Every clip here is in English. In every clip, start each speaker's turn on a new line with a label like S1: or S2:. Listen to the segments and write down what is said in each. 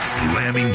S1: Feeding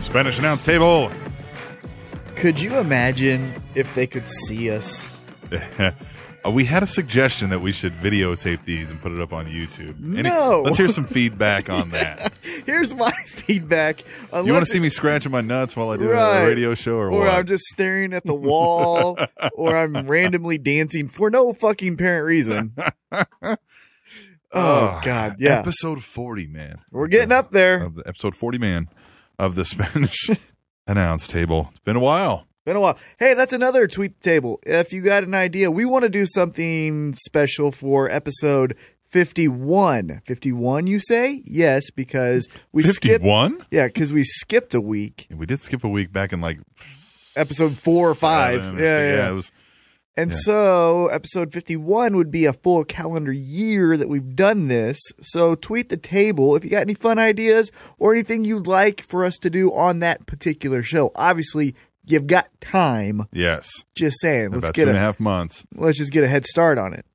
S2: Spanish announce table.
S3: Could you imagine if they could see us?
S2: Uh, we had a suggestion that we should videotape these and put it up on YouTube. Any-
S3: No.
S2: let's hear some feedback on that.
S3: Here's my feedback.
S2: You want
S3: Unless
S2: to see me scratching my nuts while I do
S3: Right.
S2: a radio show or,
S3: or
S2: what?
S3: I'm just staring at the wall, or I'm randomly dancing for no fucking apparent reason. oh
S2: Ugh.
S3: God, yeah,
S2: Ah, Episode Oh. 40, man.
S3: we're getting up there.
S2: Of the, episode 40, man, of the Spanish announce table. It's been a while.
S3: Been a while. Hey, that's another tweet table. If you got an idea, we want to do something special for episode. 51 51 you say yes because we skipped
S2: 51?
S3: yeah because we skipped a week
S2: We did skip a week back in like
S3: episode four or five
S2: seven
S3: yeah,
S2: or
S3: yeah,
S2: six.
S3: yeah.
S2: It was
S3: And
S2: Yeah.
S3: so episode 51 would be a full calendar year that we've done this. So tweet the table if you got any fun ideas or anything you'd like for us to do on that particular show. Obviously, you've got time.
S2: yes,
S3: Just saying. Let's
S2: about two
S3: get
S2: and a half
S3: a
S2: months.
S3: let's just get a head start on it.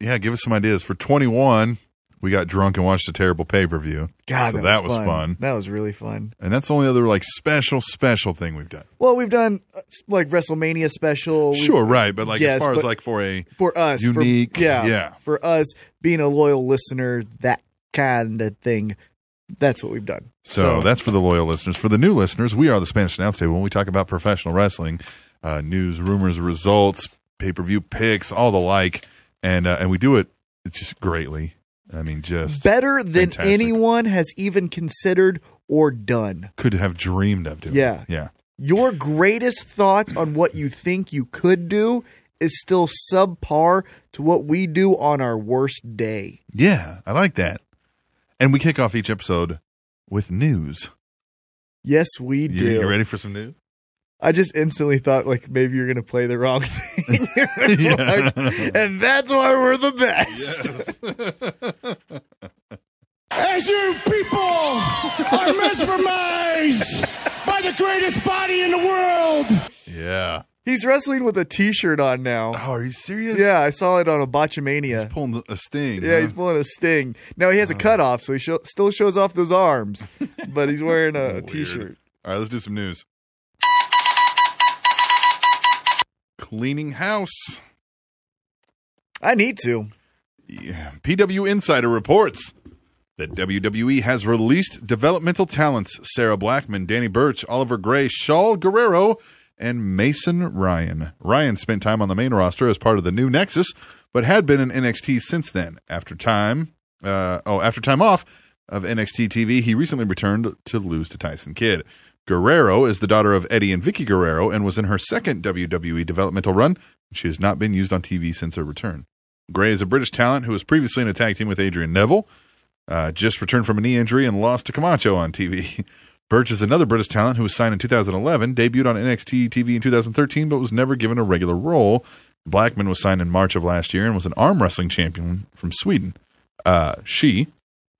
S2: Yeah, give us some ideas for 21. We got drunk and watched a terrible pay per view.
S3: God,
S2: So
S3: that,
S2: that
S3: was,
S2: was
S3: fun.
S2: fun.
S3: That was really fun.
S2: And that's the only other like special, special thing we've done.
S3: Well, we've done uh, like WrestleMania special. We-
S2: sure, right. But like
S3: Yes,
S2: as far as
S3: but-
S2: like for a
S3: for us for-
S2: Unique,
S3: yeah,
S2: yeah.
S3: for us being a loyal listener, that kind of thing. That's what we've done.
S2: So that's for the loyal listeners. For the new listeners, we are the Spanish Announce Table. When we talk about professional wrestling, uh, news, rumors, results, pay per view picks, all the like, and uh, and we do it just greatly. I mean, just
S3: better than
S2: Fantastic.
S3: anyone has even considered or done.
S2: could have dreamed of doing.
S3: Yeah.
S2: it. yeah.
S3: Your greatest thoughts on what you think you could do is still subpar to what we do on our worst day.
S2: Yeah, I like that. And we kick off each episode with news.
S3: Yes, we
S2: You,
S3: do.
S2: you ready for some news?
S3: I just instantly thought like maybe you're gonna play the wrong thing, Like, and that's why we're the best.
S4: As you people are mesmerized by the greatest body in the world,
S2: Yeah.
S3: He's wrestling with a T-shirt on now.
S2: Oh, are you serious?
S3: Yeah, I saw it on a
S2: He's
S3: botchamania.
S2: pulling a sting.
S3: Yeah,
S2: huh?
S3: he's pulling a sting. Now he has a cutoff, so he sho- still shows off those arms, but he's wearing a
S2: Weird.
S3: t-shirt.
S2: All right, let's do some news. Cleaning house.
S3: I need to.
S2: Yeah. PW Insider reports that WWE has released developmental talents Sarah Blackman, Danny Burch, Oliver Gray, Shaul Guerrero, and Mason Ryan. Ryan spent time on the main roster as part of the new Nexus, but had been in NXT since then. After time, uh, oh, after time off of NXT TV, he recently returned to lose to Tyson Kidd. Guerrero is the daughter of Eddie and Vicky Guerrero and was in her second WWE developmental run. She has not been used on TV since her return. Gray is a British talent who was previously in a tag team with Adrian Neville, uh, just returned from a knee injury and lost to Camacho on TV. Birch is another British talent who was signed in 2011, debuted on NXT TV in 2013, but was never given a regular role. Blackman was signed in March of last year and was an arm wrestling champion from Sweden. Uh, she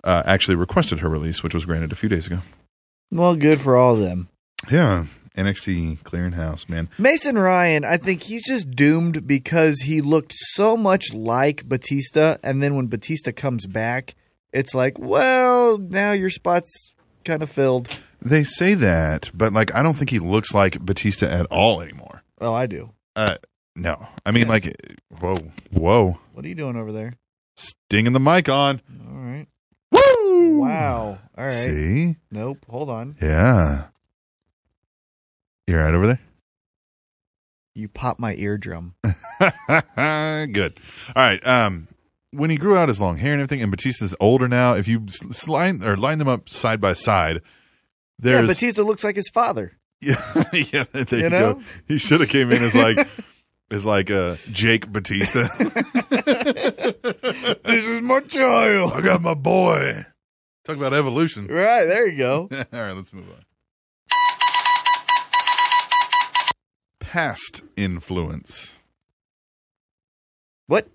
S2: uh, actually requested her release, which was granted a few days ago.
S3: Well, good for all of them.
S2: Yeah, NXT clearing house, man.
S3: Mason Ryan, I think he's just doomed because he looked so much like Batista, and then when Batista comes back, it's like, well, now your spot's kind of filled.
S2: They say that, but like I don't think he looks like Batista at all anymore.
S3: Oh, I do.
S2: Uh, no, I mean like, whoa, whoa,
S3: What are you doing over there?
S2: dinging the mic on.
S3: All right.
S2: Woo!
S3: Wow. All right.
S2: See,
S3: Nope. Hold on.
S2: yeah. You're right over
S3: You popped my eardrum.
S2: there. Good. All right. Um, when he grew out his long hair and everything, and Batista's older now, if you s- slide or line them up side by side, There's,
S3: yeah, Batista looks like his father.
S2: Yeah, yeah. There you,
S3: know?
S2: go. He should have came in as like as like uh, Jake Batista.
S3: This is my child.
S2: I got my boy. Talk about evolution.
S3: Right, there you go.
S2: All right, let's move on. Past influence.
S3: What?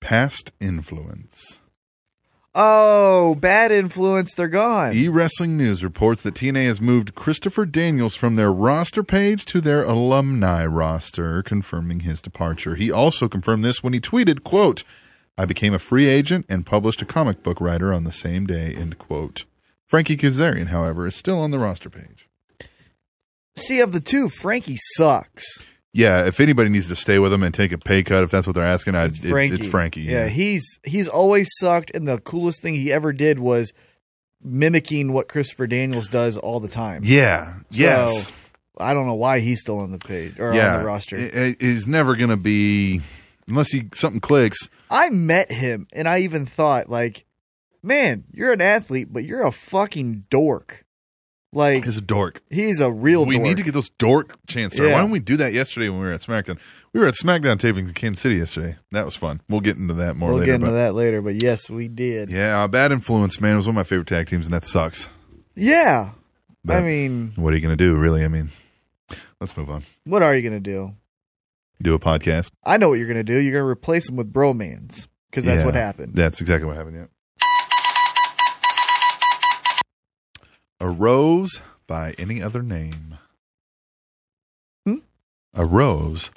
S2: Past influence.
S3: Oh, bad influence. They're gone.
S2: E Wrestling News reports that TNA has moved Christopher Daniels from their roster page to their alumni roster, confirming his departure. He also confirmed this when he tweeted, quote, I became a free agent and published a comic book writer on the same day, end quote. Frankie Kazarian, however, is still on the roster page.
S3: See, of the two, Frankie sucks.
S2: Yeah, if anybody needs to stay with him and take a pay cut, if that's what they're asking, I, it-
S3: Frankie.
S2: it's Frankie.
S3: Yeah. he's he's always sucked, and the coolest thing he ever did was mimicking what Christopher Daniels does all the time.
S2: Yeah. Yes.
S3: So, I don't know why he's still on the page or
S2: yeah.
S3: on the roster.
S2: It- it- it's never going to be, unless he, something clicks.
S3: I met him, and I even thought, like, man, you're an athlete, but you're a fucking dork. Like,
S2: He's a dork.
S3: he's a real
S2: we
S3: dork.
S2: need to get those dork chants.
S3: Yeah.
S2: Why don't we do that yesterday when we were at SmackDown? We were at SmackDown tapings in Kansas City yesterday. That was fun. We'll get into that more
S3: we'll
S2: later.
S3: get into
S2: but-
S3: that later, but yes, we did.
S2: Yeah, uh, Bad Influence, man, was one of my favorite tag teams, and that sucks.
S3: Yeah. I
S2: But
S3: mean,
S2: what are you going to do, really? I mean, let's move on.
S3: what are you going to do?
S2: Do a podcast.
S3: I know what you're going to do. You're going to replace him with bromance because that's
S2: Yeah,
S3: what happened.
S2: That's exactly what happened, yeah. A rose by any other name.
S3: Hmm?
S2: A rose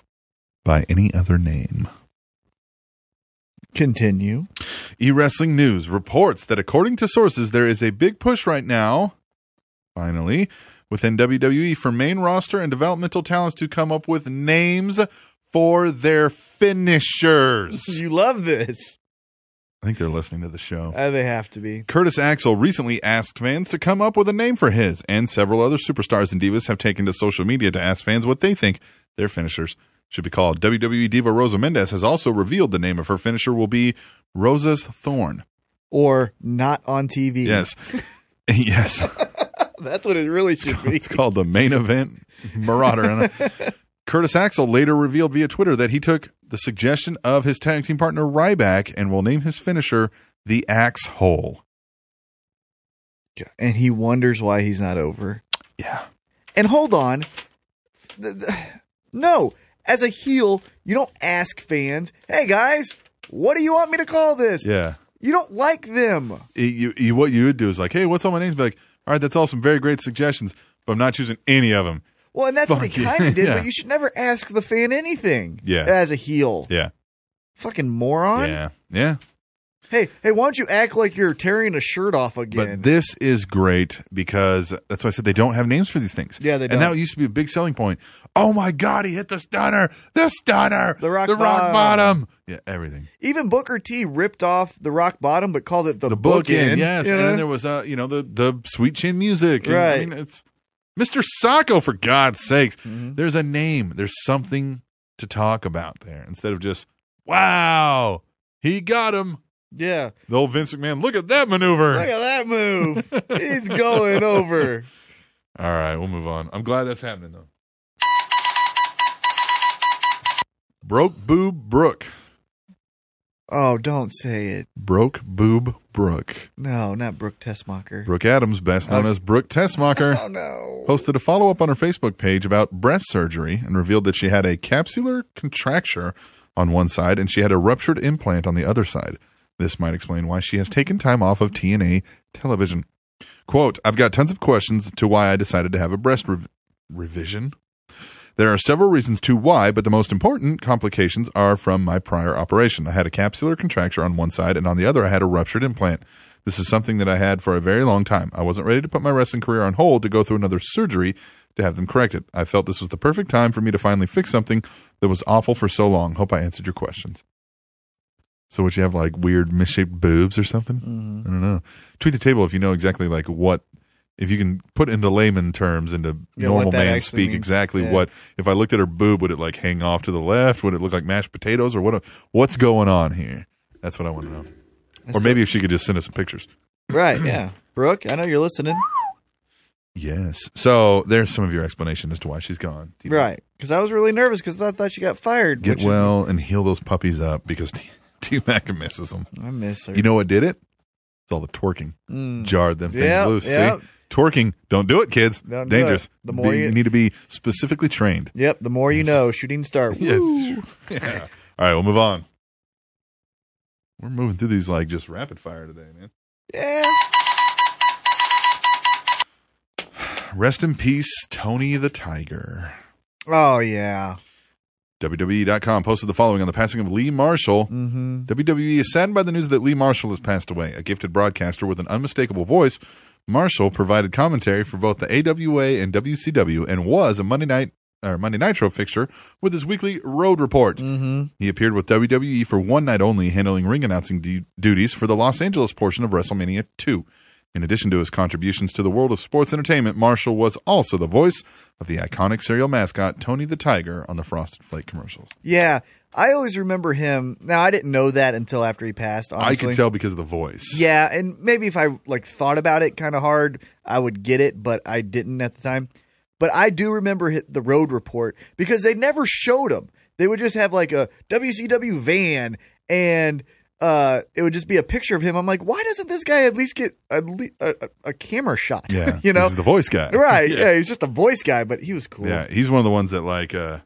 S2: by any other name.
S3: Continue.
S2: E Wrestling News reports that according to sources, there is a big push right now, finally, within WWE for main roster and developmental talents to come up with names for their finishers.
S3: You love this.
S2: I think they're listening to the show.
S3: Uh, they have to be.
S2: Curtis Axel recently asked fans to come up with a name for his, and several other superstars and divas have taken to social media to ask fans what they think their finishers should be called. WWE diva Rosa Mendez has also revealed the name of her finisher will be Rosa's Thorn.
S3: Or not on TV.
S2: Yes. yes.
S3: That's what it really should be.
S2: It's called the main event marauder. And, uh, Curtis Axel later revealed via Twitter that he took the suggestion of his tag team partner Ryback and will name his finisher the Axe Hole.
S3: And he wonders why he's not over.
S2: Yeah.
S3: And hold on. Th- th- No, as a heel, you don't ask fans, hey guys, what do you want me to call this?
S2: Yeah.
S3: You don't like them.
S2: It- you, you, what you would do is like, hey, what's all my names? Be like, all right, that's all some very great suggestions, but I'm not choosing any of them.
S3: Well, and that's what
S2: Fuck
S3: they
S2: you.
S3: kind of did,
S2: Yeah.
S3: but you should never ask the fan anything
S2: Yeah.
S3: as a heel.
S2: Yeah.
S3: Fucking moron.
S2: Yeah. Yeah.
S3: Hey, hey, why don't you act like you're tearing a shirt off again?
S2: But this is great because that's why I said they don't have names for these things.
S3: Yeah, they
S2: And that
S3: don't.
S2: used to be a big selling point. Oh my God, he hit the stunner, the stunner,
S3: The rock
S2: bottom.
S3: bottom.
S2: Yeah, everything.
S3: Even Booker T ripped off the rock bottom, but called it the,
S2: The
S3: book
S2: bookend,
S3: end,
S2: yes.
S3: you
S2: And then
S3: know?
S2: there was uh, you know, the the sweet chin music. And, I
S3: Right.
S2: mean, it's Mr. Sacco for God's sakes.
S3: Mm-hmm.
S2: There's a name. There's something to talk about there instead of just wow, he got him.
S3: yeah.
S2: The old Vince McMahon, look at that maneuver.
S3: Look at that move. He's going over.
S2: All right, we'll move on. I'm glad that's happening though. Broke boob brook.
S3: Oh, don't say it.
S2: Broke boob brook.
S3: No, not Brooke Tessmacher.
S2: Brooke Adams, best known as Brooke Tessmacher,
S3: Oh no.
S2: posted a follow up on her Facebook page about breast surgery and revealed that she had a capsular contracture on one side and she had a ruptured implant on the other side. This might explain why she has taken time off of TNA television. Quote, I've got tons of questions to why I decided to have a breast rev revision. There are several reasons to why, but the most important complications are from my prior operation. I had a capsular contracture on one side, and on the other, I had a ruptured implant. This is something that I had for a very long time. I wasn't ready to put my wrestling career on hold to go through another surgery to have them corrected. I felt this was the perfect time for me to finally fix something that was awful for so long. Hope I answered your questions. So, would you have like weird misshaped boobs or something?
S3: Mm-hmm.
S2: I don't know. Tweet the table if you know exactly like what, if you can put into layman terms into
S3: Yeah, what
S2: normal
S3: that
S2: man
S3: actually
S2: speak
S3: means.
S2: exactly
S3: Yeah.
S2: what if I looked at her boob, would it like hang off to the left? Would it look like mashed potatoes or what? What's going on here? That's what I want to know. or maybe if she could just send us some pictures.
S3: Right, yeah. Brooke, I know you're listening.
S2: Yes. So there's some of your explanation as to why she's gone. Do you-
S3: Right. Because I was really nervous because I thought she got fired.
S2: Get
S3: which-
S2: well and heal those puppies up because T, T- Mac misses them.
S3: I miss her.
S2: You know what did it? It's all the twerking
S3: Mm.
S2: jarred them things
S3: Yep,
S2: loose.
S3: yep.
S2: See, twerking. Don't do it, kids.
S3: Don't do
S2: Dangerous.
S3: it. The more
S2: Be-
S3: you-
S2: you need to be specifically trained.
S3: Yep. The more you know, shooting star.
S2: Yes. Yeah. All right, we'll move on. We're moving through these like just rapid fire today, man.
S3: Yeah.
S2: Rest in peace, Tony the Tiger.
S3: Oh yeah.
S2: WWE.com posted the following on the passing of Lee Marshall.
S3: Mm-hmm.
S2: WWE E is saddened by the news that Lee Marshall has passed away. A gifted broadcaster with an unmistakable voice, Marshall provided commentary for both the AWA and WCW and was a Monday night or Monday Nitro fixture with his weekly road report.
S3: Mm-hmm.
S2: He appeared with WWE for one night only, handling ring announcing du- duties for the Los Angeles portion of WrestleMania 2. In addition to his contributions to the world of sports entertainment, Marshall was also the voice of the iconic serial mascot Tony the Tiger on the Frosted Flake commercials.
S3: Yeah. I always remember him. Now I didn't know that until after he passed. Honestly.
S2: I could tell because of the voice.
S3: Yeah, and maybe if I like thought about it kind of hard, I would get it, but I didn't at the time. But I do remember hit the road report because they never showed them. They would just have like a WCW van, and uh, it would just be a picture of him. I'm like, why doesn't this guy at least get a le- a, a, a camera shot?
S2: Yeah.
S3: you know,
S2: He's the voice guy.
S3: right? Yeah. he's just a voice guy, but he was cool.
S2: Yeah, he's one of the ones that like uh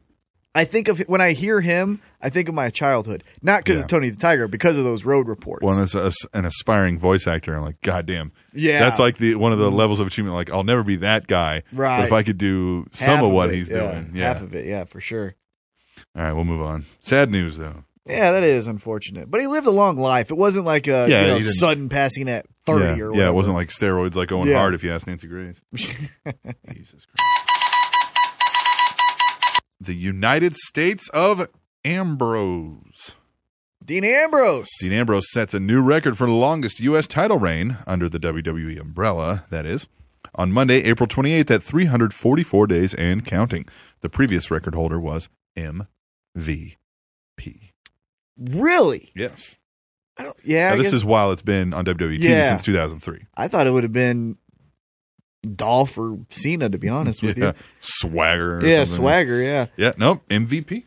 S3: I think of when I hear him, I think of my childhood, not because
S2: Yeah.
S3: of Tony the Tiger, because of those road reports.
S2: one is a, an aspiring voice actor. I'm like, God damn.
S3: Yeah.
S2: That's like the one of the levels of achievement. Like, I'll never be that guy. But
S3: Right.
S2: if I could do some
S3: Half
S2: of, what
S3: it,
S2: he's
S3: yeah,
S2: doing. Yeah.
S3: half of it, yeah, for sure.
S2: All right, we'll move on. Sad news though.
S3: Yeah, that is unfortunate. But he lived a long life. It wasn't like a
S2: Yeah,
S3: you know,
S2: he didn't-
S3: sudden passing at 30
S2: yeah.
S3: or whatever.
S2: Yeah, it wasn't like steroids like Owen
S3: Yeah.
S2: Hart if you ask Nancy Grace. Jesus Christ. The United States of Ambrose.
S3: Dean Ambrose.
S2: Dean Ambrose sets a new record for the longest U.S. title reign under the WWE umbrella, that is, on Monday, April 28th at 344 days and counting. The previous record holder was MVP.
S3: really?
S2: Yes.
S3: I don't, yeah,
S2: Now,
S3: I,
S2: this
S3: guess-
S2: is while it's been on WWE
S3: Yeah.
S2: since 2003.
S3: I thought it would have been Dolph or Cena, to be honest with
S2: Yeah. Swagger. or
S3: you. Yeah,
S2: something.
S3: swagger, yeah.
S2: Yeah, nope, MVP.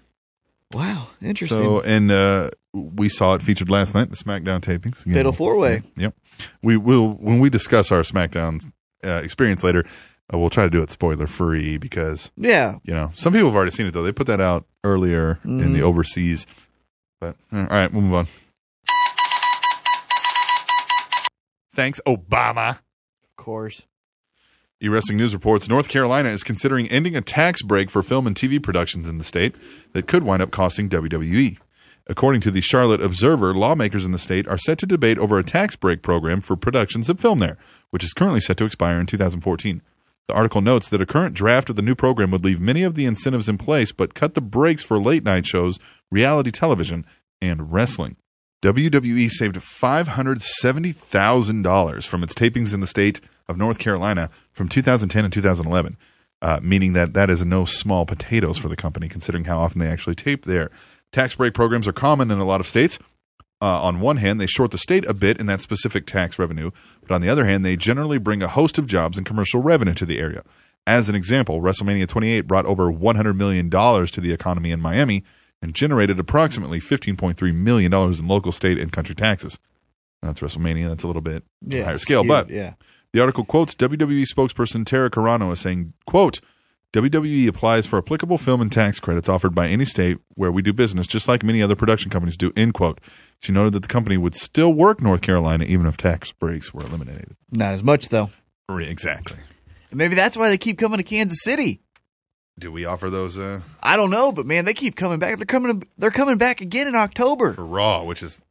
S3: Wow, interesting.
S2: So, and uh, we saw it featured last night, the SmackDown tapings. Again,
S3: Fatal four-way.
S2: Yep. We will when we discuss our SmackDown uh, experience later. Uh, we'll try to do it spoiler free because
S3: yeah,
S2: you know some people have already seen it though. They put that out earlier in the overseas. But uh, all right, we'll move on. Thanks, Obama.
S3: of course.
S2: E-Wrestling News reports North Carolina is considering ending a tax break for film and TV productions in the state that could wind up costing WWE. According to the Charlotte Observer, lawmakers in the state are set to debate over a tax break program for productions that film there, which is currently set to expire in 2014. The article notes that a current draft of the new program would leave many of the incentives in place but cut the breaks for late night shows, reality television, and wrestling. WWE E saved $570,000 from its tapings in the state of North Carolina from 2010 and 2011, uh, meaning that that is no small potatoes for the company, considering how often they actually tape there. Tax break programs are common in a lot of states. Uh, on one hand, they short the state a bit in that specific tax revenue, but on the other hand, they generally bring a host of jobs and commercial revenue to the area. As an example, WrestleMania 28 brought over $100 million to the economy in Miami and generated approximately $15.3 million in local, state, and country taxes. That's WrestleMania. That's a little bit
S3: Yeah,
S2: higher scale,
S3: skewed,
S2: but
S3: yeah,
S2: the article quotes WWE spokesperson Tara Carano as saying, quote, WWE applies for applicable film and tax credits offered by any state where we do business, just like many other production companies do, end quote. She noted that the company would still work North Carolina even if tax breaks were eliminated.
S3: not as much though.
S2: Exactly.
S3: Maybe that's why they keep coming to Kansas City.
S2: Do we offer those uh,
S3: I don't know, but man, they keep coming back. They're coming. They're coming back again in October.
S2: for Raw, which is,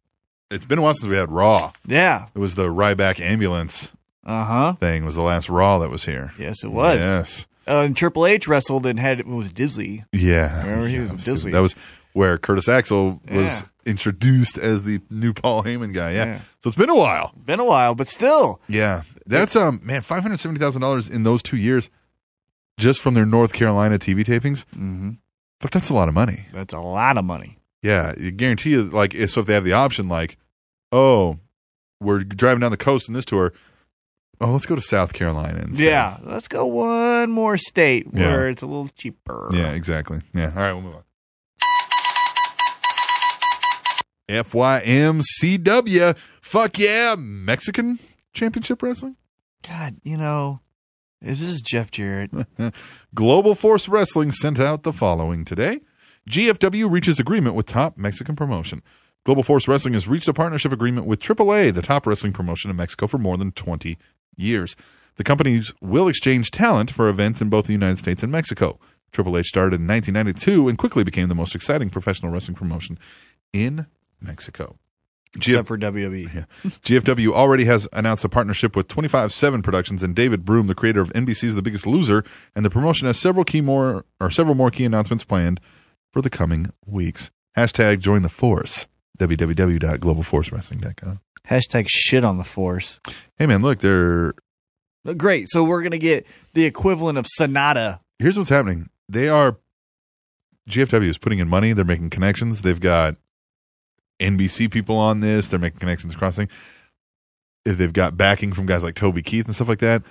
S2: it's been a while since we had Raw.
S3: Yeah.
S2: It was the Ryback ambulance
S3: Uh huh.
S2: thing was the last Raw that was here.
S3: Yes, it was.
S2: Yes.
S3: Uh, and Triple H wrestled and had it was Disley.
S2: Yeah.
S3: Remember, he
S2: Yeah,
S3: was
S2: that
S3: busy.
S2: stupid. That was where Curtis Axel was
S3: Yeah.
S2: introduced as the new Paul Heyman guy. Yeah.
S3: Yeah.
S2: So it's been a while.
S3: Been a while, but still,
S2: Yeah. That's um man, five hundred seventy thousand dollars in those two years just from their North Carolina TV tapings. Mm-hmm. But that's a lot of money.
S3: that's a lot of money.
S2: Yeah. You guarantee you like so if they have the option, like, oh, we're driving down the coast in this tour, Oh, let's go to South Carolina. Instead.
S3: Yeah, let's go one more state
S2: Yeah.
S3: where it's a little cheaper.
S2: Yeah, exactly. Yeah. All right, we'll move on. FYMCW. Fuck yeah. Mexican Championship Wrestling?
S3: God, you know, this is Jeff Jarrett.
S2: Global Force Wrestling sent out the following today. GFW reaches agreement with top Mexican promotion. Global Force Wrestling has reached a partnership agreement with AAA, the top wrestling promotion in Mexico for more than 20 years. The companies will exchange talent for events in both the United States and Mexico. AAA started in 1992 and quickly became the most exciting professional wrestling promotion in Mexico. GF-
S3: Except for E. WWE.
S2: GFW already has announced a partnership with 25 7 Productions and David Broom, the creator of NBC's The Biggest Loser, and the promotion has several key more or several more key announcements planned for the coming weeks. Hashtag join the force. www.globalforcewrestling.com.
S3: Hashtag shit on the force.
S2: Hey man, look, they're
S3: But Great. So we're gonna get the equivalent of Sonata.
S2: here's what's happening. They are GFW is putting in money. They're making connections. They've got NBC people on this. They're making connections crossing. If they've got backing from guys like Toby Keith and stuff like that,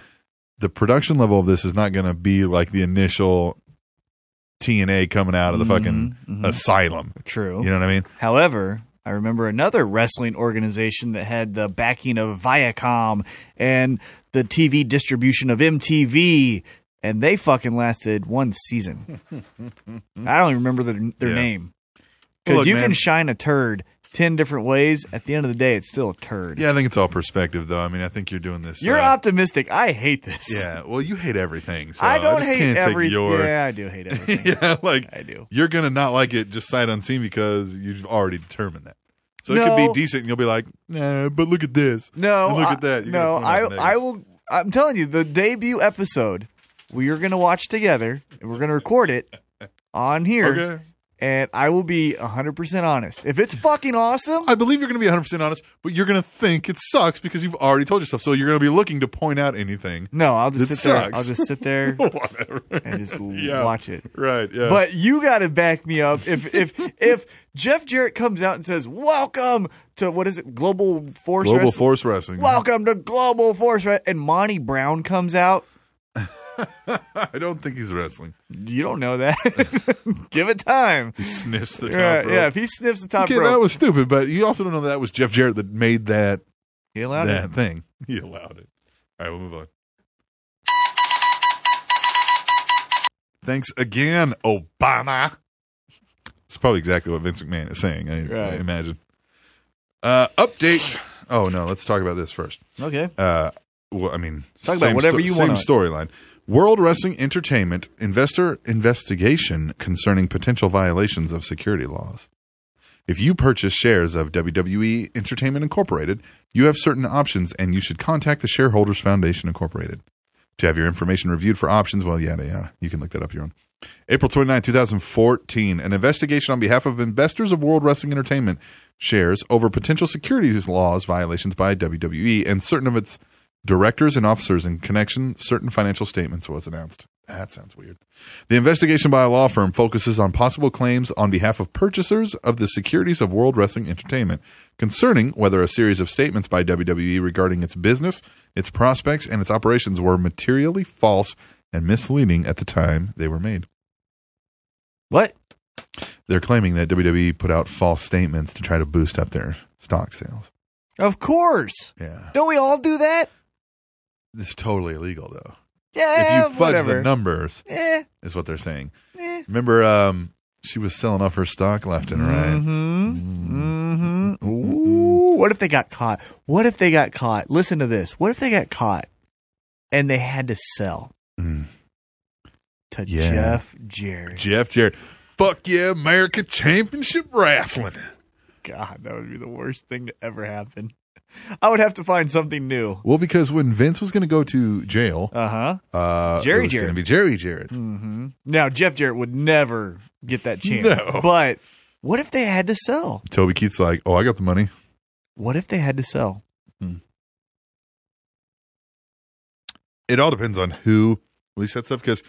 S2: the production level of this is not going to be like the initial TNA coming out of the fucking asylum.
S3: True.
S2: You know what I mean?
S3: However, I remember another wrestling organization that had the backing of Viacom and the TV distribution of MTV, and they fucking lasted one season. I don't even remember their, their
S2: Yeah.
S3: name.
S2: Look,
S3: Because you
S2: man.
S3: can shine a turd 10 different ways. At the end of the day, it's still a turd.
S2: Yeah, I think it's all perspective, though. I mean, I think you're doing this.
S3: You're
S2: uh,
S3: optimistic. I hate this.
S2: Yeah. Well, you hate everything. So
S3: I don't
S2: just
S3: hate
S2: can't take
S3: everything.
S2: your-
S3: Yeah, I do hate everything.
S2: yeah, like
S3: I do.
S2: You're gonna not like it just sight unseen because you've already determined that. So it
S3: No.
S2: could be decent, and you'll be like, "Nah, but look at this.
S3: No,
S2: and look
S3: I-
S2: at that. You're
S3: no,
S2: gonna
S3: I
S2: point out
S3: I
S2: negatives.
S3: will. I'm telling you, the debut episode we are going to watch together, and we're going to record it on here,
S2: Okay.
S3: and I will be 100 percent honest. If it's fucking awesome,
S2: I believe you're going to be 100 percent honest, but you're going to think it sucks because you've already told yourself. So you're going to be looking to point out anything.
S3: no, I'll just
S2: It
S3: sit there.
S2: sucks.
S3: I'll just sit there
S2: Whatever.
S3: and just l-
S2: Yeah.
S3: watch it.
S2: Right. Yeah.
S3: But you got to back me up. If if if Jeff Jarrett comes out and says, "Welcome to what is it? Global Force
S2: global
S3: Wrestling."
S2: force wrestling.
S3: Welcome to Global Force, Wrestling," and Monty Brown comes out.
S2: I don't think he's wrestling.
S3: You don't know that. Give it time.
S2: He sniffs the top
S3: Yeah,
S2: rope.
S3: yeah, if he sniffs the top
S2: Okay, that
S3: rope,
S2: was stupid, but you also don't know that was Jeff Jarrett that made that
S3: he allowed
S2: that
S3: it.
S2: thing. He allowed it. All right, we'll move on. Thanks again, Obama. It's probably exactly what Vince McMahon is saying. I, I
S3: Right.
S2: imagine. Uh, update. Oh no, let's talk about this first.
S3: Okay.
S2: Uh, well, I mean,
S3: Talk about whatever you
S2: same
S3: wanna-
S2: storyline. World Wrestling Entertainment investor investigation concerning potential violations of security laws. If you purchase shares of WWE Entertainment Incorporated, you have certain options and you should contact the Shareholders Foundation Incorporated to have your information reviewed for options. Well, yada yada. You can look that up your own. April 29, 2014, an investigation on behalf of investors of World Wrestling Entertainment shares over potential securities laws violations by WWE and certain of its directors and officers in connection certain financial statements was announced. That sounds weird. The investigation by a law firm focuses on possible claims on behalf of purchasers of the securities of World Wrestling Entertainment concerning whether a series of statements by WWE regarding its business, its prospects, and its operations were materially false and misleading at the time they were made.
S3: What?
S2: They're claiming that WWE put out false statements to try to boost up their stock sales.
S3: Of course.
S2: Yeah.
S3: Don't we all do that?
S2: This is totally illegal, though.
S3: Yeah,
S2: if you fudge
S3: Eh, whatever.
S2: the numbers,
S3: Eh,
S2: is what they're saying.
S3: eh.
S2: Remember, um, she was selling off her stock left and right.
S3: Mm-hmm. Mm-hmm. Ooh, what if they got caught? What if they got caught? Listen to this. What if they got caught and they had to sell
S2: Mm.
S3: to
S2: Yeah.
S3: Jeff Jarrett?
S2: Jeff Jarrett. Fuck yeah, America Championship Wrestling.
S3: God, that would be the worst thing to ever happen. I would have to find something new.
S2: Well, because when Vince was going to go to jail,
S3: Uh huh.
S2: uh,
S3: Jerry
S2: it was
S3: Jarrett.
S2: going to be Jerry Jarrett.
S3: Mm-hmm. Now Jeff Jarrett would never get that chance.
S2: No.
S3: But what if they had to sell?
S2: Toby Keith's like, oh, I got the money.
S3: What if they had to sell?
S2: It all depends on who released that stuff. Because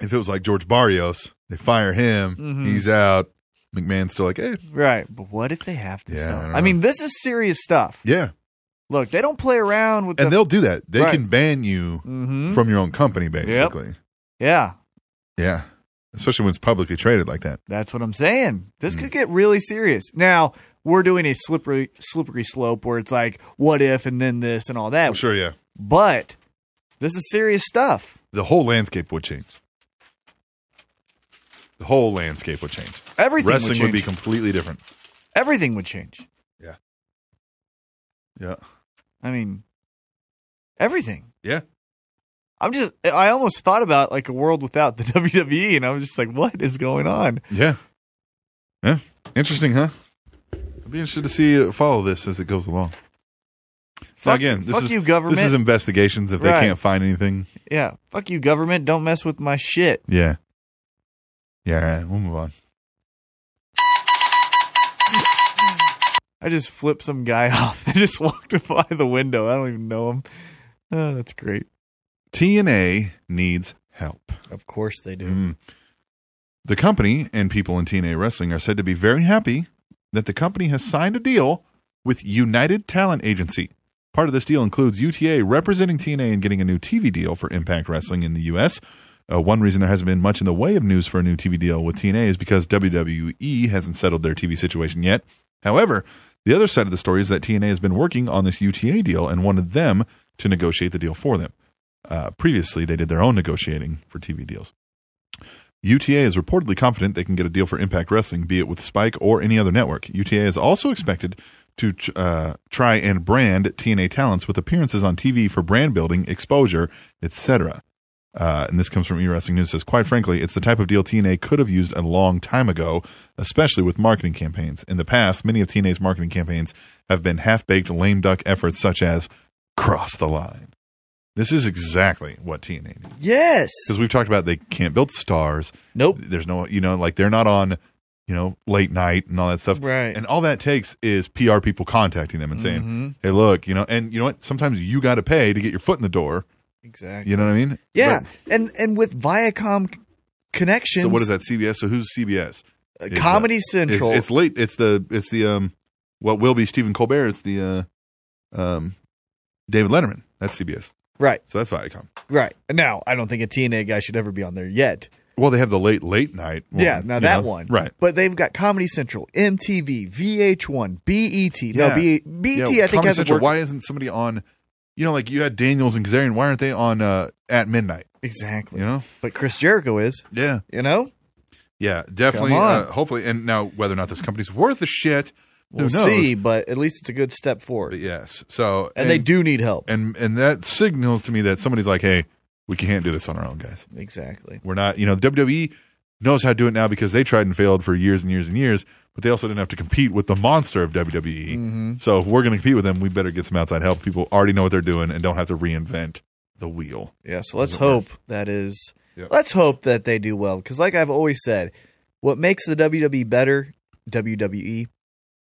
S2: if it was like George Barrios, they fire him,
S3: Mhm.
S2: he's out. McMahon's still like, hey,
S3: Right. But what if they have to
S2: Yeah, I
S3: sell?
S2: don't
S3: I, mean, this is serious stuff.
S2: yeah,
S3: Look, they don't play around with
S2: and
S3: the
S2: they'll do that. They
S3: Right. Mm-hmm.
S2: can ban you from your own company, basically.
S3: yeah.
S2: Yeah, especially when it's publicly traded like that.
S3: That's what I'm saying. This
S2: Hmm.
S3: could get really serious. Now we're doing a slippery slippery slope where it's like, what if, and then this and all that.
S2: Sure, yeah.
S3: But this is serious stuff.
S2: The whole landscape would change. The whole landscape would change.
S3: Everything would
S2: Wrestling would be
S3: change.
S2: completely different.
S3: Everything would change.
S2: Yeah,
S3: I mean, everything.
S2: yeah.
S3: I'm just. I almost thought about like a world without the WWE, and I was just like, what is going on?
S2: Yeah. Yeah. Interesting, huh? I'd be interested to see uh, follow this as it goes along. Now,
S3: Fuck,
S2: again, this
S3: fuck
S2: is
S3: you, government.
S2: This is investigations. If
S3: Right.
S2: they can't find anything,
S3: yeah, fuck you, government. Don't mess with my shit.
S2: yeah, yeah. All right, we'll move on.
S3: I just flipped some guy off that just walked by the window. I don't even know him. Oh, that's great.
S2: TNA needs help.
S5: Of course they do.
S2: Mm. The company and people in TNA wrestling are said to be very happy that the company has signed a deal with United Talent Agency. Part of this deal includes UTA representing TNA and getting a new TV deal for Impact Wrestling in the U.S. Uh, one reason there hasn't been much in the way of news for a new TV deal with TNA is because WWE hasn't settled their TV situation yet. However, the other side of the story is that TNA has been working on this UTA deal and wanted them to negotiate the deal for them. Uh, previously, they did their own negotiating for TV deals. UTA is reportedly confident they can get a deal for Impact Wrestling, be it with Spike or any other network. UTA is also expected to uh, try and brand TNA talents with appearances on TV for brand building, exposure, etc. Uh, and this comes from E-Wrestling News. Says, quite frankly, it's the type of deal TNA could have used a long time ago, especially with marketing campaigns. In the past, many of TNA's marketing campaigns have been half-baked, lame duck efforts such as "Cross the Line." This is exactly what TNA needs
S3: Yes.
S2: because we've talked about they can't build stars.
S3: Nope.
S2: There's no, you know, like they're not on, you know, late night and all that stuff.
S3: Right.
S2: And all that takes is PR people contacting them and saying,
S3: Mm-hmm.
S2: "Hey, look, you know," and you know what? Sometimes you got to pay to get your foot in the door.
S3: Exactly.
S2: You know what I mean?
S3: Yeah,
S2: But-
S3: and and with Viacom c- connections.
S2: so what is that? CBS. So who's CBS?
S3: uh,
S2: Is
S3: Comedy
S2: that-
S3: Central.
S2: It's, it's late. It's the it's the um what will be Stephen Colbert. It's the uh um David Letterman. That's CBS.
S3: right,
S2: So that's Viacom.
S3: right. Now, I don't think a TNA guy should ever be on there yet.
S2: Well, they have the late late night. one,
S3: yeah, now
S2: you
S3: that
S2: know?
S3: one.
S2: Right.
S3: But they've got Comedy Central, MTV, VH1, BET. No,
S2: Yeah.
S3: B- BET
S2: Yeah,
S3: I think
S2: Comedy
S3: has
S2: Central,
S3: worked.
S2: Why isn't somebody on? You know, like you had Daniels and Kazarian. Why aren't they on uh, at midnight?
S3: exactly.
S2: You know?
S3: But Chris Jericho is,
S2: Yeah,
S3: you know?
S2: yeah, definitely.
S3: Come on.
S2: Uh, hopefully, and now whether or not this company's worth the shit,
S3: We'll
S2: who knows?
S3: see, but at least it's a good step forward.
S2: But
S3: And,
S2: yes, so
S3: they do need help.
S2: and and that signals to me that somebody's like, hey, we can't do this on our own, guys.
S3: exactly.
S2: We're not, you know, WWE knows how to do it now because they tried and failed for years and years and years, but they also didn't have to compete with the monster of WWE. So if we're going to compete with them, we better get some outside help. People already know what they're doing and don't have to reinvent the wheel.
S3: Yeah, so let's
S2: Doesn't work.
S3: hope that is.
S2: Yep.
S3: Let's hope that they do well because, like I've always said, what makes the WWE better, WWE,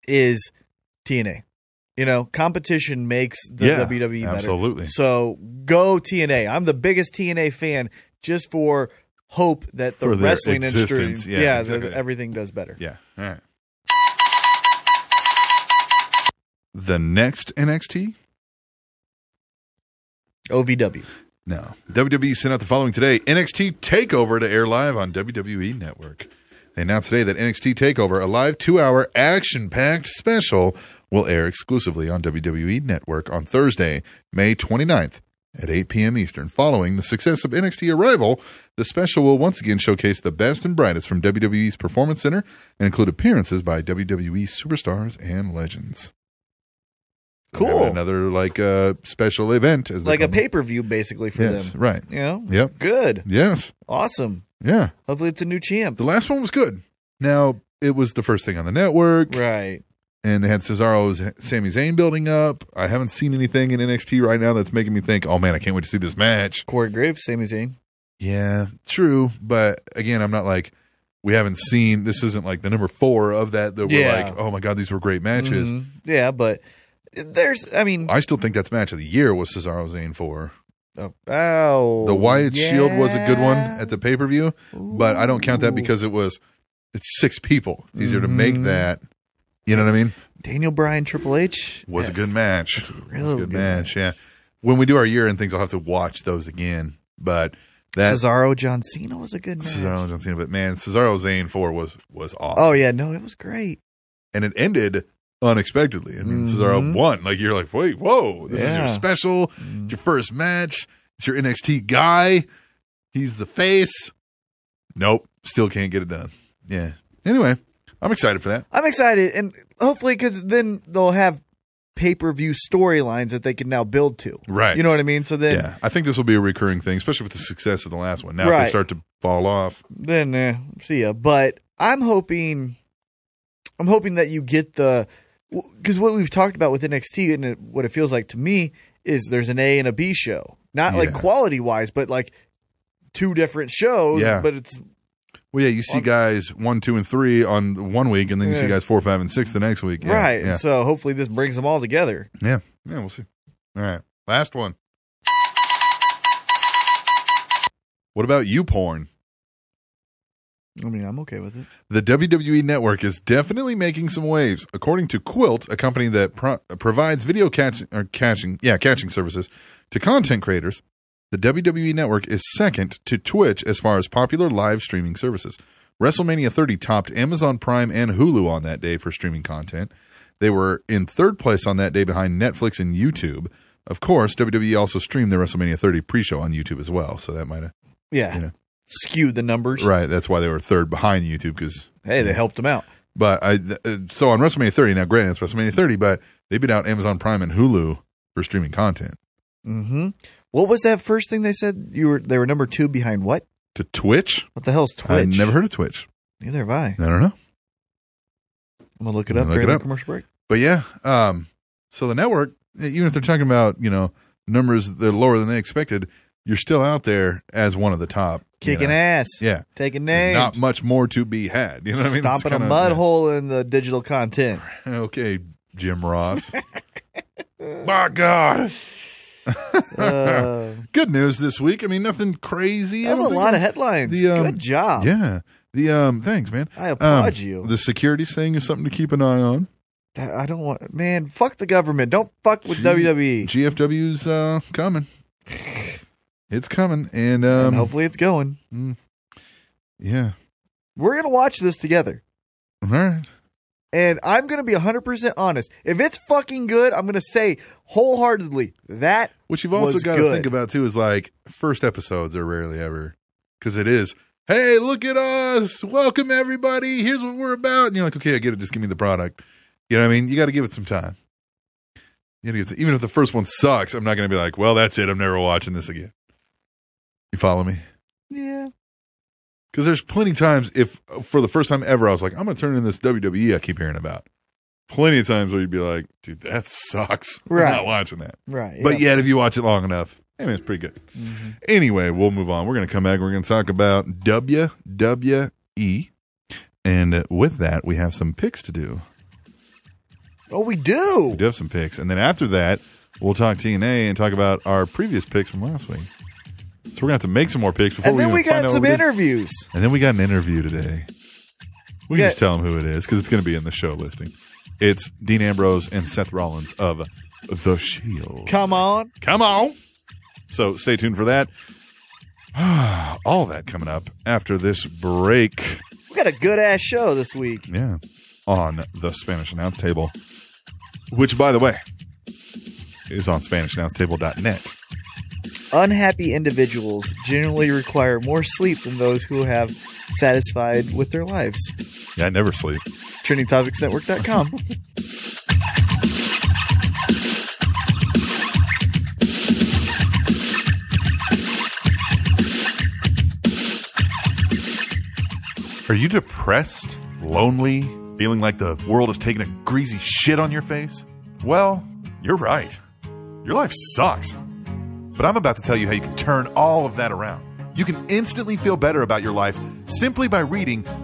S3: is TNA. You know, competition makes the
S2: Yeah,
S3: WWE better.
S2: absolutely.
S3: So go TNA. I'm the biggest TNA fan just for hope that the
S2: For their
S3: wrestling industry,
S2: existence. Yeah,
S3: that
S2: exactly.
S3: everything does better.
S2: Yeah. All right. The next NXT?
S3: OVW.
S2: No. WWE sent out the following today NXT TakeOver to air live on WWE Network. They announced today that NXT TakeOver, a live two hour action packed special, will air exclusively on WWE Network on Thursday, May 29th at 8 p.m. Eastern. Following the success of NXT Arrival, the special will once again showcase the best and brightest from WWE's Performance Center and include appearances by WWE superstars and legends. So they're
S3: Cool.
S2: having Another like uh, special event, as they
S3: Like a
S2: call them.
S3: pay per view, basically, for
S2: Yes,
S3: them.
S2: right.
S3: You know?
S2: Yep.
S3: Good.
S2: Yes.
S3: Awesome.
S2: Yeah.
S3: Hopefully, it's a new champ.
S2: The last one was good. Now it was the first thing on the network,
S3: Right.
S2: and they had Cesaro's Sami Zayn building up. I haven't seen anything in NXT right now that's making me think, "Oh man, I can't wait to see this match."
S3: Corey Graves, Sami Zayn.
S2: Yeah, true, but again, I'm not like we haven't seen. This isn't like the number four of that that we're
S3: Yeah.
S2: like, "Oh my god, these were great matches."
S3: Mhm. Yeah, but there's, I mean,
S2: I still think that's match of the year was Cesaro Zayn for
S3: oh, oh,
S2: the Wyatt Shield was a good one
S3: yeah.
S2: at the pay per view, but
S3: Mm-hmm.
S2: I don't count that because it was it's six people. It's easier to make that. You know what I mean?
S3: Daniel Bryan, Triple H.
S2: was a good match. It was a
S3: real
S2: good,
S3: good
S2: match. Yeah. When we do our year and things, I'll have to watch those again. But that
S3: Cesaro, John Cena was a good match.
S2: Cesaro and John Cena. But man, Cesaro Zayn four was was awesome.
S3: Oh yeah, no, it was great.
S2: and it ended unexpectedly. I mean, Cesaro won. Like you're like, wait, whoa, this is
S3: Yeah.
S2: your special. It's your first match. It's your NXT guy. He's the face. Nope, still can't get it done. Yeah. Anyway, I'm excited for that.
S3: I'm excited, and hopefully, because then they'll have pay per view storylines that they can now build to.
S2: Right.
S3: You know what I mean? So then,
S2: Yeah, I think this will be a recurring thing, especially with the success of the last one. Now if
S3: Right.
S2: they start to fall off.
S3: then eh, see ya. But I'm hoping, I'm hoping that you get the because what we've talked about with NXT and it, what it feels like to me is there's an A and a B show, not like
S2: Yeah.
S3: quality wise, but like two different shows.
S2: Yeah.
S3: But it's
S2: Well, yeah, you see guys one, two, and three on one week, and then you see
S3: Yeah.
S2: guys four, five, and six the next week. Yeah,
S3: right.
S2: Yeah.
S3: And so hopefully this brings them all together.
S2: yeah. Yeah. We'll see. All right. Last one. What about you porn?
S3: I mean, I'm okay with it.
S2: The WWE Network is definitely making some waves. According to Quilt, a company that pro- provides video catch- or catching, yeah, catching services to content creators, the WWE Network is second to Twitch as far as popular live streaming services. WrestleMania 30 topped Amazon Prime and Hulu on that day for streaming content. They were in third place on that day behind Netflix and YouTube. Of course, WWE also streamed their WrestleMania 30 pre-show on YouTube as well, so that might have
S3: Yeah.
S2: Yeah.
S3: Skew the numbers.
S2: right. That's why they were third behind YouTube because
S3: Hey, they helped them out.
S2: But I th- uh, so on WrestleMania 30 now, granted it's WrestleMania 30, but they beat out Amazon Prime and Hulu for streaming content
S3: hmm What was that first thing they said? You were they were number two behind what?
S2: to Twitch.
S3: What the hell's
S2: I
S3: Twitch?
S2: never heard of Twitch.
S3: Neither have I.
S2: I don't know,
S3: I'm gonna look it up
S2: I'm gonna look
S3: during
S2: it
S3: the
S2: up.
S3: commercial break.
S2: but yeah. Um, so the network, e, even if they're talking about you know numbers that are lower than they expected, you're still out there as one of the top you
S3: Kicking
S2: know.
S3: ass.
S2: Yeah,
S3: Taking
S2: There's
S3: names.
S2: not much more to be had. You know what I mean? It's
S3: Stomping
S2: kinda-
S3: a mud
S2: yeah.
S3: hole in the digital content.
S2: Okay, Jim Ross. My God,
S3: Uh,
S2: good news this week. I mean, nothing crazy. I
S3: that's a
S2: don't think
S3: lot of headlines.
S2: the, um,
S3: Good job.
S2: Yeah. The um thanks, man.
S3: I applaud
S2: Um,
S3: you.
S2: The security thing is something to keep an eye on.
S3: That- I don't want man, fuck the government. Don't fuck with E. WWE.
S2: GFW's uh coming. It's coming. And
S3: And
S2: um
S3: hopefully it's going.
S2: yeah.
S3: We're gonna watch this together.
S2: All right.
S3: And I'm going to be 100% honest. If it's fucking good, I'm going to say wholeheartedly that
S2: What you've also
S3: was
S2: got to
S3: good.
S2: think about too is like first episodes are rarely ever because it is. Hey, look at us! Welcome everybody. Here's what we're about. And you're like, okay, I get it. Just give me the product. You know what I mean? You got to give it some time. You gotta give it- even if the first one sucks, I'm not going to be like, well, that's it. I'm never watching this again. You follow me?
S3: Yeah.
S2: Because there's plenty times if for the first time ever I was like, I'm gonna turn in this WWE I keep hearing about. Plenty of times where you'd be like, dude, that sucks. We're
S3: Right.
S2: not watching that.
S3: Right.
S2: But yet if you watch it long enough, I mean it's pretty good.
S3: Mm-hmm.
S2: Anyway, we'll move on. We're gonna come back. We're gonna talk about WWE. And uh, with that, we have some picks to do.
S3: Oh, we do.
S2: We do have some picks. And then after that, we'll talk TNA and talk about our previous picks from last week. So we're gonna have to make some more picks before
S3: And
S2: we
S3: then
S2: even
S3: we
S2: find
S3: got
S2: out
S3: some
S2: what we did.
S3: interviews.
S2: And then we got an interview today. We can
S3: Yeah.
S2: just tell them who it is because it's going to be in the show listing. It's Dean Ambrose and Seth Rollins of The Shield.
S3: Come on.
S2: Come on. So stay tuned for that. All that coming up after this break.
S3: We got a good ass show this week.
S2: Yeah. On the Spanish Announce Table, which, by the way, is on SpanishAnnounceTable.net.
S3: Unhappy individuals generally require more sleep than those who have satisfied with their lives.
S2: Yeah, I never sleep.
S3: TrainingTopicsNetwork.com.
S2: Are you depressed, lonely, feeling like the world is taking a greasy shit on your face? Well, you're right. Your life sucks. But I'm about to tell you how you can turn all of that around. You can instantly feel better about your life simply by reading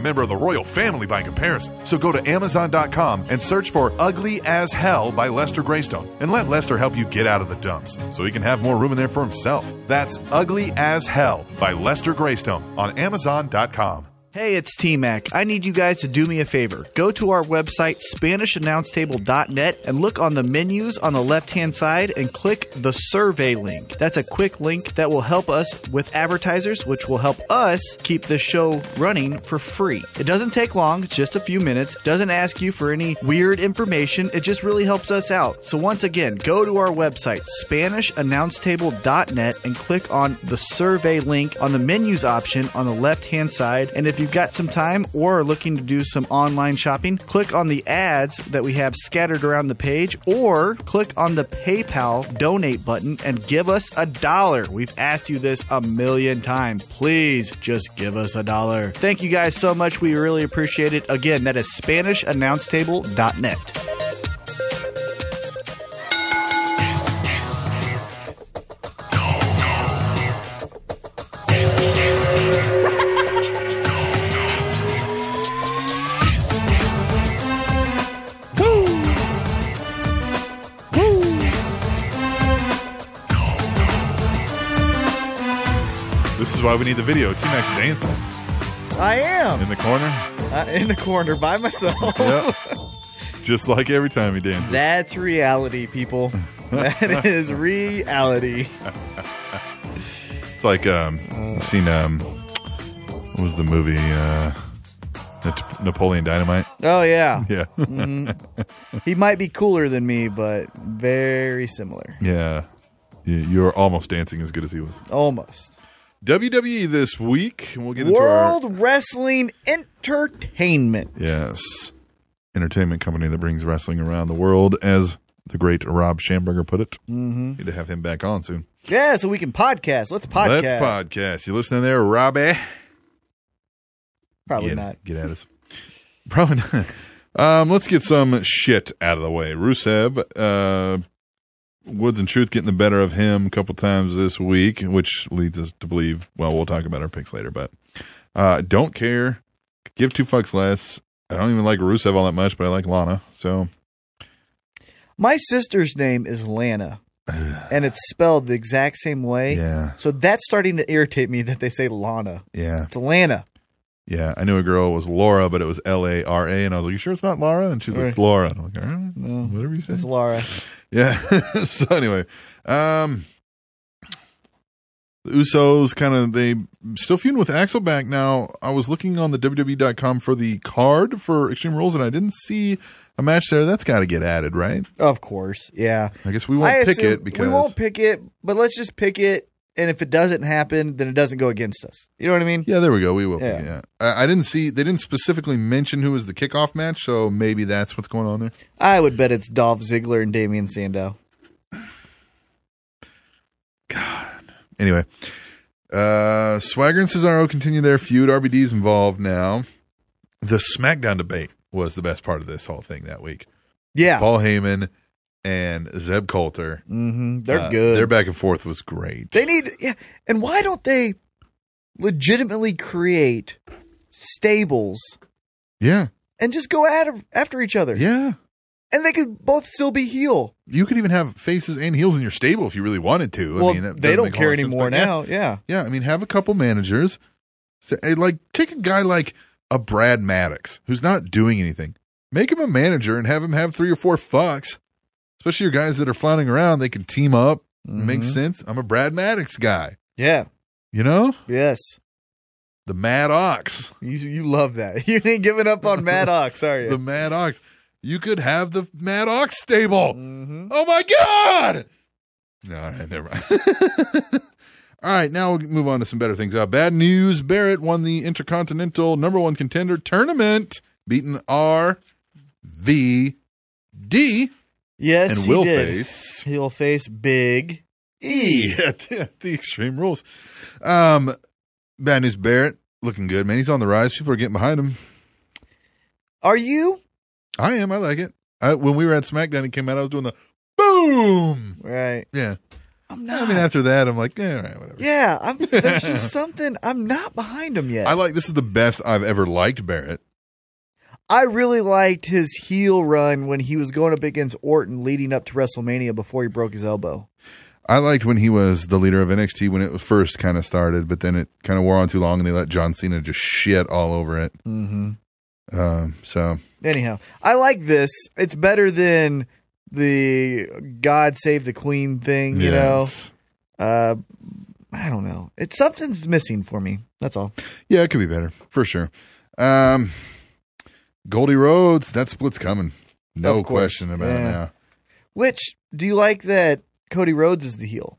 S5: member of the royal family by comparison. So go to Amazon.com and search for Ugly as Hell by Lester Greystone and let Lester help you get out of the dumps so he can have more room in there for himself. That's Ugly as Hell by Lester Greystone on Amazon.com.
S3: Hey, it's T Mac. I need you guys to do me a favor. Go to our website, SpanishAnnounceTable.net, and look on the menus on the left hand side and click the survey link. That's a quick link that will help us with advertisers, which will help us keep the show running for free. It doesn't take long, it's just a few minutes, doesn't ask you for any weird information, it just really helps us out. So, once again, go to our website, SpanishAnnounceTable.net, and click on the survey link on the menus option on the left hand side. And if you've got some time or are looking to do some online shopping, click on the ads that we have scattered around the page or click on the PayPal donate button and give us a dollar. We've asked you this a million times. Please just give us a dollar. Thank you guys so much. We really appreciate it. Again, that is SpanishAnnounceTable.net.
S2: This is why we need the video. T Max dancing
S3: I am
S2: in the corner.
S3: uh, in the corner by myself.
S2: Yep. Just like every time he dances.
S3: That's reality, people. That is reality.
S2: It's like um, you've seen um, what was the movie uh, Nat- Napoleon Dynamite?
S3: Oh yeah.
S2: Yeah,
S3: He might be cooler than me, but very similar.
S2: yeah. You- You're almost dancing as good as he was.
S3: Almost.
S2: WWE this week, and we'll get into our
S3: World Wrestling Entertainment.
S2: Yes. Entertainment company that brings wrestling around the world, as the great Rob Schamberger put it. Mm-hmm. Need to have him back on soon.
S3: Yeah, so we can podcast. Let's podcast.
S2: Let's podcast. You listening there, Robbie?
S3: Probably
S2: get,
S3: not.
S2: Get at us. Probably not. Um, let's get some shit out of the way. Rusev, uh, Woods and Truth getting the better of him a couple times this week, which leads us to believe, well, we'll talk about our picks later, but uh, don't care. Give two fucks less. I don't even like Rusev all that much, but I like Lana. So
S3: My sister's name is Lana, and it's spelled the exact same way.
S2: Yeah.
S3: So that's starting to irritate me that they say Lana.
S2: Yeah.
S3: It's Lana.
S2: Yeah. I knew a girl was Laura, but it was L A R A. And I was like, You sure it's not Laura? And she's like, It's
S3: Right.
S2: Laura. And I'm like, All right, whatever you say.
S3: It's Laura.
S2: Yeah. so anyway, um, the Usos kind of they still feuding with Axel back now. I was looking on the WWE.com for the card for Extreme Rules, and I didn't see a match there. That's got to get added, right?
S3: Of course. Yeah.
S2: I guess we won't
S3: I
S2: pick
S3: assume-
S2: it because
S3: we won't pick it, but let's just pick it. And if it doesn't happen, then it doesn't go against us. You know what I mean?
S2: yeah, there we go. We will.
S3: Yeah.
S2: Pick it, yeah. I, I didn't see they didn't specifically mention who was the kickoff match, so maybe that's what's going on there.
S3: I would bet it's Dolph Ziggler and Damian Sandow.
S2: Anyway, uh, Swagger and Cesaro continue their feud. RBD's involved now. The SmackDown debate was the best part of this whole thing that week.
S3: Yeah.
S2: Paul Heyman and Zeb Coulter.
S3: hmm They're
S2: Uh,
S3: good.
S2: Their back and forth was great.
S3: They need, yeah. And why don't they legitimately create stables
S2: yeah,
S3: and just go at, after each other?
S2: yeah.
S3: And they could both still be heel.
S2: You could even have faces and heels in your stable if you really wanted to.
S3: well,
S2: I mean, that
S3: they
S2: doesn't
S3: don't
S2: make a
S3: care
S2: lot of sense,
S3: anymore
S2: but yeah.
S3: now. Yeah.
S2: Yeah, I mean, have a couple managers. Say, hey, like, take a guy like a Brad Maddox who's not doing anything. Make him a manager and have him have three or four fucks. Especially your guys that are floundering around, they can team up. It Makes sense. I'm a Brad Maddox guy.
S3: Yeah.
S2: You know,
S3: Yes.
S2: the Mad Ox.
S3: You, you love that. You ain't giving up on Maddox, are
S2: The
S3: you?
S2: Mad Ox. You could have the Mad Ox stable.
S3: hmm
S2: Oh my god! No, all right, never mind. All right, now we'll move on to some better things. Uh, bad news Barrett won the Intercontinental number one contender tournament, beating RVD.
S3: Yes,
S2: And
S3: he
S2: will
S3: did.
S2: face-
S3: He'll face Big.
S2: E at the, at the Extreme Rules. Um, bad news Barrett looking good, man. He's on the rise. People are getting behind him.
S3: Are you
S2: I am. I like it. I, when we were at SmackDown, it came out. I was doing the boom.
S3: right?
S2: Yeah.
S3: I'm
S2: I mean, after that, I'm like, yeah, all right, whatever.
S3: Yeah, I'm, there's just something I'm not behind him yet.
S2: I
S3: I,
S2: like this is the best I've ever liked Barrett.
S3: really liked his heel run when he was going up against Orton leading up to WrestleMania before he broke his elbow.
S2: I liked when he was the leader of NXT when it first kind of started, but then it kind of wore on too long, and they let John Cena just shit all over it. Mm-hmm. Um, so
S3: Anyhow, I like this. It's better than the God Save the Queen thing, you
S2: yes.
S3: know. Uh, I don't know. It's something's missing for me. That's all.
S2: yeah, it could be better for sure. Um, Goldie Rhodes, that's what's coming. No
S3: Of course.
S2: question about
S3: Yeah.
S2: it. Now.
S3: Which do you like that Cody Rhodes is the heel?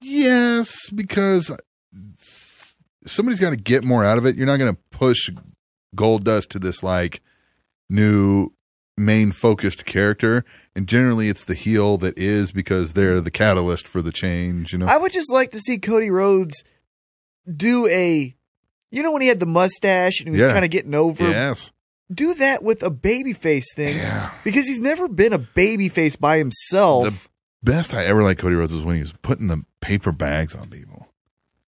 S2: Yes, because somebody's got to get more out of it. You're not going to push Gold Dust to this like new main focused character, and generally it's the heel that is because they're the catalyst for the change. You know,
S3: I would just like to see Cody Rhodes do a, you know, when he had the mustache and he was
S2: Yeah.
S3: kind of getting over.
S2: yes,
S3: Do that with a babyface thing
S2: Yeah.
S3: because he's never been a babyface by himself.
S2: the best I ever liked Cody Rhodes was when he was putting the paper bags on people.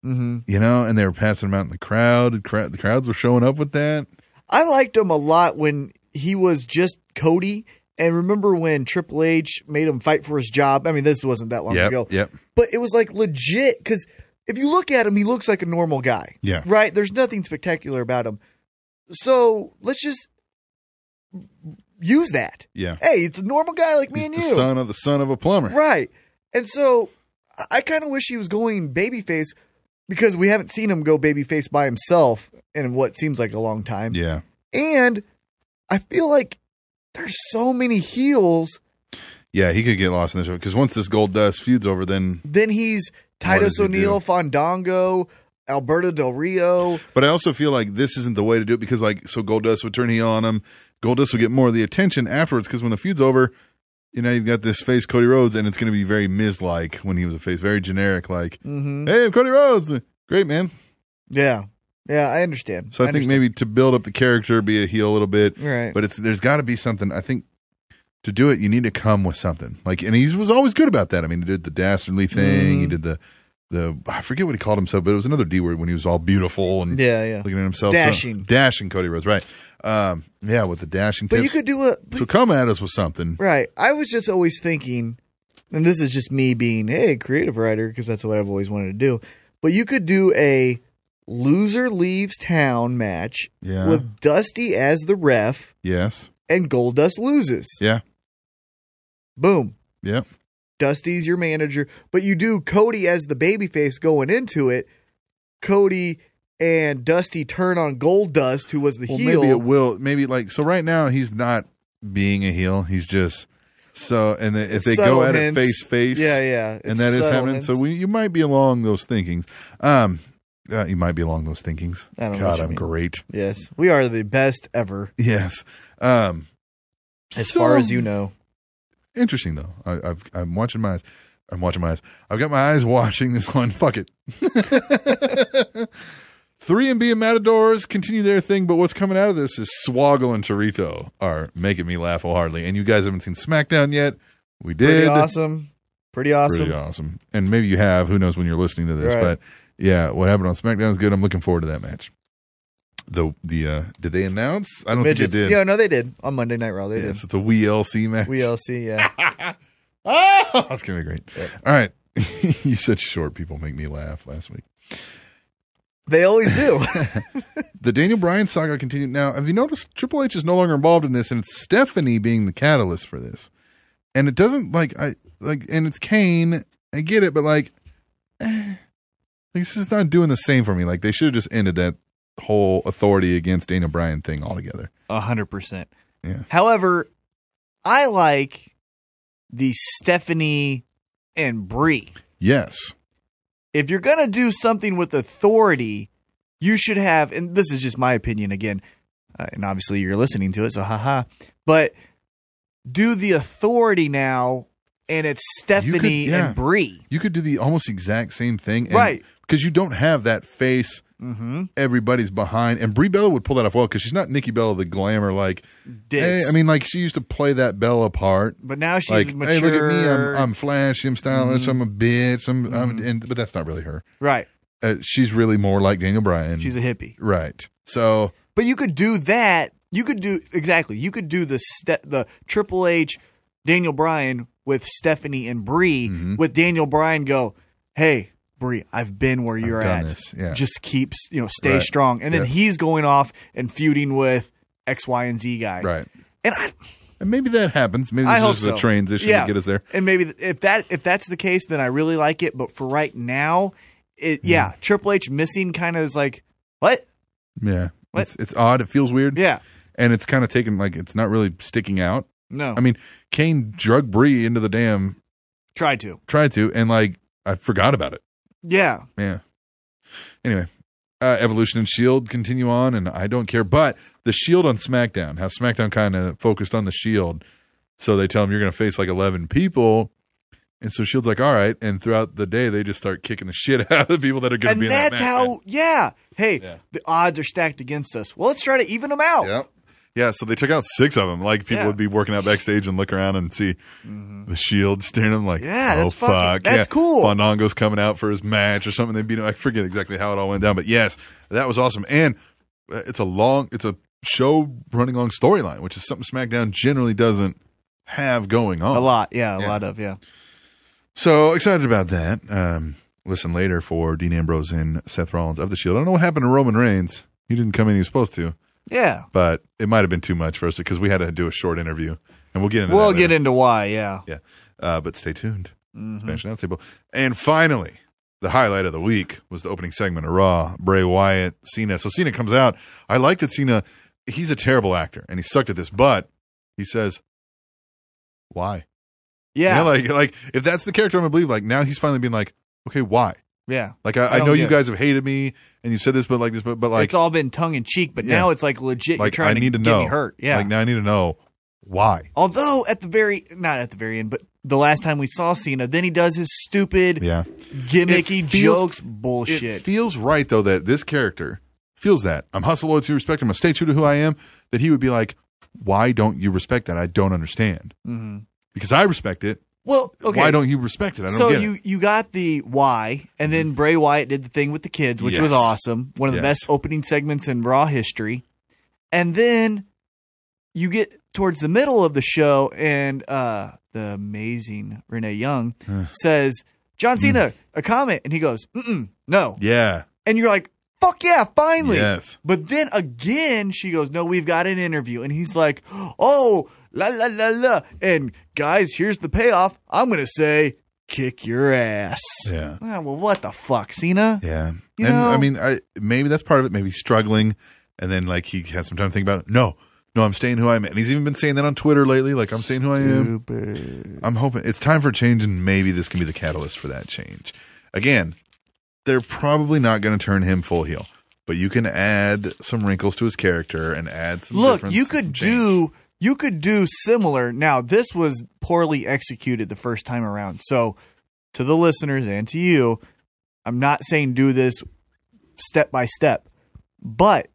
S3: hmm
S2: You know, and they were passing them out in the crowd. The, crowd, the crowds were showing up with that.
S3: I liked him a lot when he was just Cody. And remember when Triple H made him fight for his job? I mean, this wasn't that long
S2: Yep,
S3: ago.
S2: yep.
S3: But it was like legit because if you look at him, he looks like a normal guy.
S2: Yeah.
S3: Right? There's nothing spectacular about him. So let's just use that.
S2: Yeah.
S3: Hey, it's a normal guy like me
S2: He's
S3: and
S2: the
S3: you.
S2: son of the son of a plumber.
S3: Right. And so I- I kind of wish he was going babyface because we haven't seen him go babyface by himself in what seems like a long time.
S2: Yeah.
S3: And I feel like there's so many heels.
S2: Yeah, he could get lost in this because once this gold dust feud's over, then.
S3: Then he's
S2: does
S3: Titus
S2: he
S3: O'Neil,
S2: do?
S3: Fandango, Alberto Del Rio.
S2: But I also feel like this isn't the way to do it because, like, so gold dust would turn heel on him. Gold dust would get more of the attention afterwards because when the feud's over, you know, you've got this face Cody Rhodes, and it's going to be very Miz like when he was a face, very generic, like,
S3: Mm-hmm.
S2: hey, I'm Cody Rhodes. Great, man.
S3: Yeah. Yeah, I understand.
S2: So I, think maybe to build up the character, be a heel a little bit.
S3: Right.
S2: But it's there's got to be something. I think to do it, you need to come with something. Like, and he was always good about that. I mean, he did the dastardly thing.
S3: Mm.
S2: He did the the I forget what he called himself, but it was another D word when he was all beautiful and
S3: Yeah, yeah.
S2: looking at himself So-
S3: Dashing.
S2: dashing. Cody Rhodes, right? Um, yeah, with the dashing.
S3: But you
S2: tips.
S3: could do a
S2: so come at us with something.
S3: Right. I was just always thinking, and this is just me being a creative writer because that's what I've always wanted to do. But you could do a loser leaves town match
S2: Yeah.
S3: with Dusty as the ref,
S2: Yes.
S3: and Goldust loses.
S2: Yeah.
S3: Boom.
S2: Yeah.
S3: Dusty's your manager, but you do Cody as the babyface going into it. Cody and Dusty turn on Goldust, who was the
S2: Well,
S3: heel.
S2: maybe it will. Maybe like so. Right now, he's not being a heel. He's just so. And then if they
S3: Subtle
S2: go at
S3: hints.
S2: it face face,
S3: Yeah, yeah.
S2: and
S3: It's
S2: that is
S3: subtle
S2: happening.
S3: hints.
S2: So we, you might be along those thinkings. Um, uh, you might be along those thinkings.
S3: I don't know what
S2: God,
S3: you
S2: I'm
S3: mean.
S2: great.
S3: yes, we are the best ever,
S2: Yes. Um,
S3: as
S2: so-
S3: far as you know.
S2: Interesting though. I, I've, I'm watching my eyes. I'm watching my eyes. I've got my eyes watching this one. Fuck it. Three and B and Matadors continue their thing, but what's coming out of this is Swoggle and Torito are making me laugh wholeheartedly. And you guys haven't seen SmackDown yet. We did.
S3: Pretty awesome. Pretty awesome.
S2: Pretty awesome. And maybe you have. Who knows when you're listening to this?
S3: Right.
S2: But yeah, what happened on SmackDown is good. I'm looking forward to that match. The the uh did they announce? I don't
S3: Midgets.
S2: think they did.
S3: Yeah, no, they did on Monday Night Raw. They
S2: yes, it's a WLC match.
S3: did. We LC, yeah.
S2: Oh, that's gonna be great. All right, you said short people make me laugh last week.
S3: they always do.
S2: The Daniel Bryan saga continued. Now, have you noticed Triple H is no longer involved in this, and it's Stephanie being the catalyst for this. And it doesn't like I like, and it's Kane. I get it, but like, eh, this is not doing the same for me. Like they should have just ended that whole authority against Daniel Bryan thing altogether.
S3: A hundred percent.
S2: Yeah.
S3: However, I like the Stephanie and Brie.
S2: Yes,
S3: if you're going to do something with authority, you should have, and this is just my opinion again, uh, and obviously you're listening to it, so haha, but do the authority now, and it's Stephanie
S2: yeah.
S3: and Bree.
S2: You could do the almost exact same thing, and,
S3: Right. Mm-hmm.
S2: Because you don't have that face. Everybody's behind, and Brie Bella would pull that off well because she's not Nikki Bella, the glamour. Like, hey,
S3: Dicks.
S2: I mean, like she used to play that Bella part.
S3: But now she's
S2: like,
S3: mature. Mm-hmm.
S2: hey, look at me, I'm, I'm flashy, I'm stylish, I'm a bitch, I'm, I'm and, but that's not really her.
S3: right.
S2: Uh, she's really more like Daniel Bryan.
S3: She's a hippie.
S2: right. So
S3: But you could do that. You could do exactly. You could do the ste- the Triple H, Daniel Bryan with Stephanie and Bree.
S2: Mm-hmm.
S3: With Daniel Bryan, go, hey Bree, I've been where you're
S2: done
S3: at.
S2: this, yeah.
S3: Just keep s- you know stay
S2: Right.
S3: strong. And then
S2: Yeah.
S3: he's going off and feuding with X, Y, and Z guy.
S2: right,
S3: And I,
S2: and maybe that happens. Maybe this
S3: I
S2: is
S3: hope
S2: just
S3: so.
S2: a transition
S3: Yeah.
S2: to get us there.
S3: And maybe th- if that if that's the case, then I really like it. But for right now, it yeah,
S2: Mm-hmm.
S3: Triple H missing kind of is like what?
S2: Yeah,
S3: What?
S2: it's it's odd. It feels weird.
S3: Yeah,
S2: and it's kind of taken like it's not really sticking out.
S3: no,
S2: I mean, Kane drug Bree into the dam,
S3: tried to.
S2: tried to, and like I forgot about it.
S3: Yeah,
S2: Yeah. Anyway, uh, Evolution and Shield continue on, and I don't care. But the Shield E on SmackDown, how SmackDown kind of focused on the Shield, E so they tell him you're going to face like 11 people. And so Shield's E like, all right. And throughout the day, they just start kicking the shit out of the people that are going
S3: and
S2: to be in that
S3: that's
S2: match, man.
S3: how yeah hey
S2: Yeah.
S3: the odds are stacked against us well let's try to even them out
S2: Yep. Yeah, so they took out six of them. Like people
S3: Yeah. Mm-hmm.
S2: would be working out backstage and look around and see the shield staring at them. Like,
S3: Yeah,
S2: oh,
S3: that's
S2: fuck,
S3: fucking- that's
S2: Yeah.
S3: cool.
S2: Fandango's coming out for his match or something. They beat him. I forget exactly how it all went down, but yes, that was awesome. And uh, it's a long, it's a show running long storyline, which is something SmackDown generally doesn't have going on
S3: a lot yeah a
S2: Yeah.
S3: lot of yeah
S2: so excited about that. Um, listen later for Dean Ambrose and Seth Rollins of the Shield. I don't know what happened to Roman Reigns. He didn't come in. He was supposed to
S3: yeah
S2: but it might have been too much for us because we had to do a short interview, and we'll get into
S3: we'll
S2: that
S3: get
S2: later.
S3: Mm-hmm. into why yeah
S2: Yeah, uh, but stay tuned. Smash announce table. And finally, the highlight of the week was the opening segment of Raw. Bray Wyatt, Cena. So Cena comes out. I like that Cena. He's a terrible actor, and he sucked at this, but he says, "Why?"
S3: yeah
S2: You know, like, like if that's the character I'm gonna believe, like now he's finally being like, "Okay, why?"
S3: yeah
S2: Like I, I,
S3: I don't
S2: know
S3: get
S2: you
S3: it.
S2: guys have hated me, and you said this, but like this, but but like
S3: it's all been tongue in cheek but
S2: Yeah.
S3: now it's like legit you're
S2: like
S3: trying
S2: I need to,
S3: to, get
S2: know.
S3: me hurt yeah
S2: like now I need to know why.
S3: although at the very not at the very end but the last time we saw Cena then he does his stupid
S2: Yeah.
S3: gimmicky
S2: It feels-
S3: jokes
S2: it
S3: bullshit
S2: feels right though that this character feels that I'm hustle loyal to respect. I'm gonna stay true to who I am. That he would be like, why don't you respect that? I don't understand
S3: hmm
S2: because I respect it.
S3: well okay
S2: Why don't you respect it? I don't
S3: so
S2: get
S3: you
S2: it. Mm-hmm.
S3: you got the why, and then Bray Wyatt did the thing with the kids, which was
S2: Yes.
S3: awesome. One of the
S2: Yes.
S3: best opening segments in Raw history. And then you get towards the middle of the show, and uh, the amazing Renee Young says, "John Cena,
S2: Mm.
S3: a comment," and he goes, Mm-mm, "No,"
S2: Yeah,
S3: and you're like, "Fuck yeah, finally!"
S2: Yes.
S3: But then again, she goes, "No, we've got an interview," and he's like, "Oh, la la la la!" And guys, here's the payoff. I'm gonna say, "Kick your ass."
S2: Yeah.
S3: Ah, well, what the fuck, Cena?
S2: yeah. And
S3: You
S2: I
S3: know-
S2: mean, I maybe that's part of it. Maybe he's struggling, and then like he had some time to think about it. No, no, I'm staying who I am, and he's even been saying that on Twitter lately. Like I'm staying who I am.
S3: Stupid.
S2: I'm hoping it's time for change, and maybe this can be the catalyst for that change. Again, they're probably not going to turn him full heel, but you can add some wrinkles to his character and add some.
S3: Look,
S2: difference
S3: you
S2: and some
S3: could
S2: change.
S3: do you could do similar. Now, this was poorly executed the first time around. So, to the listeners and to you, I'm not saying do this step by step, but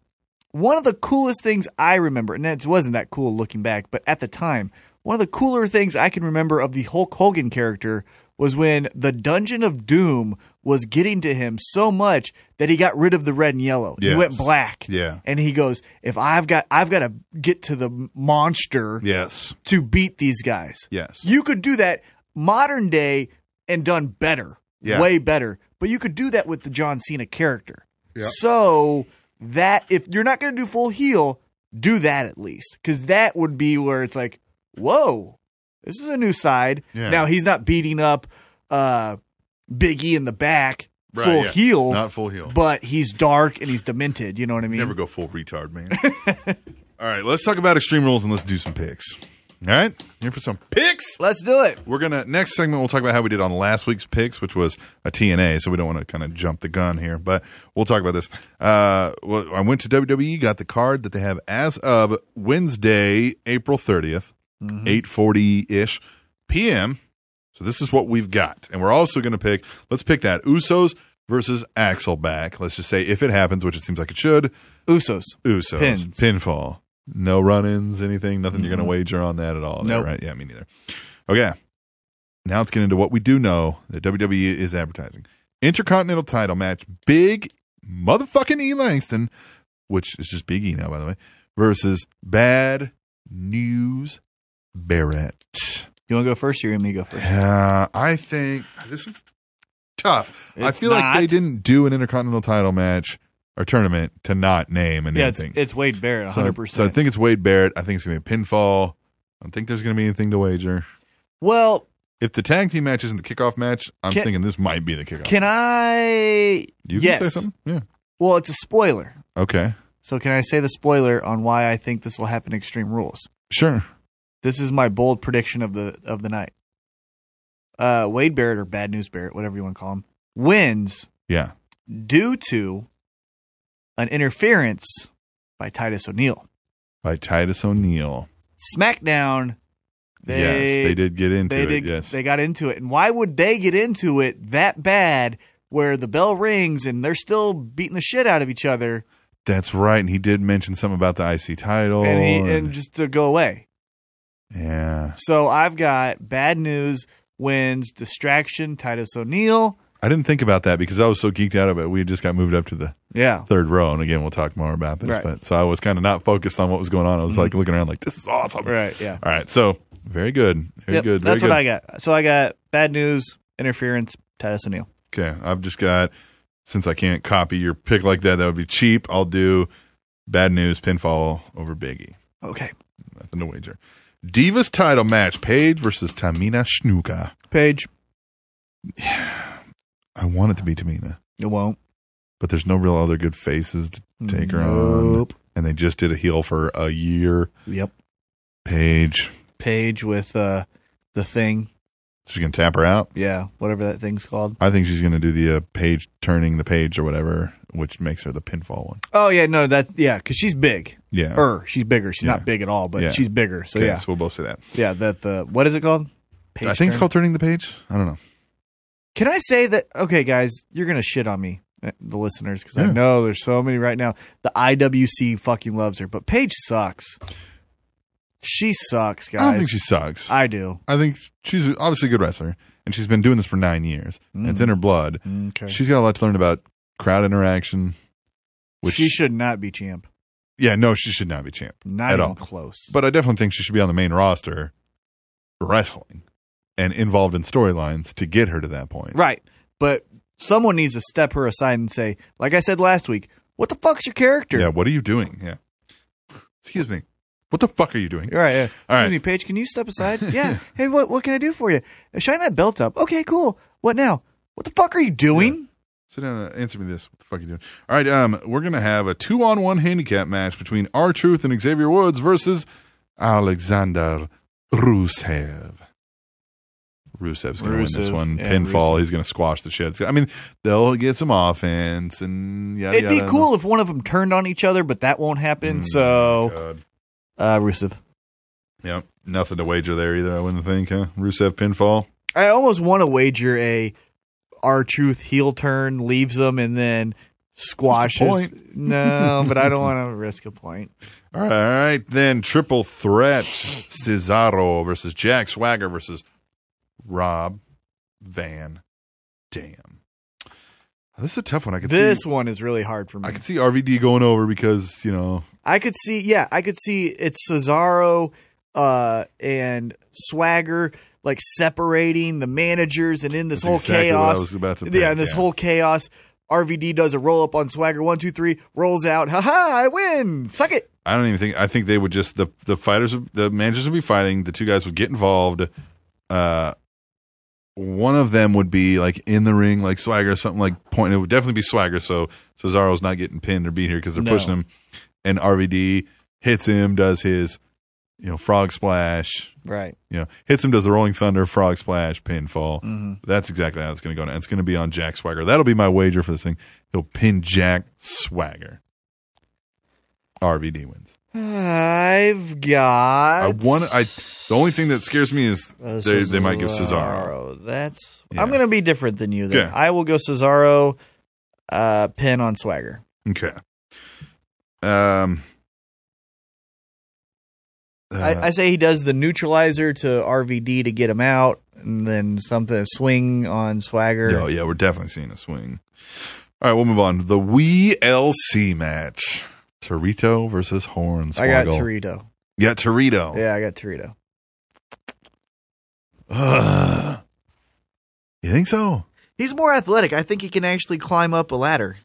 S3: one of the coolest things I remember, and it wasn't that cool looking back, but at the time, one of the cooler things I can remember of the Hulk Hogan character was when the Dungeon of Doom was getting to him so much that he got rid of the red and yellow. He
S2: Yes.
S3: went black.
S2: Yeah.
S3: And he goes, "If I've got I've got to get to the monster
S2: Yes,
S3: to beat these guys."
S2: yes,
S3: You could do that modern day and done better,
S2: Yeah.
S3: way better. But you could do that with the John Cena character. So that if you're not going to do full heel, do that at least because that would be where it's like, whoa, this is a new side.
S2: Yeah.
S3: Now he's not beating up uh, Big E in the back
S2: Right,
S3: full
S2: yeah.
S3: heel,
S2: Not full heel.
S3: but he's dark and he's demented. You know what I mean?
S2: Never go full retard, man. All right, let's talk about Extreme Rules and let's do some picks. All right, here for some picks.
S3: Let's do it.
S2: We're gonna next segment. We'll talk about how we did on last week's picks, which was a TNA. So we don't want to kind of jump the gun here, but we'll talk about this. Uh, well, I went to WWE, got the card that they have as of Wednesday, April 30th eight forty ish p.m. So this is what we've got, and we're also going to pick. Let's pick that Usos versus Axel back. Let's just say if it happens, which it seems like it should.
S3: Usos.
S2: Usos
S3: Pins.
S2: pinfall. No run-ins, anything, nothing you're going to wager on that at all. there,
S3: Nope.
S2: right? Yeah, me neither. Okay. Now let's get into what we do know that WWE is advertising. Intercontinental title match, big motherfucking E Langston, which is just Big E now, by the way, versus Bad News Barrett.
S3: You want to go first, or you want me to go first?
S2: Uh, I think this is tough. I
S3: It's
S2: feel like
S3: not.
S2: they didn't do an intercontinental title match or tournament to not name an
S3: Yeah, it's,
S2: anything.
S3: it's Wade Barrett,
S2: So-
S3: 100.
S2: So, I think it's Wade Barrett. I think it's going to be a pinfall. I don't think there's going to be anything to wager.
S3: Well,
S2: If the tag team match isn't the kickoff match, I'm
S3: Can-
S2: thinking this might be the kickoff.
S3: can I?
S2: you
S3: yes.
S2: can say something? Yeah.
S3: Well, it's a spoiler.
S2: Okay.
S3: So can I say the spoiler on why I think this will happen? to Extreme Rules.
S2: Sure.
S3: This is my bold prediction of the of the night. Uh, Wade Barrett or Bad News Barrett, whatever you want to call him, wins
S2: Yeah.
S3: due to an interference by Titus O'Neil.
S2: By Titus O'Neil.
S3: SmackDown. They,
S2: yes, they did get into
S3: They
S2: it.
S3: did.
S2: yes.
S3: They got into it, and why would they get into it that bad? Where the bell rings and they're still beating the shit out of each other,
S2: That's right. And he did mention something about the IC title.
S3: and, he,
S2: and-
S3: and just to go away.
S2: yeah.
S3: So I've got bad news wins distraction Titus O'Neil.
S2: I didn't think about that because I was so geeked out of it. We had just got moved up to the
S3: Yeah,
S2: third row. And again, we'll talk more about this.
S3: Right. Mm-hmm.
S2: But so I was kind of not focused on what was going on. I was like looking around like, this is awesome.
S3: right. Yeah,
S2: All right. So very good. Very
S3: Yep,
S2: good. Very
S3: That's what
S2: good.
S3: I got. So I got bad news interference Titus O'Neil.
S2: Okay, I've just got since I can't copy your pick like that, that would be cheap. I'll do bad news pinfall over Biggie.
S3: Okay,
S2: Nothing to wager. Divas title match: Paige versus Tamina Snuka.
S3: Paige.
S2: I want it to be Tamina,
S3: It won't.
S2: but there's no real other good faces to take her on,
S3: Nope.
S2: and they just did a heel for a year.
S3: Yep.
S2: Paige,
S3: Paige with uh, the thing.
S2: she's gonna tap her out.
S3: Yeah, whatever that thing's called.
S2: I think she's gonna do the uh, page turning the page or whatever, which makes her the pinfall one.
S3: Oh yeah, no, that's yeah, because she's big.
S2: Yeah.
S3: Her, Er, she's bigger. She's
S2: Yeah.
S3: not big at all, but
S2: Yeah.
S3: she's bigger. So
S2: Okay,
S3: yeah,
S2: so we'll both say that.
S3: yeah. That the what is it called? Paige
S2: I think it's
S3: turn?
S2: called turning the page. I don't know.
S3: Can I say that? Okay, guys, you're gonna shit on me, uh, the listeners, because
S2: Yeah.
S3: I know there's so many right now. The IWC fucking loves her, but Paige sucks. She sucks, guys.
S2: I don't think she sucks.
S3: I do.
S2: I think she's obviously a good wrestler, and she's been doing this for nine years. and it's in her blood.
S3: Mm. Okay. She,
S2: She's got a lot to learn about crowd interaction. Which
S3: should not be champ.
S2: yeah, no, she should not be champ
S3: Not
S2: at
S3: even
S2: all.
S3: close.
S2: But I definitely think she should be on the main roster, wrestling, and involved in storylines to get her to that point.
S3: right. But someone needs to step her aside and say, like I said last week, what the fuck's your character?
S2: Yeah. What are you doing? Yeah. Excuse me. What the fuck are you doing?
S3: You're right. Yeah.
S2: All
S3: Excuse
S2: right.
S3: me, Paige. Can you step aside? yeah. Hey, what what can I do for you? Shine that belt up. Okay, cool. What now? What the fuck are you doing?
S2: Sit down and answer me this. What the fuck are you doing? All right, um, we're gonna have a two on one handicap match between R Truth and Xavier Woods versus Alexander Rusev. Rusev's gonna win this
S3: Rusev,
S2: one.
S3: yeah,
S2: Pinfall.
S3: Rusev.
S2: He's gonna squash the shit. I mean, they'll get some offense and yada
S3: It'd be
S2: yada.
S3: cool if one of them turned on each other, but that won't
S2: Hmm.
S3: happen. so,
S2: God.
S3: uh, Rusev.
S2: Yep. Nothing to wager there either. I wouldn't think. Huh? Rusev pinfall.
S3: I almost want to wager a our truth heel turn leaves them and then squashes.
S2: point?
S3: No, but I don't want to risk a point.
S2: All right, all right, then triple threat: Cesaro versus Jack Swagger versus Rob Van Dam. This is a tough one. I could
S3: This
S2: see.
S3: one is really hard for me.
S2: I could see RVD going over because you know
S3: I could see, yeah, I could see it's Cesaro uh, and Swagger like separating the managers, and in this
S2: That's
S3: whole
S2: exactly what I
S3: chaos,
S2: was about to pick,
S3: yeah, in this
S2: yeah.
S3: whole chaos, RVD does a roll up on Swagger, one, two, three, rolls out, ha ha, I win, suck it.
S2: I don't even think I think they would just the the fighters would- the managers would be fighting. The two guys would get involved. Uh, one of them would be like in the ring, like Swagger, or something like point. It would definitely be Swagger. So Cesaro's not getting pinned or beat here because they're
S3: No.
S2: pushing him, and RVD hits him, does his you know, frog splash.
S3: Right.
S2: You know, hits him does the rolling thunder, frog splash, pinfall. That's exactly how it's going to go now. It's going to be on Jack Swagger. That'll be my wager for this thing. He'll pin Jack Swagger. RVD wins.
S3: I've got.
S2: I want. I the only thing that scares me is
S3: Uh,
S2: they, they might give Cesaro.
S3: That's
S2: Yeah.
S3: I'm going to be different than you. Then
S2: Okay.
S3: I will go Cesaro, uh, pin on Swagger.
S2: Okay. Um. uh,
S3: I, I say he does the neutralizer to RVD to get him out, and then something a swing on Swagger.
S2: Yeah, yeah, we're definitely seeing a swing. All right, we'll move on. The WLC match. Torito versus Horns.
S3: I got Torito.
S2: Yeah, Torito.
S3: Yeah, I got Torito.
S2: Ugh. You think so?
S3: He's more athletic. I think he can actually climb up a ladder.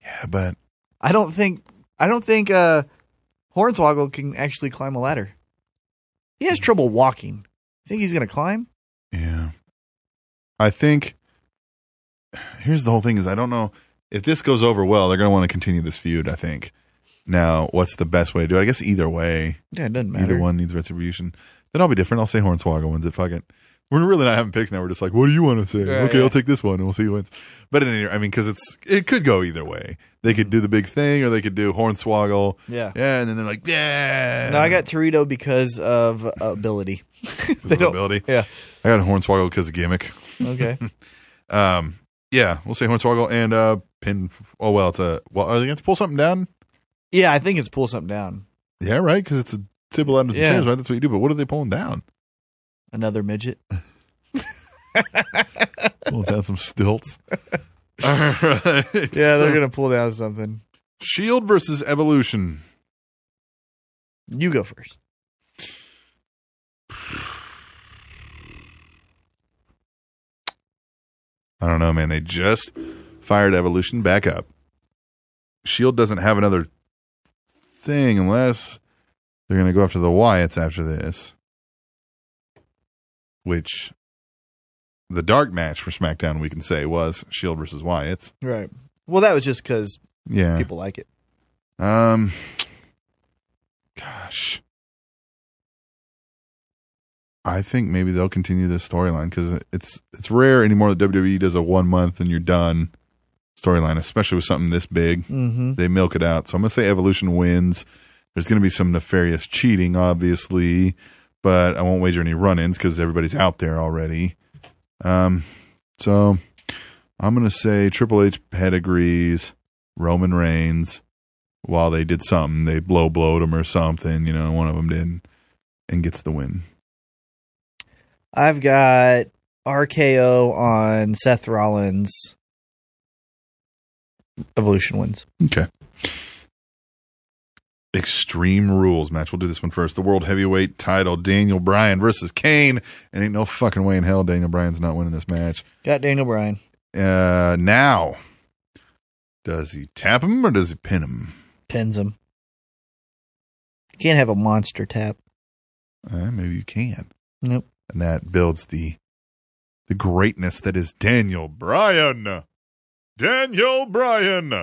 S2: Yeah, but
S3: I don't think I don't think uh, Hornswoggle can actually climb a ladder. He has trouble walking. Think he's going to climb?
S2: yeah. I think here's the whole thing is I don't know if this goes over well, they're gonna want to continue this feud, I think. Now, what's the best way to do it? I guess either way.
S3: Yeah, it doesn't
S2: Either one needs retribution. Then I'll be different. I'll say Hornswoggle wins it. Fuck it. We're really not having picks now. We're just like, what do you want to say?
S3: Yeah,
S2: okay,
S3: yeah.
S2: I'll take this one and we'll see who wins. But in any, I mean, because it's it could go either way. They could do the big thing or they could do Hornswoggle.
S3: Yeah.
S2: Yeah, and then they're like, yeah.
S3: No, I got Torito because of ability.
S2: His ability.
S3: Yeah.
S2: I got Hornswoggle because of gimmick.
S3: Okay.
S2: Um, yeah, we'll say Hornswoggle and uh, pin. Oh well, it's a. Well, are they going to pull something down?
S3: yeah, I think it's pull something down.
S2: Yeah, right. Because it's a table out of some
S3: Yeah.
S2: chairs, right? That's what you do. But what are they pulling down?
S3: Another midget.
S2: pulling down some stilts. All right.
S3: Yeah,
S2: So-
S3: they're gonna pull down something.
S2: Shield versus Evolution.
S3: You go first.
S2: I don't know, man. They just fired Evolution back up. Shield E doesn't have another thing unless they're going to go after the Wyatts after this, which the dark match for SmackDown, we can say, was Shield E versus Wyatts.
S3: Right. Well, that was just because
S2: Yeah.
S3: people like it.
S2: Um. Gosh. I think maybe they'll continue this storyline because it's it's rare anymore that WWE does a one month and you're done storyline, especially with something this big.
S3: Mm-hmm.
S2: They milk it out. So I'm gonna say Evolution wins. There's gonna be some nefarious cheating, obviously, but I won't wager any run-ins because everybody's out there already. Um, so I'm gonna say Triple H pedigrees Roman Reigns while they did something. They blow blowed him or something. You know, one of them did, and gets the win.
S3: I've got RKO on Seth Rollins. Evolution wins.
S2: Okay. Extreme Rules match. We'll do this one first. The World Heavyweight title, Daniel Bryan versus Kane. And ain't no fucking way in hell Daniel Bryan's not winning this match.
S3: Got Daniel Bryan.
S2: Uh, now, does he tap him or does he pin him?
S3: Pins him. Can't have a monster tap.
S2: Uh, maybe you can.
S3: Nope.
S2: And that builds the the greatness that is Daniel Bryan. Daniel Bryan.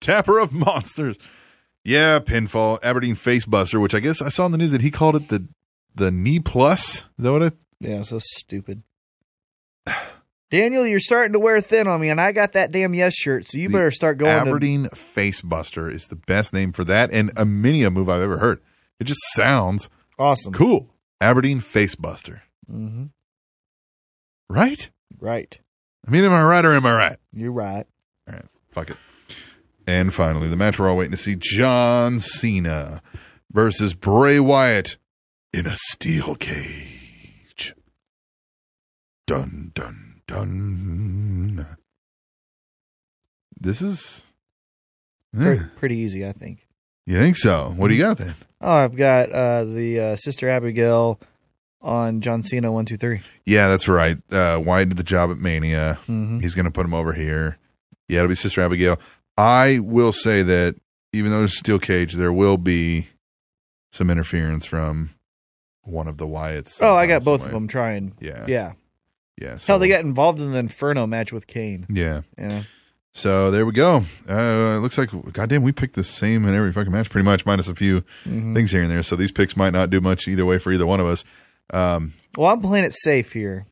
S2: Tapper of monsters. Yeah, pinfall. Aberdeen facebuster, which I guess I saw in the news that he called it the the knee plus. Is that what it
S3: Yeah, so stupid. Daniel, you're starting to wear thin on me, and I got that damn yes shirt, so you
S2: The
S3: better start going. To,
S2: Aberdeen facebuster is the best name for that and a mini move I've ever heard. It just sounds
S3: awesome.
S2: cool. Aberdeen facebuster.
S3: Mm-hmm.
S2: Right?
S3: Right.
S2: I mean, am I right or am I right?
S3: You're right.
S2: All right, fuck it. And finally, the match we're all waiting to see: John Cena versus Bray Wyatt in a steel cage. Dun dun dun. This is.
S3: Pre-
S2: Yeah,
S3: Pretty easy, I think.
S2: you think so? What do you got then?
S3: Oh, I've got uh, the uh, Sister Abigail on John Cena one two three.
S2: Yeah, that's right. Uh, Wyatt did the job at Mania.
S3: Mm-hmm.
S2: He's going to put him over here. Yeah, it'll be Sister Abigail. I will say that even though there's a steel cage, there will be some interference from one of the Wyatts.
S3: Oh, I got
S2: somehow,
S3: both of
S2: some way.
S3: them trying.
S2: Yeah.
S3: Yeah.
S2: Yeah.
S3: Hell, they got involved in the Inferno match with Kane.
S2: Yeah.
S3: Yeah.
S2: So there we go. Uh, it looks like, goddamn, we picked the same in every fucking match, pretty much, minus a few
S3: Mm-hmm.
S2: things here and there. So these picks might not do much either way for either one of us. Um,
S6: Well, I'm playing it safe here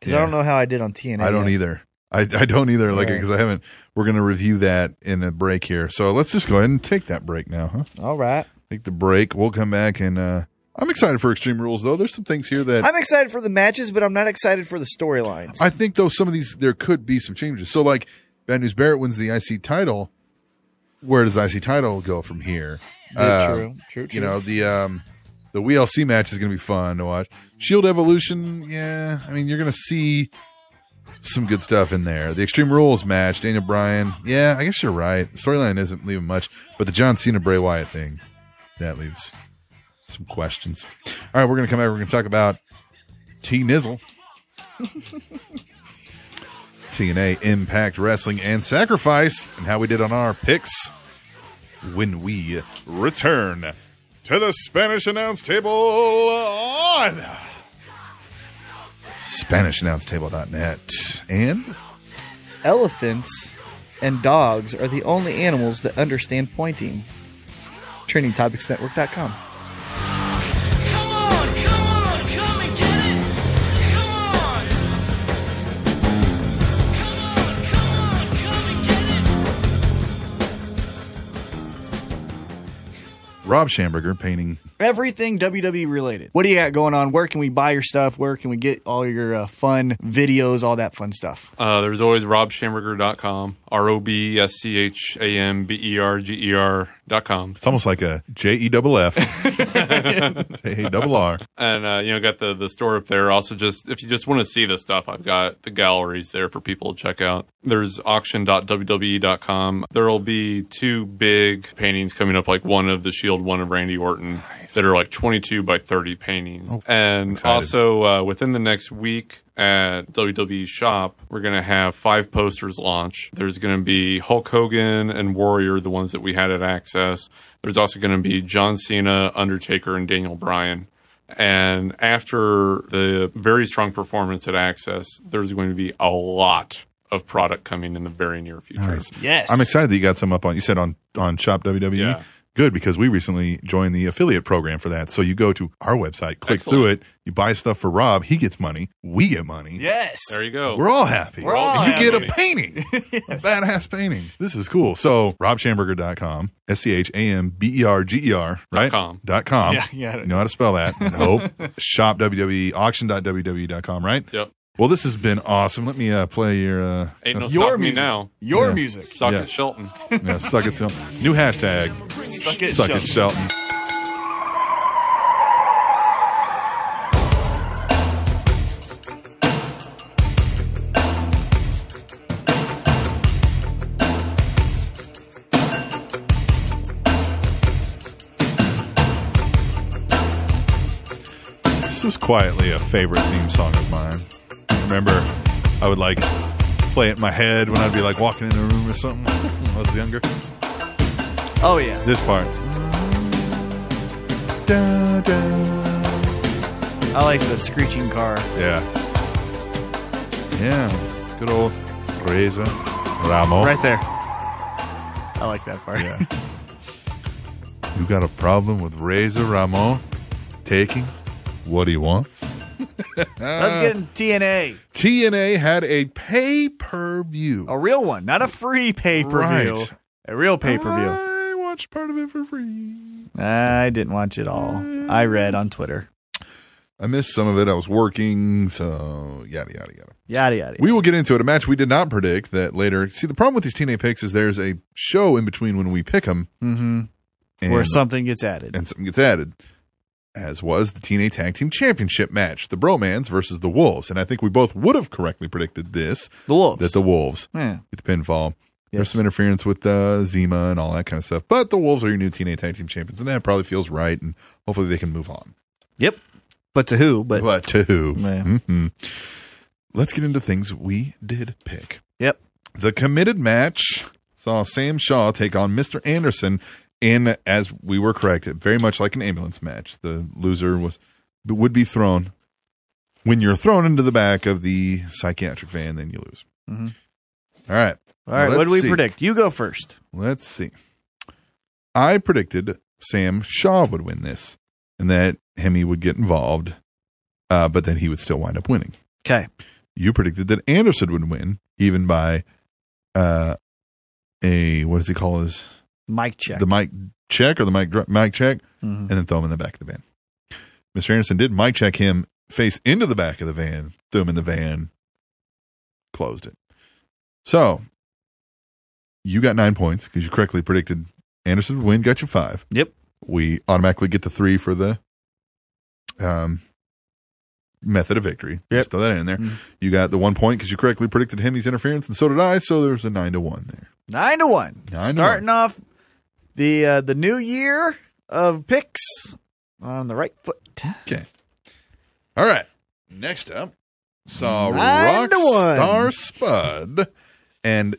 S6: because
S2: Yeah.
S6: I don't know how I did on TNA.
S2: I don't
S6: yet.
S2: either. I, I don't either, like,
S6: Right.
S2: because I haven't. We're going to review that in a break here. So let's just go ahead and take that break now, huh?
S6: All right.
S2: Take the break. We'll come back and, uh, I'm excited for Extreme Rules, though. There's some things here that
S6: I'm excited for the matches, but I'm not excited for the storylines.
S2: I think though some of these there could be some changes. So like Bad News Barrett wins the IC title. Where does the IC title go from here?
S6: Yeah,
S2: Uh,
S6: true, true, true.
S2: You know the um, the WLC match is going to be fun to watch. Shield Evolution, yeah. I mean you're going to see some good stuff in there. The Extreme Rules match, Daniel Bryan, yeah. I guess you're right. The storyline isn't leaving much, but the John Cena Bray Wyatt thing that leaves some questions. All right, we're going to come back. We're going to talk about T Nizzle. TNA, Impact Wrestling, and Sacrifice, and how we did on our picks when we return to the Spanish announce table on SpanishAnnounceTable.net. And
S6: Elephants and dogs are the only animals that understand pointing. TrainingTopicsNetwork.com.
S7: Come on, come on, come and get it. Come on. Come on, come on, come and get it.
S2: Rob Schamberger painting
S6: Everything WWE related. What do you got going on? Where can we buy your stuff? Where can we get all your uh, fun videos, all that fun stuff?
S8: Uh, there's always robshamberger.com, R O B S C H A M B E R G E R.com.
S2: it's almost like a J E double F, J A double R.
S8: And, uh, you know, got the, the store up there. Also, just if you just want to see the stuff, I've got the galleries there for people to check out. There's E auction.wwe.com. There will be two big paintings coming up, like one of The Shield, one of Randy Orton, that are like 22 by 30 paintings. and also, uh, within the next week, at WWE Shop, we're going to have five posters launch. There's going to be Hulk Hogan and Warrior, the ones that we had at Access. There's also going to be John Cena, Undertaker, and Daniel Bryan. And after the very strong performance at Access, there's going to be a lot of product coming in the very near future.
S6: Yes.
S2: I'm excited that you got some up on. You said on on Shop WWE.
S8: Yeah.
S2: Good because we recently joined the affiliate program for that. So you go to our website, click
S8: Excellent.
S2: through it, you buy stuff for Rob. He gets money. We get money.
S6: Yes.
S8: There you go.
S2: We're all happy.
S6: We're all
S2: And you
S8: happy.
S2: get a painting, a badass painting. This is cool. So robchamberger.com, S C H A M B E R G E R, right?
S8: com.
S2: Dot com.
S6: Yeah, you got it.
S2: You know how to spell that. Nope. Shop E, WWE, auction.wwe.com, right?
S8: Yep.
S2: Well, this has been awesome. Let me uh, play your. Uh,
S8: Ain't no
S2: uh,
S8: stopping me
S6: music.
S8: now.
S6: Your
S2: Yeah.
S6: music.
S8: Socket
S2: Yeah.
S8: Shelton.
S2: yeah, suck it, Shelton. New hashtag.
S6: Suck it,
S2: Suck it, Shelton. This was quietly a favorite theme song of mine. I remember, I would like play it in my head when I'd be like walking in a room or something when I was younger.
S6: Oh, yeah.
S2: This part. Da, da.
S6: I like the screeching car.
S2: Yeah. Yeah. Good old Razor Ramo.
S6: Right there. I like that part.
S2: Yeah. you got a problem with Razor Ramo taking what he wants?
S6: Let's get in TNA.
S2: TNA had a pay per view.
S3: Oh,
S6: A real one, not a free pay per view.
S2: Right.
S6: A real pay per view.
S2: I watched part of it for free.
S6: I didn't watch it all. I read on Twitter.
S2: I missed some of it. I was working, so yada yada yada.
S6: Yada yada.
S2: We will get into it. A match we did not predict that later. See, the problem with these teenage picks is there's a show in between when we pick them, mm-hmm.
S6: where
S2: and,
S6: something gets added.
S2: and something gets added. As was the TNA Tag Team Championship match, the Bromans versus the Wolves, and I think we both would have correctly predicted this
S6: The wolves.
S2: that the Wolves
S6: Yeah.
S2: get the pinfall. There's
S6: Yes.
S2: some interference with uh, Zima and all that kind of stuff, but the Wolves are your new TNA Tag Team Champions, and that probably feels right. And hopefully they can move on.
S6: Yep. But to who? But
S2: But to who?
S6: Yeah.
S2: Mhm. Let's get into things we did pick.
S6: yep.
S2: The committed match saw Sam Shaw take on Mr. Anderson in, as we were correct, very much like an ambulance match. The loser was would be thrown.
S6: Mm-hmm.
S2: When you're thrown into the back of the psychiatric van, then you lose. All right.
S3: All right,
S2: Let's
S3: what do we
S2: see.
S3: predict? You go first.
S2: Let's see. I predicted Sam Shaw would win this and that Hemi would get involved, uh, but then he would still wind up winning.
S3: Okay.
S2: You predicted that Anderson would win, even by uh, a what does he call his
S3: Mic check.
S2: the mic Mm-hmm. check or the mic dr- mic check,
S3: Mhm.
S2: and then throw him in the back of the van. Mr. Anderson did mic check him face into the back of the van, threw him in the van, closed it. So you got nine points because you correctly predicted Anderson would win, got you five.
S3: Yep.
S2: We automatically get the three for the um method of victory.
S3: Yep.
S2: Just Throw that in there. You got the one point because you correctly predicted Henry's interference, and so did I. So there's a nine to one there.
S3: Nine to one.
S2: Nine to
S3: Starting off the uh, the new year of picks on the right foot.
S2: Okay. All right. Next up, saw
S3: Nine to one.
S2: Rockstar Spud and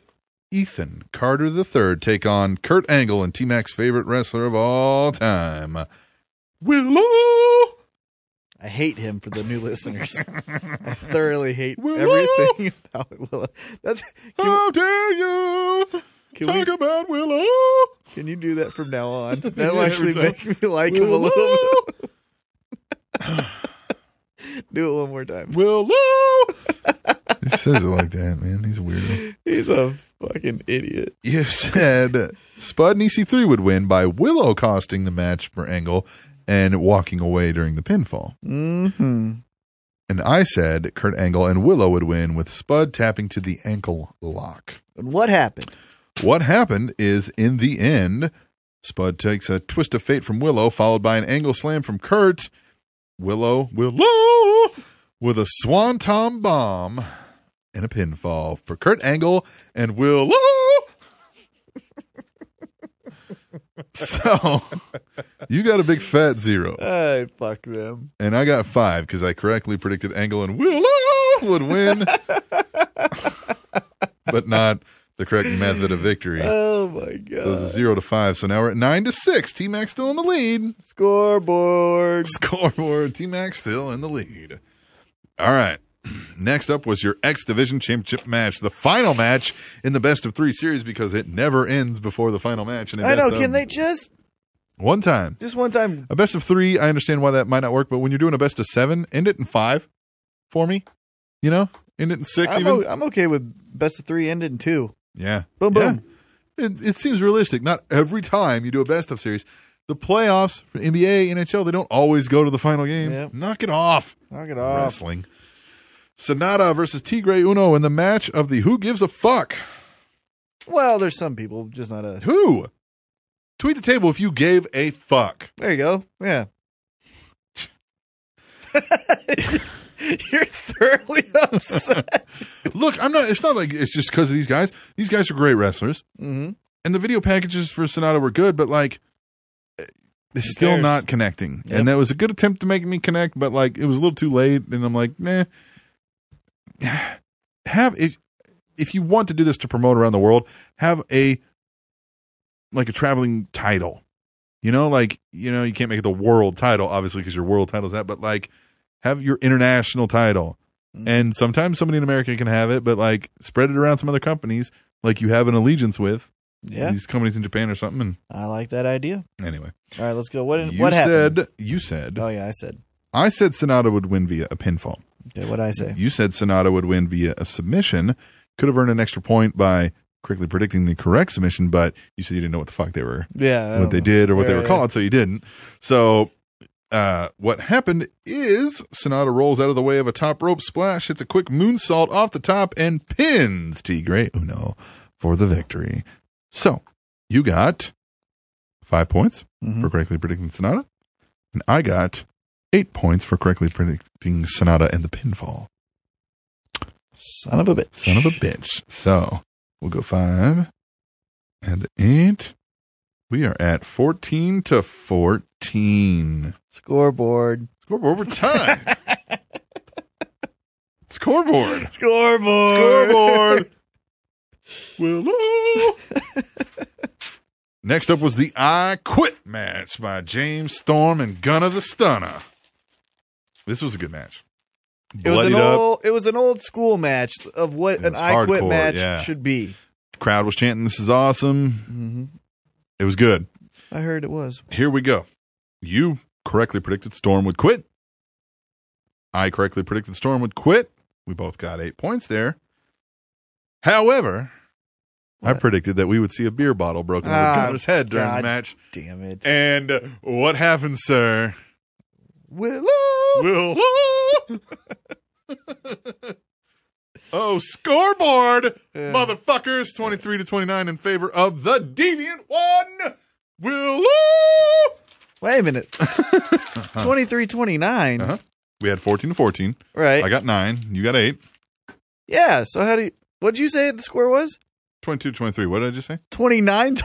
S2: Ethan Carter III take on Kurt Angle and T Mac's favorite wrestler of all time, Willow.
S3: I hate him for the new listeners. I thoroughly hate
S2: Willow!
S3: everything about Willow. That's can,
S2: How dare you
S3: Can we-
S2: talk about Willow?
S3: can you do that from now on? That'll
S2: Yeah,
S3: actually
S2: every
S3: make
S2: time.
S3: me like him a
S2: Willow.
S3: little bit. Do it one more time.
S2: Willow. he says it like that, man. He's a weirdo.
S3: He's a fucking idiot.
S2: you said Spud and EC3 would win by Willow costing the match for Angle and walking away during the pinfall. Mm-hmm. And I said Kurt Angle and Willow would win with Spud tapping to the ankle lock.
S3: And what happened?
S2: What happened is in the end, Spud takes a twist of fate from Willow, followed by an angle slam from Kurt. Willow, Willow, with a swanton bomb and a pinfall for Kurt Angle and Willow. so you got a big fat zero,
S3: I fuck them.
S2: and I got five because I correctly predicted Angle and Willow would win, but not the correct method of victory.
S3: Oh my
S2: It
S3: god.
S2: was a zero to five, so now we're at nine to six. T Mac still in the lead.
S3: Scoreboard.
S2: Scoreboard. T Mac still in the lead. All right. Next up was your X Division Championship match, the final match in the best of three series because it never ends before the final match. In a
S3: I know.
S2: best of-
S3: Can they just
S2: one time?
S3: just one time?
S2: A best of three. I understand why that might not work, but when you're doing a best of seven, end it in five for me. You know, end it in 6
S3: I'm,
S2: even.
S3: o- I'm okay with best of three ended in two.
S2: Yeah.
S3: Boom, boom.
S2: Yeah. It, it seems realistic. Not every time you do a best of series. The playoffs for NBA, NHL, they don't always go to the final game.
S3: Yep.
S2: Knock it off.
S3: Knock it off.
S2: Wrestling. Sonata versus Tigre Uno in the match of the Who Gives a Fuck?
S3: Well, there's some people, just not us.
S2: Who? Tweet the table if you gave a fuck.
S3: There you go. Yeah. You're thoroughly upset.
S2: Look, I'm not, it's not like it's just because of these guys. These guys are great wrestlers.
S3: Mhm.
S2: And the video packages for Sonata were good, but like, it's still
S3: cares?
S2: not connecting.
S3: Yep.
S2: And that was a good attempt to make me connect, but like, it was a little too late. And I'm like, nah. Have, if, if you want to do this to promote around the world, have a, like a traveling title. You know, like, you know, you can't make it the world title, obviously, because your world title's that, but like, have your international title.
S3: Mm.
S2: And sometimes somebody in America can have it, but like spread it around some other companies, like you have an allegiance with
S3: Yeah,
S2: these companies in Japan or something.
S3: I like that idea.
S2: And anyway,
S3: All right, let's go. What
S2: you
S3: what happened?
S2: said you said
S3: Oh yeah, I said.
S2: I said Sonata would win via a pinfall.
S3: Okay, what I say?
S2: You said Sonata would win via a submission. Could have earned an extra point by correctly predicting the correct submission, but you said you didn't know what the fuck they were
S3: Yeah, I
S2: what
S3: don't
S2: they
S3: know.
S2: did or what they
S3: Yeah,
S2: were
S3: yeah.
S2: called, so you didn't. So uh, what happened is Sonata rolls out of the way of a top rope splash, hits a quick moonsault off the top, and pins Tigre Uno for the victory. So you got five points
S3: Mm-hmm.
S2: for correctly predicting Sonata, and I got eight points for correctly predicting Sonata and the pinfall.
S3: Son of a bitch.
S2: Son of a bitch. So we'll go five and eight. We are at 14 to 14.
S3: Scoreboard.
S2: Scoreboard over time. Scoreboard.
S3: Scoreboard.
S2: Scoreboard. Willow. Next up was the I Quit match by James Storm and Gunna the Stunner. This was a good match.
S3: It was
S2: Bloodied
S3: an
S2: up.
S3: old. It was an old school match of what
S2: It
S3: an
S2: was
S3: I quit
S2: hardcore,
S3: match
S2: yeah.
S3: should be.
S2: Crowd was chanting, "This is awesome."
S3: Mm-hmm.
S2: It was good.
S3: I heard it was.
S2: Here we go. You correctly predicted Storm would quit. I correctly predicted Storm would quit. We both got eight points there. However, I predicted that we would see a beer bottle broken over
S3: Ah,
S2: Gunner's head during the
S3: God.
S2: match.
S3: Damn it.
S2: And uh, what happened, sir?
S3: Willow.
S2: Will. oh, scoreboard, motherfuckers! Twenty-three to twenty-nine in favor of the deviant one. Will.
S3: Wait a minute. 2329.
S2: Uh-huh. We had fourteen to fourteen.
S3: Right.
S2: I got nine. You got eight.
S3: yeah. So how do you. What'd you say the score was?
S2: 22 23. What did I just say?
S3: 29?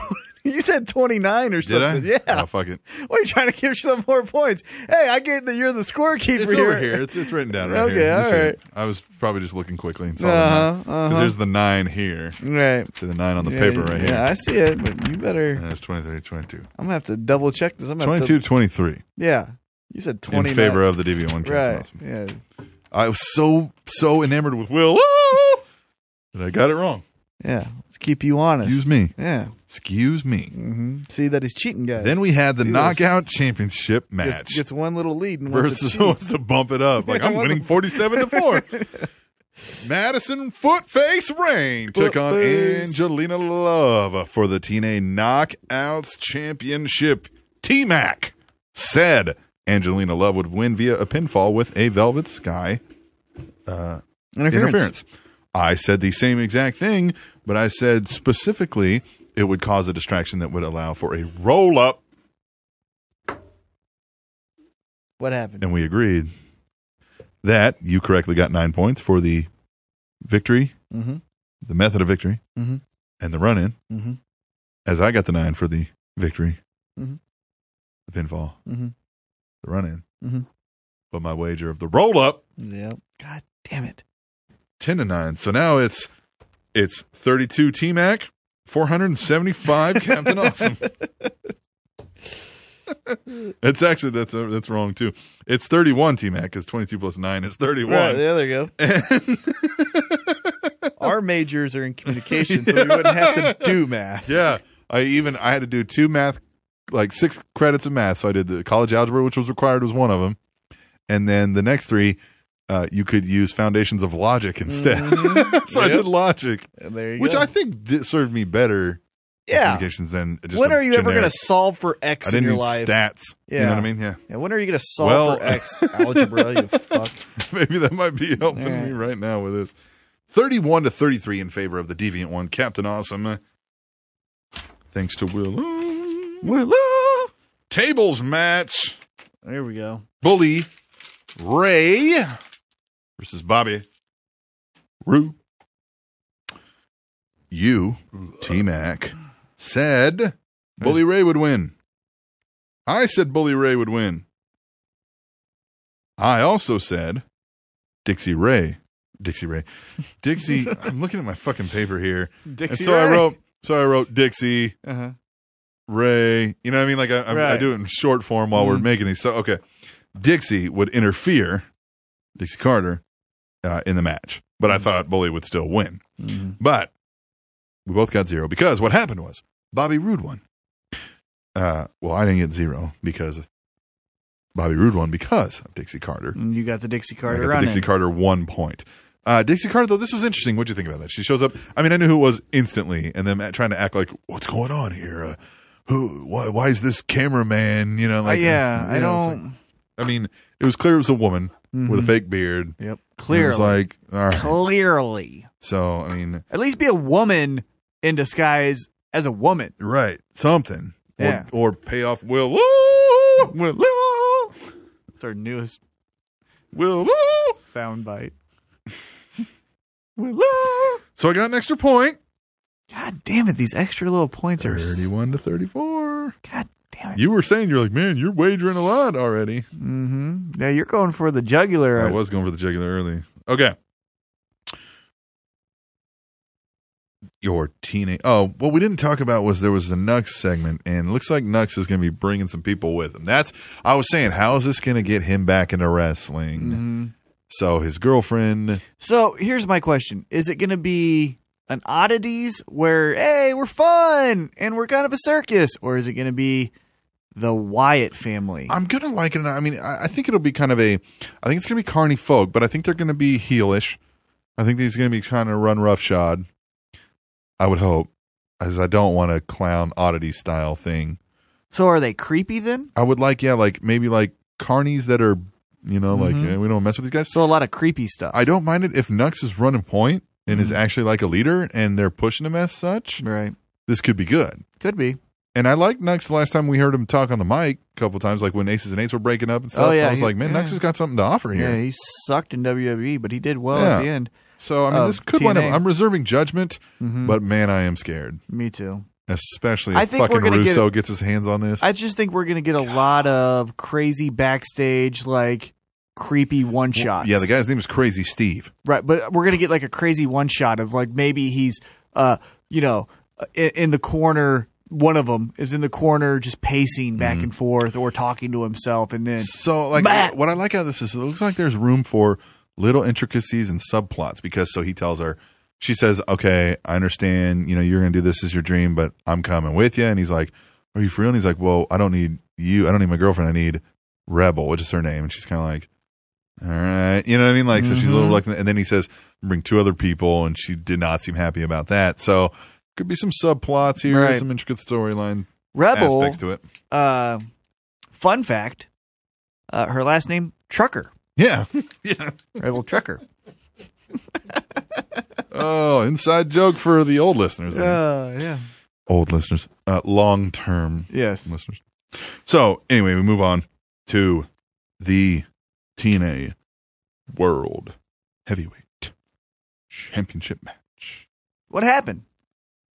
S3: you said 29 or
S2: Did I?
S3: something. Yeah.
S2: Oh, fuck it.
S3: Why are you trying to give yourself more points? Hey, I get that you're the scorekeeper
S2: It's
S3: here.
S2: over here. It's, it's written down right
S3: Okay,
S2: here. You
S3: all
S2: see it.
S3: right.
S2: I was probably just looking quickly and saw
S3: Uh huh.
S2: the nine. 'Cause
S3: Uh
S2: there's the nine here
S3: huh. Right.
S2: to the nine on the
S3: Yeah,
S2: paper right
S3: yeah,
S2: here.
S3: I see it, but you better.
S2: And it's 23 22.
S3: I'm gonna have to double check this. I'm gonna
S2: 22
S3: Have to,
S2: 23
S3: yeah, you said
S2: in
S3: 29.
S2: favor of the DV1
S3: right? Yeah.
S2: I was so, so enamored with Will that I got it wrong.
S3: Yeah. Let's keep you honest.
S2: Excuse me.
S3: Yeah.
S2: Excuse me.
S3: See that he's cheating, guys.
S2: Then we had the
S3: Yes.
S2: knockout championship
S3: gets,
S2: match.
S3: gets one little lead and wants to
S2: versus
S3: cheat.
S2: wants to bump it up. Like I'm
S3: wants
S2: winning
S3: to-
S2: forty seven to four. Madison Footface Rain took on
S3: Footface.
S2: Angelina Love for the TNA Knockouts Championship. T Mac said Angelina Love would win via a pinfall with a Velvet Sky
S3: interference.
S2: interference. I said the same exact thing, but I said specifically it would cause a distraction that would allow for a roll up,
S3: What happened?
S2: and we agreed that you correctly got nine points for the victory
S3: Mm-hmm.
S2: the method of victory
S3: Mhm.
S2: and the run in,
S3: Mhm.
S2: as I got the nine for the victory,
S3: Mhm.
S2: the pinfall,
S3: Mhm.
S2: the run in,
S3: Mhm.
S2: but my wager of the roll up
S3: Yeah. God damn it.
S2: ten to nine. So now it's it's thirty two T Mac, four hundred and seventy five Captain Awesome. it's actually that's uh, that's wrong too. It's thirty one T Mac because twenty two plus nine is thirty one.
S3: Right, there they go. Our majors are in communication, so we wouldn't have to do math.
S2: Yeah. I even I had to do two math like six credits of math. So I did the college algebra, which was required, was one of them. And then the next three, uh, you could use foundations of logic instead. so I did logic,
S3: And there you
S2: which
S3: go.
S2: I think did, served me better in
S3: yeah.
S2: communications than just
S3: When
S2: a
S3: are you ever going
S2: generic-
S3: to solve for X
S2: I
S3: in
S2: didn't
S3: your
S2: need
S3: life?
S2: stats. You
S3: Yeah.
S2: know what I mean? Yeah.
S3: Yeah, when are you going to solve
S2: Well-
S3: for X algebra? You fuck.
S2: Maybe that might be helping me right now with this. 31 to 33 in favor of the Deviant One, Captain Awesome. eh? Thanks to Willow. Willow. Tables match.
S3: There we go.
S2: Bully Ray versus Bobby Roo. You, T Mac, said Bully Ray would win. I said Bully Ray would win. I also said Dixie Ray. Dixie Ray. Dixie, I'm looking at my fucking paper here.
S3: Dixie
S2: and so I
S3: Ray.
S2: wrote so I wrote Dixie
S3: Uh-huh.
S2: Ray. You know what I mean? Like I, I, I
S3: Right.
S2: do it in short form while we're making these. So okay, Dixie would interfere, Dixie Carter, uh, in the match, but I thought Bully would still win. But we both got zero because what happened was Bobby Roode won. Uh, well, I didn't get zero because Bobby Roode won because of Dixie Carter.
S3: And You got the Dixie
S2: I
S3: Carter
S2: got the
S3: running.
S2: Dixie Carter one point. Uh, Dixie Carter, though, this was interesting. What'd you think about that? She shows up. I mean, I knew who it was instantly, and then trying to act like, "What's going on here? Uh, who? Why, why is this cameraman?" You know,
S3: Uh,
S2: like,
S3: yeah,
S2: it's-
S3: I
S2: you know, it's
S3: don't.
S2: like- I mean, it was clear it was a woman with a
S3: Mhm.
S2: fake beard.
S3: Yep.
S2: Clear. It was
S3: Clearly.
S2: like, all right.
S3: clearly.
S2: So, I mean,
S3: At least be a woman in disguise as a woman.
S2: right, something.
S3: Yeah.
S2: Or, or pay off Will. Woo! Will. Woo!
S3: It's our newest
S2: Will. Woo!
S3: soundbite.
S2: So I got an extra point.
S3: God damn it! These extra little points are. s-
S2: Thirty-one to thirty-four.
S3: God damn it!
S2: You were saying you're like, man, you're wagering a lot already.
S3: Mm-hmm. Yeah, you're going for the jugular.
S2: I was going for the jugular early. Okay. Your teenage. Oh, what we didn't talk about was there was the Nux segment, and it looks like Nux is going to be bringing some people with him. That's I was saying, how is this going to get him back into wrestling?
S3: Mhm.
S2: So his girlfriend,
S3: So here's my question: Is it going to be an oddities where hey we're fun and we're kind of a circus, or is it going to be the Wyatt family?
S2: I'm gonna like it. I mean, I, I think it'll be kind of a. I think it's gonna be carny folk, but I think they're gonna be heelish. I think he's gonna be trying to run roughshod. I would hope, as I don't want a clown oddity style thing.
S3: so are they creepy then?
S2: I would like, yeah, like maybe like carnies that are, you know, like
S3: Mm-hmm.
S2: eh, we don't mess with these guys.
S3: So a lot of creepy stuff.
S2: I don't mind it if Nux is running point and
S3: Mm.
S2: is actually like a leader, and they're pushing him as such.
S3: right.
S2: This could be good.
S3: Could be.
S2: And I liked Nux the last time we heard him talk on the mic a couple times, like when Aces and Eights were breaking up and
S3: Oh,
S2: stuff.
S3: yeah,
S2: I was
S3: he-
S2: like, man,
S3: yeah.
S2: Nux has got something to offer here.
S3: Yeah, he sucked in WWE, but he did well at
S2: Yeah.
S3: the end.
S2: so, I mean,
S3: of
S2: this could wind up.
S3: TNA.
S2: I'm reserving judgment, but man, I am scared.
S3: Me too.
S2: Especially
S3: Mm-hmm.
S2: if
S3: I think we're
S2: fucking
S3: gonna get-
S2: Russo gets his hands on this.
S3: I just think we're gonna get a lot of crazy backstage, like creepy one shots.
S2: yeah, the guy's name is Crazy Steve.
S3: Right, but we're gonna get like a crazy one shot of like maybe he's, uh, you know, in, in the corner. One of them is in the corner, just pacing back
S2: Mm-hmm.
S3: and forth or talking to himself, and then
S2: So, like,
S3: Matt.
S2: what I like out of this is it looks like there's room for little intricacies and subplots because so he tells her, she says, okay, I understand, you know, you're going to do this as your dream, but I'm coming with you. And he's like, are you for real? And he's like, well, I don't need you. I don't need my girlfriend. I need Rebel, which is her name. And she's kind of like, all right. You know what I mean? Like, so she's a little
S3: Mm-hmm.
S2: reluctant. And then he says, bring two other people. And she did not seem happy about that. So, could be some subplots here,
S3: Right.
S2: some intricate storyline
S3: Rebel.
S2: aspects to it.
S3: Uh, fun fact: uh, her last name Trucker,
S2: Yeah. yeah.
S3: Rebel Trucker.
S2: Oh, inside joke for the old listeners.
S3: Uh, yeah.
S2: old listeners, uh, long term
S3: Yes.
S2: listeners. So, anyway, we move on to the TNA World Heavyweight Championship match.
S3: What happened?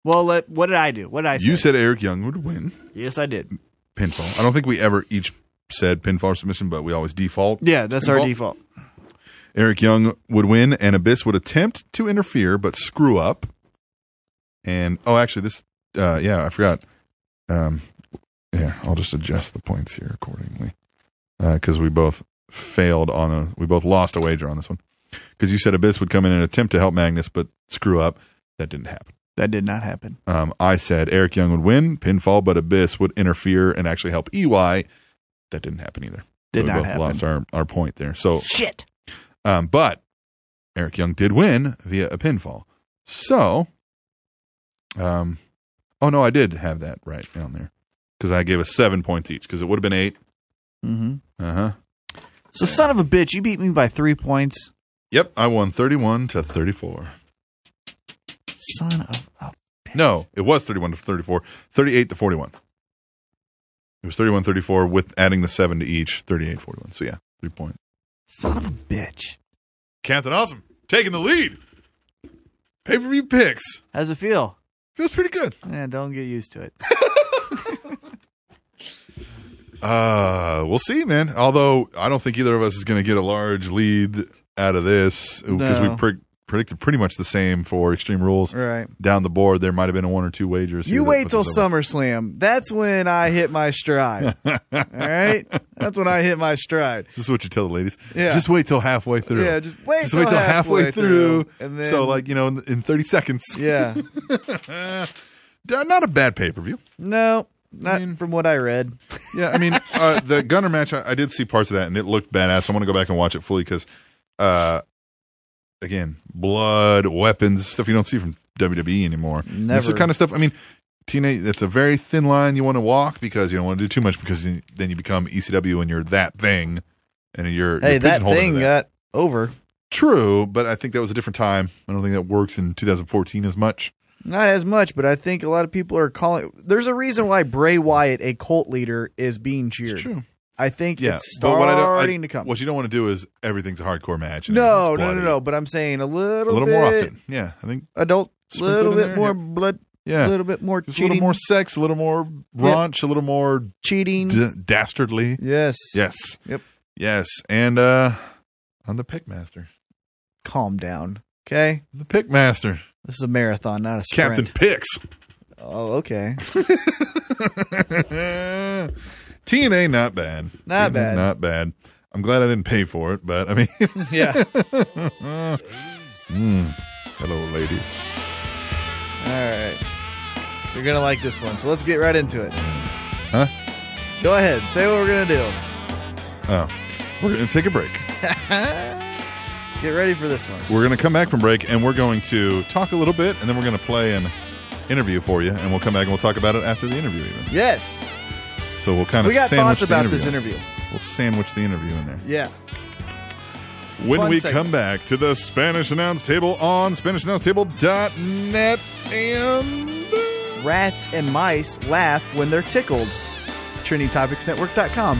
S3: Well, let, what did I do? What did I say?
S2: You said Eric Young would win
S3: yes, I did.
S2: pinfall. I don't think we ever each said pinfall or submission, but we always default.
S3: Yeah, that's our
S2: Pinball.
S3: default.
S2: Eric Young would win, and Abyss would attempt to interfere but screw up. And oh, actually, this uh, yeah, I forgot. Um, yeah, I'll just adjust the points here accordingly because we both failed on a we both lost a wager on this one because you said Abyss would come in and attempt to help Magnus but screw up. That didn't happen.
S3: That did not happen.
S2: Um, I said Eric Young would win pinfall, but Abyss would interfere and actually help EY. That didn't happen either.
S3: Did
S2: we
S3: not
S2: both
S3: happen.
S2: lost our, our point there. So
S3: Shit.
S2: um, but Eric Young did win via a pinfall. So, um, oh no, I did have that right down there because I gave us seven points each because it would have been eight.
S3: hmm
S2: Uh huh.
S3: So, son of a bitch, you beat me by three points.
S2: Yep, I won thirty-one to thirty-four.
S3: Son of a.
S2: No, it was thirty-one to 34, 38 to forty-one. It was 31 34 with adding the seven to each, 38 41. So, yeah, three point.
S3: Son of a bitch.
S2: Captain Awesome taking the lead. Pay per view picks.
S3: How's it feel?
S2: Feels pretty good.
S3: Yeah, don't get used to it.
S2: Uh, we'll see, man. Although I don't think either of us is going to get a large lead out of this because we
S3: No.
S2: pre- predicted pretty much the same for Extreme Rules
S3: Right.
S2: down the board. There might have been a one or two wagers. here
S3: You
S2: that
S3: wait
S2: put
S3: till
S2: this over.
S3: SummerSlam. That's when I hit my stride. All right? That's when I hit my stride.
S2: This is what you tell the ladies.
S3: Yeah.
S2: Just wait till halfway through.
S3: Yeah, just wait
S2: Just
S3: till
S2: wait till halfway,
S3: halfway
S2: through.
S3: through, and then-
S2: so, like you know, in, in thirty seconds.
S3: Yeah.
S2: Not a bad pay per view.
S3: No, not from what I read.
S2: Yeah, I mean, uh, the Gunner match, I, I did see parts of that, and it looked badass. I want to go back and watch it fully because, uh, again, blood, weapons, stuff you don't see from WWE anymore. This is
S3: Never.
S2: the kind of stuff. I mean, TNA, that's a very thin line you want to walk because you don't want to do too much because you, then you become ECW and you're that thing, and you're
S3: Hey,
S2: you're
S3: that
S2: pigeonholed into
S3: thing uh, got over.
S2: True, but I think that was a different time. I don't think that works in 2014 as much.
S3: Not as much, but I think a lot of people are calling. There's a reason why Bray Wyatt, a cult leader, is being cheered.
S2: true.
S3: I think
S2: Yeah,
S3: it's
S2: but
S3: starting
S2: what I don't- I-
S3: to come.
S2: What you don't want to do is everything's a hardcore match. and
S3: no,
S2: everything's
S3: no, no,
S2: bloody.
S3: no. But I'm saying a little,
S2: a little
S3: bit
S2: more often. Yeah, I think.
S3: Adult, a
S2: Sprinkle
S3: little
S2: it in
S3: bit
S2: there,
S3: more
S2: yeah.
S3: blood,
S2: Yeah,
S3: a little bit more
S2: Just
S3: cheating,
S2: a little more sex, a little more raunch, a little more
S3: cheating.
S2: d- dastardly.
S3: yes.
S2: Yes.
S3: Yep.
S2: Yes. And uh I'm the pickmaster.
S3: Calm down. Okay.
S2: I'm the pickmaster.
S3: This is a marathon, not a sprint.
S2: Captain Picks.
S3: Oh, okay.
S2: TNA not bad.
S3: Not
S2: TNA,
S3: bad.
S2: Not bad. I'm glad I didn't pay for it, but I mean
S3: Yeah.
S2: Mm. Hello ladies.
S3: All right. You're going to like this one, so let's get right into it.
S2: Huh?
S3: Go ahead. Say what we're going to do.
S2: Oh, we're going to take a break.
S3: Get ready for this one.
S2: We're going to come back from break and we're going to talk a little bit and then we're going to play an interview for you and we'll come back and we'll talk about it after the interview even.
S3: Yes.
S2: So we'll kind of
S3: We got
S2: sandwich
S3: thoughts
S2: the
S3: about
S2: interview.
S3: this interview.
S2: We'll sandwich the interview in there.
S3: Yeah.
S2: When
S3: Fun
S2: we
S3: segment.
S2: come back to the Spanish Announce Table on SpanishAnnounceTable.net and
S3: Rats and mice laugh when they're tickled. TrinityTopicsNetwork.com.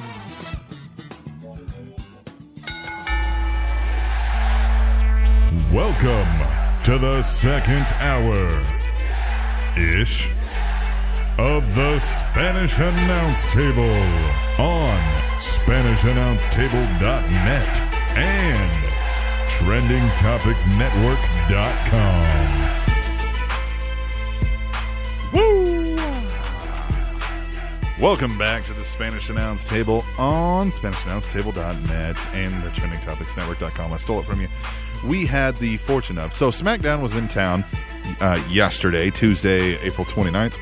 S5: Welcome to the second hour ish of the Spanish Announce Table on SpanishAnnounceTable.net and TrendingTopicsNetwork.com.
S2: Welcome back to the Spanish Announce Table on SpanishAnnounceTable.net and the TrendingTopicsNetwork.com. I stole it from you. We had the fortune of. So SmackDown was in town uh, yesterday, Tuesday, April 29th,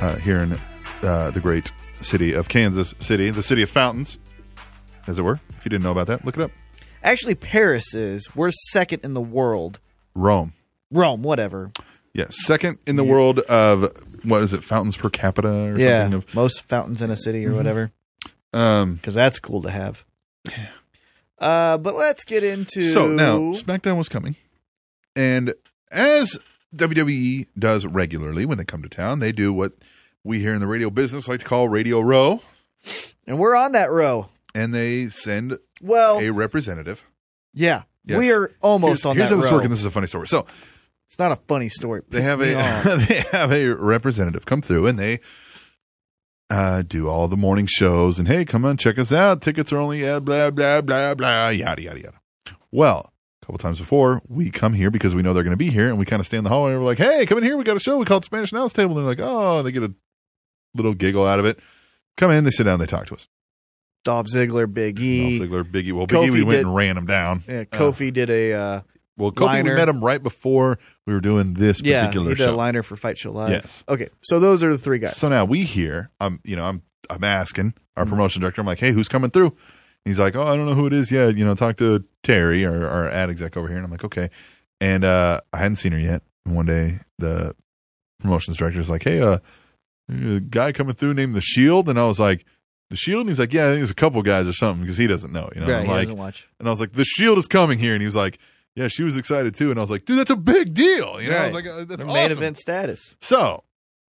S2: uh, here in uh, the great city of Kansas City, the city of fountains, as it were. If you didn't know about that, look it up.
S3: Actually, Paris is. We're second in the world.
S2: Rome.
S3: Rome, whatever.
S2: Yeah, second in the world of what is it, fountains per capita or
S3: Yeah.
S2: something of Mm-hmm.
S3: Most fountains in a city or whatever.
S2: um
S3: Because that's cool to have. Uh, but let's get into.
S2: so now SmackDown was coming. And as WWE does regularly when they come to town, they do what we here in the radio business like to call Radio Row,
S3: And we're on that row.
S2: and they send
S3: Well,
S2: a representative.
S3: yeah.
S2: Yes.
S3: We are Oh. almost
S2: here's,
S3: on
S2: here's
S3: that
S2: how this
S3: row.
S2: works, and this is a funny story. So
S3: It's not a funny story.
S2: they
S3: Pissed
S2: have
S3: me off.
S2: a they have a representative come through and they uh, do all the morning shows and hey, come on, check us out. Tickets are only uh, blah blah blah blah yada yada yada. Well, a couple times before we come here because we know they're going to be here, and we kind of stay in the hallway. and We're like, hey, come in here. We got a show. We called Spanish Announce Table. And they're like, oh, and they get a little giggle out of it. Come in. They sit down. They talk to us.
S3: Dolph Ziggler, Big E.
S2: Dolph Ziggler, Biggie. Well,
S3: Kofi
S2: Biggie, we went
S3: did-
S2: and ran him down.
S3: Yeah, Kofi did a uh,
S2: Well, Kofi,
S3: Liner.
S2: we met him right before we were doing this
S3: yeah, he
S2: particular
S3: did a
S2: show.
S3: liner for Fight Show Live.
S2: Yes.
S3: Okay, so those are the three guys.
S2: So now we hear, I'm, you know, I'm, I'm asking our
S3: Mm-hmm.
S2: promotion director. I'm like, hey, who's coming through? He's like, oh, I don't know who it is yet. You know, talk to Terry, our, our ad exec over here. And I'm like, okay. And uh, I hadn't seen her yet. And one day the promotions director is like, hey, uh, a guy coming through named the Shield. And I was like, the Shield. And he's like, yeah, I think there's a couple guys or something because he doesn't know. You know,
S3: Right,
S2: I'm
S3: he
S2: like,
S3: doesn't watch.
S2: and I was like, the Shield is coming here. And he was like. Yeah, she was excited too, and I was like, "Dude, that's a big deal." You know, I
S3: Right.
S2: was like, uh, "That's
S3: Their
S2: awesome."
S3: main event status.
S2: So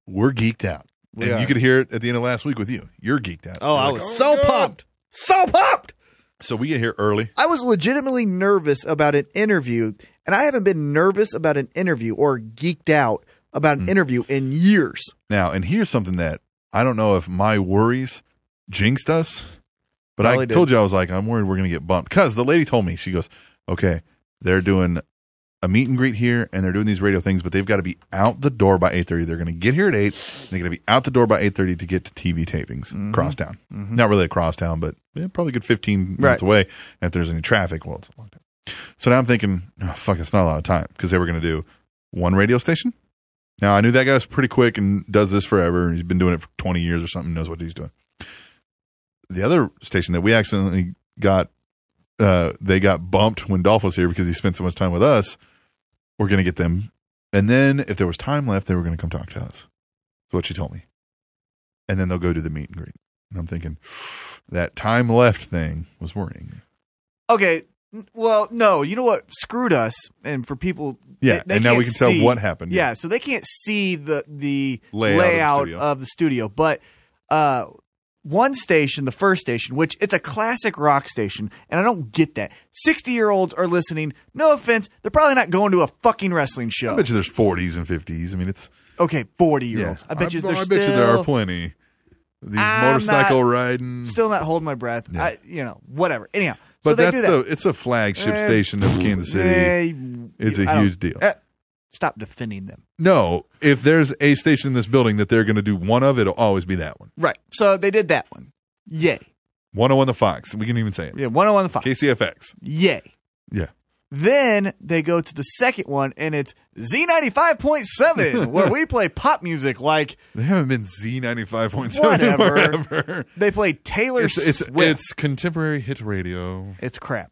S2: we're geeked out.
S3: We
S2: and
S3: are.
S2: you could hear it at the end of last week with you. You're geeked out.
S3: Oh,
S2: You're
S3: I
S2: like,
S3: was
S2: "Oh,
S3: so
S2: God."
S3: pumped, so pumped.
S2: So we get here early.
S3: I was legitimately nervous about an interview, and I haven't been nervous about an interview or geeked out about
S2: Mm.
S3: an interview in years.
S2: Now, and here's something that I don't know if my worries jinxed us, but I
S3: Probably did.
S2: told you I was like, I'm worried we're going to get bumped. Because the lady told me, she goes, okay, they're doing a meet and greet here and they're doing these radio things, but they've got to be out the door by 8.30. They're going to get here at 8. And they're going to be out the door by 8.30 to get to TV tapings across town. Not really across town, but yeah, probably a good 15 minutes
S3: Right.
S2: away. And if there's any traffic, well, it's a long time. So now I'm thinking, oh, fuck, it's not a lot of time because they were going to do one radio station. Now I knew that guy's pretty quick and does this forever. He's been doing it for 20 years or something. Knows what he's doing. The other station that we accidentally got, uh, they got bumped when Dolph was here because he spent so much time with us. We're gonna get them, and then if there was time left, they were gonna come talk to us. That's what she told me. And then they'll go do the meet and greet. And I'm thinking that time left thing was worrying. me.
S6: Okay. n- Well, no. You know what screwed us, and for people,
S2: Yeah,
S6: they- they
S2: and now we
S6: can't
S2: can tell
S6: see-
S2: what happened.
S6: Yeah, so they can't see the the
S2: Layout of the
S6: layout
S2: studio.
S6: of the studio, but
S3: uh, one station, the first station, which it's a classic rock station, and I don't get that. 60 year olds are listening. No offense. They're probably not going to a fucking wrestling
S2: I
S3: show.
S2: bet you there's 40s and 50s. I mean, it's
S3: okay, 40 year
S2: yeah.
S3: olds. I bet you there's
S2: I bet you there are
S3: still-
S2: plenty. These
S3: I'm
S2: motorcycle
S3: not-
S2: riding.
S3: Still not holding my breath.
S2: Yeah.
S3: I, you know, whatever. Anyhow,
S2: but
S3: so they
S2: that's
S3: do that.
S2: the it's a flagship
S3: Eh,
S2: station of Kansas City.
S3: Eh,
S2: It's a
S3: I don't-
S2: huge deal.
S3: eh, stop defending them.
S2: No, if there's a station in this building that they're going to do one of, it'll always be that one.
S3: Right. So they did that one. Yay.
S2: 101 the Fox. We can even say it.
S3: Yeah, 101 the Fox.
S2: KCFX.
S3: Yay.
S2: Yeah.
S3: Then they go to the second one, and it's Z95.7, where we play pop music like
S2: They haven't been Z95.7
S3: Whatever.
S2: forever.
S3: they play Taylor
S2: It's, it's,
S3: Swift.
S2: it's contemporary hit radio.
S3: It's crap.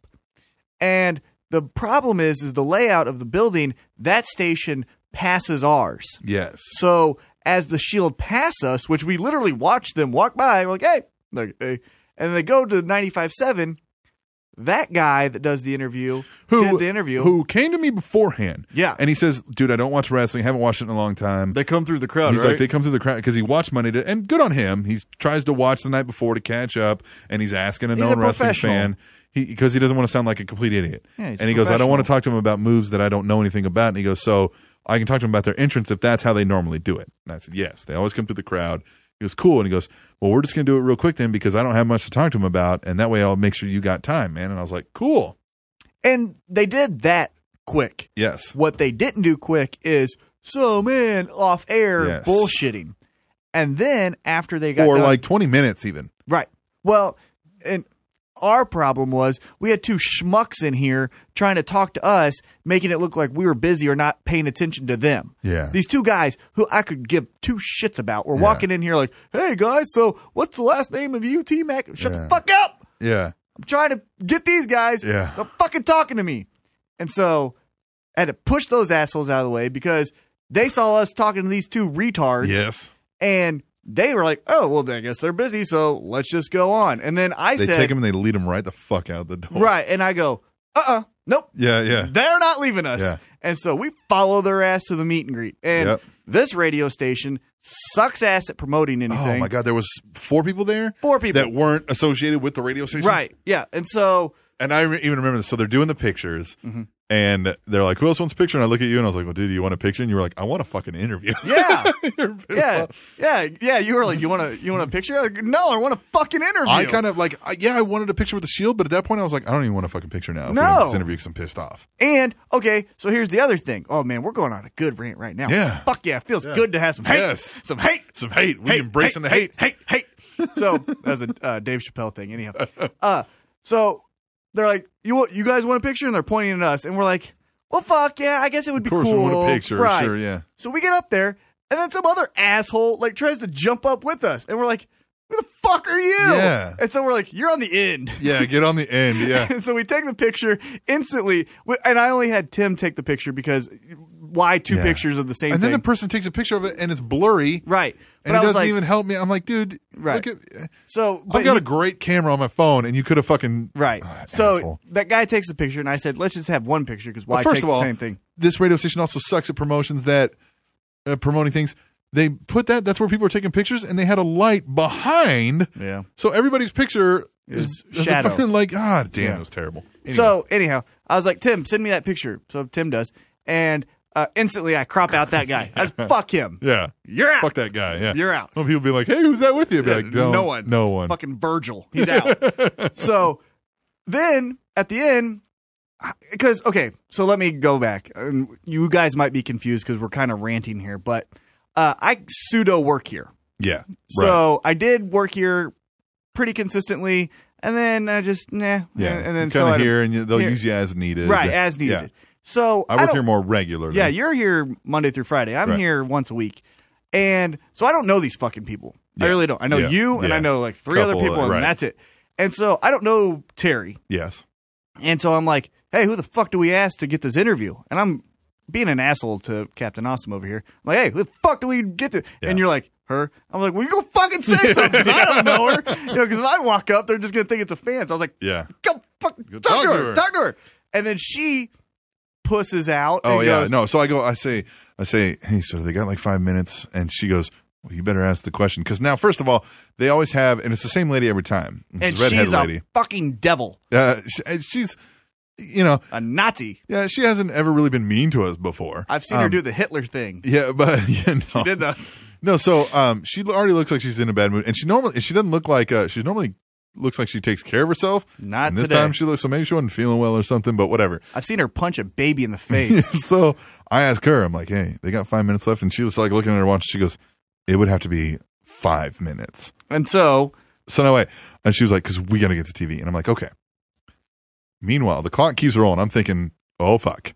S3: And the problem is, is the layout of the building, that station passes ours.
S2: Yes.
S3: So as the shield pass us, which we literally watch them walk by, we're like, hey, like, hey. and they go to 95.7. That guy that does the interview did the interview.
S2: Who came to me beforehand.
S3: Yeah.
S2: And he says, dude, I don't watch wrestling. haven't watched it in a long time.
S3: they come through the crowd,
S2: He's
S3: right?
S2: like, they come through the crowd because he watched Monday, to, and good on him. He tries to watch the night before to catch up, and he's asking a
S3: He's a
S2: known wrestling
S3: professional.
S2: fan because he, doesn't want to sound like a complete idiot.
S3: Yeah, he's a
S2: and he goes, I don't want to
S3: professional.
S2: talk to him about moves that I don't know anything about. And he goes, so I can talk to him about their entrance if that's how they normally do it. And I said, yes, they always come through the crowd. He goes, cool. And he goes, well, we're just going to do it real quick then because I don't have much to talk to him about, and that way I'll make sure you got time, man. And I was like, cool.
S3: and they did that quick.
S2: Yes.
S3: What they didn't do quick is so man off air
S2: Yes.
S3: bullshitting, and then after they got
S2: For
S3: done-
S2: like 20 minutes, even.
S3: right, well, and our problem was we had two schmucks in here trying to talk to us, making it look like we were busy or not paying attention to them.
S2: Yeah.
S3: these two guys who I could give two shits about were walking in here like, "Hey guys, so what's the last name of you, T Mac? Shut
S2: Yeah.
S3: the fuck up."
S2: Yeah.
S3: I'm trying to get these guys.
S2: Yeah.
S3: They're fucking talking to me. And so I had to push those assholes out of the way because they saw us talking to these two retards.
S2: Yes.
S3: And they were like, oh, well, then I guess they're busy. So let's just go on. And then I
S2: They
S3: said,
S2: take him and they lead him right the fuck out the door.
S3: right. And I go, uh uh nope.
S2: Yeah, yeah.
S3: They're not leaving us.
S2: Yeah.
S3: And so we follow their ass to the meet and greet. And
S2: Yep.
S3: this radio station sucks ass at promoting anything.
S2: Oh my god, there was four people there.
S3: Four people.
S2: that weren't associated with the radio station.
S3: Right. Yeah. And so
S2: And I re- even remember this. So they're doing the pictures,
S3: Mm-hmm.
S2: and they're like, "Who else wants a picture?" And I look at you, and I was like, "Well, dude, you want a picture?" And you were like, "I want a fucking interview."
S3: Yeah.
S2: You're pissed
S3: yeah,
S2: off.
S3: yeah, yeah. You were like, you want to, you want a picture? I was like, no, I want a fucking interview.
S2: I kind of like, I, yeah, I wanted a picture with the shield, but at that point, I was like, I don't even want a fucking picture now. if we're
S3: No.
S2: doing this interview because I'm pissed off.
S3: and okay. So here's the other thing. Oh man, we're going on a good rant right now.
S2: Yeah.
S3: fuck yeah, it feels good to have some hate,
S2: Yes.
S3: some hate,
S2: Some hate. We embracing the hate.
S3: hate, hate, hate. so that was a uh, Dave Chappelle thing. Anyhow, uh, so they're like, you wa- you guys want a picture? And they're pointing at us, and we're like, well, fuck yeah, I guess it would be
S2: Of course,
S3: cool.
S2: we want a picture.
S3: Right.
S2: Sure, yeah.
S3: So we get up there, and then some other asshole like tries to jump up with us, and we're like, "Who the fuck are you?"
S2: Yeah.
S3: And so we're like, "You're on the end."
S2: Yeah, get on the end. Yeah.
S3: and so we take the picture instantly, wi- and I only had Tim take the picture because why two
S2: Yeah.
S3: pictures of the same
S2: and then
S3: thing?
S2: the person takes a picture of it, and it's blurry.
S3: right. but
S2: And it
S3: I was
S2: doesn't
S3: like,
S2: even help me. I'm like, dude,
S3: Right.
S2: look at. eh,
S3: so. But
S2: I've got
S3: he-
S2: a great camera on my phone, and you could have fucking
S3: right.
S2: Ah,
S3: so
S2: asshole.
S3: that guy takes the picture, and I said, "Let's just have one picture because why
S2: Well, first
S3: take
S2: of all,
S3: the same thing?"
S2: this radio station also sucks at promotions that uh, promoting things. They put that. That's where people are taking pictures, and they had a light behind.
S3: Yeah.
S2: So everybody's picture
S3: Is
S2: is, is a
S3: shadow.
S2: fucking, like, ah, damn,
S3: Yeah.
S2: it was terrible.
S3: So anyhow, I was like, Tim, send me that picture. So Tim does, and uh, instantly I crop out that guy. I said, fuck him.
S2: yeah,
S3: You're out.
S2: fuck that guy. Yeah,
S3: You're out.
S2: Well, people be like, hey, who's that with you? I'd Be
S3: Yeah,
S2: like, "Don't-
S3: no one.
S2: no one.
S3: Fucking Virgil. He's out. so then at the end, because, okay, so let me go back. Um, You guys might be confused because we're kind of ranting here, but uh, I pseudo work here.
S2: Yeah, right.
S3: So I did work here pretty consistently, and then I just, nah.
S2: yeah,
S3: And then so
S2: kind
S3: I-
S2: of here, and you- they'll
S3: here-
S2: use you as needed.
S3: Right,
S2: Yeah.
S3: as
S2: Yeah.
S3: needed. So
S2: I work
S3: don't-
S2: here more regularly.
S3: Yeah, you're here Monday through Friday. I'm
S2: Right.
S3: here once a week. And so I don't know these fucking people. I
S2: Yeah.
S3: really don't. I know
S2: Yeah.
S3: you and
S2: Yeah.
S3: I know like three other
S2: Couple,
S3: people
S2: uh,
S3: and
S2: right.
S3: that's it. And so I don't know Terry.
S2: Yes.
S3: And so I'm like, hey, who the fuck do we ask to get this interview? And I'm being an asshole to Captain Awesome over here. I'm like, hey, who the fuck do we get to?
S2: Yeah.
S3: And you're like, her? I'm like, well, you go fucking say something because I don't know her. You know, because if I walk up, they're just going to think it's a fan. So I was like,
S2: Yeah.
S3: go fucking
S2: Go
S3: talk, to her, Talk to her. And then she pusses out.
S2: Oh
S3: and
S2: yeah,
S3: goes,
S2: no. So I go, I say, I say, hey, so they got like five minutes, and she goes, Well, you better ask the question because now, first of all, they always have, and it's the same lady every time. It's
S3: And
S2: the redheaded
S3: she's a
S2: lady.
S3: fucking devil,
S2: Uh, sh- and she's, you know,
S3: a Nazi.
S2: yeah, she hasn't ever really been mean to us before.
S3: I've seen her do the Hitler thing.
S2: Yeah, but yeah, no.
S3: Did the
S2: No, so um, she already looks like she's in a bad mood, and she normally she doesn't look like uh, she normally looks like she takes care of herself.
S3: Not
S2: and this
S3: today.
S2: time she looks so maybe she wasn't feeling well or something, but whatever.
S3: I've seen her punch a baby in the face.
S2: so I ask her, I'm like, hey, they got five minutes left, and she was like looking at her watch. She goes, it would have to be five minutes.
S3: and so
S2: So no way, and she was like, because we got to get to TV, and I'm like, okay. Meanwhile, the clock keeps rolling. I'm thinking, oh fuck,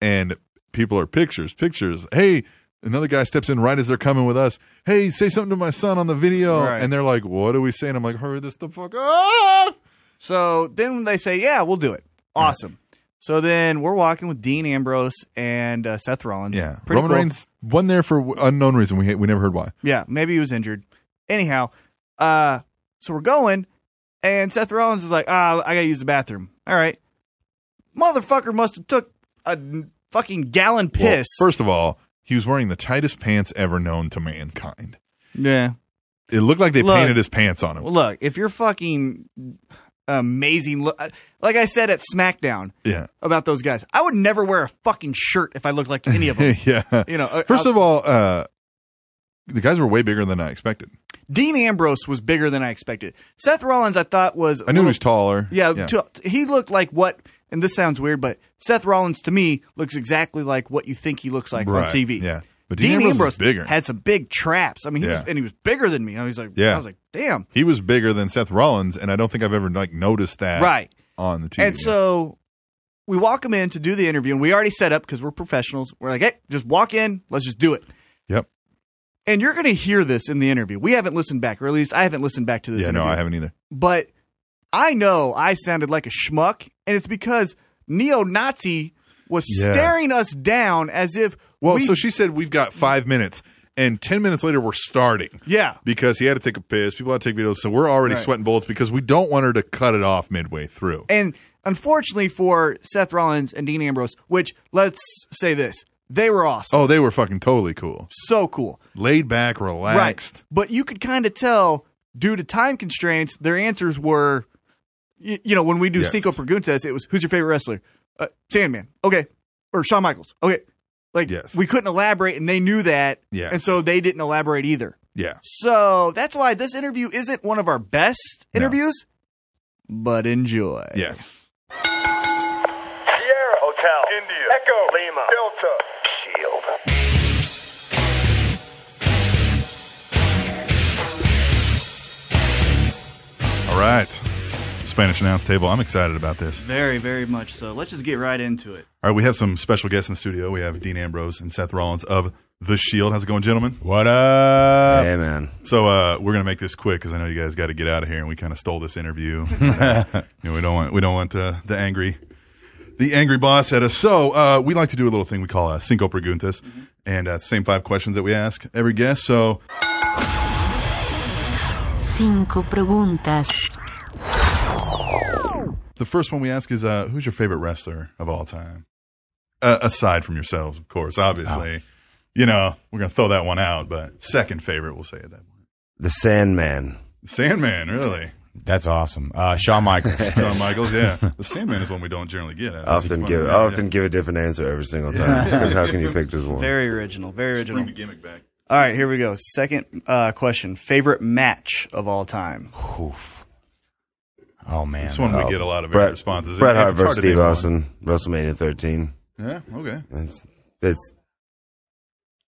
S2: and people are pictures, pictures. Hey. Another guy steps in right as they're coming with us. Hey, say something to my son on the video.
S3: Right.
S2: And they're like, What do we say? And I'm like, Hurry this the fuck up.
S3: So then they say, "Yeah, we'll do it." Awesome. So then we're walking with Dean Ambrose and uh, Seth Rollins.
S2: Yeah.
S3: Pretty
S2: Roman
S3: cool.
S2: Reigns won there for w- unknown reason. We we never heard why.
S3: Yeah, maybe he was injured. Anyhow, uh, so we're going, and Seth Rollins is like, "Ah, I gotta use the bathroom." All right, motherfucker must have took a n- fucking gallon
S2: Well,
S3: piss.
S2: first of all, he was wearing the tightest pants ever known to mankind.
S3: yeah.
S2: It looked like they
S3: Look.
S2: painted his pants on
S3: Well,
S2: him.
S3: look, if you're fucking amazing, lo- uh, like I said at SmackDown
S2: Yeah.
S3: about those guys, I would never wear a fucking shirt if I looked like any of them.
S2: yeah.
S3: You know, uh,
S2: First
S3: uh,
S2: of all, uh, the guys were way bigger than I expected.
S3: Dean Ambrose was bigger than I expected. Seth Rollins, I thought was
S2: I knew he was taller.
S3: yeah, to- he looked like what. And this sounds weird, but Seth Rollins to me looks exactly like what you think he looks like
S2: Right,
S3: on TV.
S2: yeah. But
S3: Dean, Ambrose,
S2: was bigger.
S3: had some big traps. I mean, he
S2: Yeah.
S3: was, and he was bigger than me. I was like,
S2: Yeah.
S3: I was like, damn.
S2: he was bigger than Seth Rollins, and I don't think I've ever like noticed that
S3: Right.
S2: on the TV.
S3: And so we walk him in to do the interview, and we already set up because we're professionals. We're like, hey, just walk in. Let's just do it.
S2: yep.
S3: And you're going to hear this in the interview. We haven't listened back, or at least I haven't listened back to this.
S2: Yeah, no,
S3: interview.
S2: I haven't either.
S3: but I know I sounded like a schmuck, and it's because neo Nazi was
S2: Yeah.
S3: staring us down as if
S2: Well,
S3: we-
S2: so she said we've got five minutes, and ten minutes later we're starting.
S3: yeah,
S2: Because he had to take a piss, people had to take videos, so we're already
S3: Right.
S2: sweating bullets because we don't want her to cut it off midway through.
S3: and unfortunately for Seth Rollins and Dean Ambrose, which let's say this, they were awesome,
S2: Oh, they were fucking totally cool,
S3: so cool,
S2: laid back, relaxed.
S3: right? But you could kind of tell due to time constraints, their answers were, y- you know, when we do
S2: Yes.
S3: Cinco Preguntas, it was who's your favorite wrestler, uh, Sandman, okay, or Shawn Michaels, okay. Like
S2: Yes.
S3: we couldn't elaborate, and they knew that,
S2: Yes.
S3: and so they didn't elaborate either.
S2: Yeah,
S3: So that's why this interview isn't one of our best
S2: No.
S3: interviews, but enjoy.
S2: yes.
S5: Sierra Hotel. India. Echo. Lima. Delta. Shield.
S2: All right, Spanish announce table. I'm excited about this.
S3: Very, very much so. Let's just get right into it.
S2: All right, we have some special guests in the studio. We have Dean Ambrose and Seth Rollins of The Shield. How's it going, gentlemen? What up?
S5: Hey, man.
S2: So uh, we're gonna make this quick because I know you guys got to get out of here, and we kind of stole this interview. Uh, you know, we don't want we don't want uh, the angry the angry boss at us. So uh, we like to do a little thing we call uh, cinco preguntas, and uh, same five questions that we ask every guest. So
S9: Cinco preguntas.
S2: the first one we ask is, uh, who's your favorite wrestler of all time? Uh, aside from yourselves, of course, obviously.
S5: Oh.
S2: You know, we're gonna throw that one out, but second favorite, we'll say at that point.
S5: The Sandman.
S2: Sandman, really?
S10: That's awesome. Uh, Shawn Michaels.
S2: John Michaels, yeah. The Sandman is one we don't generally get.
S5: I often give I often give a different answer every single time. Because how can you pick just one?
S3: Very original. Very original.
S2: bring the gimmick back.
S3: All right, here we go. Second uh, question. Favorite match of all time?
S10: Oof. Oh man.
S2: This one we get a lot of
S5: Bret,
S2: responses.
S5: Bret
S2: It's
S5: Hart versus
S2: hard to name
S5: Steve
S2: one.
S5: Austin, WrestleMania 13.
S2: Yeah, okay.
S5: That's that's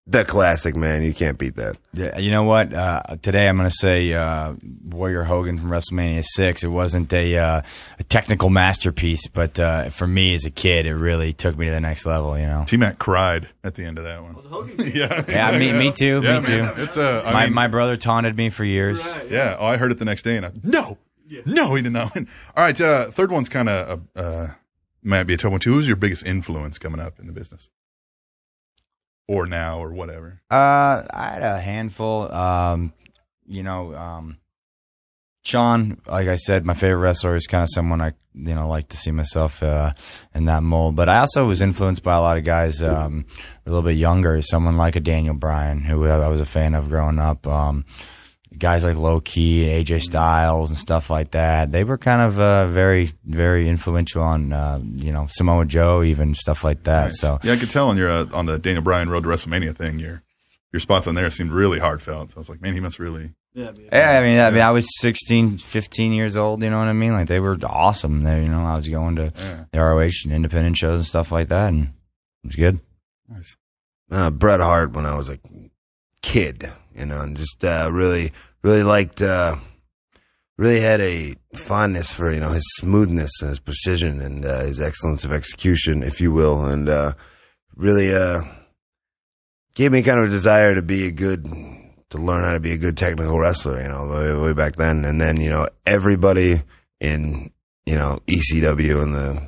S5: the classic, man. You can't beat that.
S10: Yeah, you know what? Uh, today I'm going to say uh, Warrior Hogan from WrestleMania six. It wasn't a, uh, a technical masterpiece, but uh, for me as a kid, it really took me to the next level. You know.
S2: T Mac cried at the end of that one. yeah,
S10: Yeah, me, me too.
S2: Yeah,
S10: me too.
S2: man. It's uh, I
S10: my
S2: mean,
S10: my brother taunted me for years.
S2: yeah. Oh, I heard it the next day, and I no, no, he did not win. All right, uh, third one's kind of uh, uh, might be a tough one too. Who's your biggest influence coming up in the business, or now, or whatever?
S10: Uh, I had a handful. Um, you know, um,
S3: Sean, like I said, my favorite wrestler is kind of someone I you know like to see myself uh, in that mold. But I also was influenced by a lot of guys um, a little bit younger, someone like a Daniel Bryan, who I was a fan of growing up. Um, guys like Low Key and AJ Styles and stuff like that. They were kind of uh, very very influential on uh, you know Samoa Joe, even stuff like that. So
S2: yeah, I could tell on your uh, on the Dana Bryan Road to WrestleMania thing, your your spots on there seemed really heartfelt. So I was like, man, he must really.
S3: Yeah, I mean, I mean, I was 16, 15 years old. You know what I mean? Like they were awesome. They, you know, I was going to the ROH and independent shows and stuff like that, and it was good.
S2: Nice.
S10: Uh, Bret Hart when I was a kid, you know, and just uh, really, really liked, uh, really had a fondness for you know his smoothness and his precision and uh, his excellence of execution, if you will, and uh, really uh, gave me kind of a desire to be a good to learn how to be a good technical wrestler, you know, way, way back then. And then, you know, everybody in, you know, ECW in the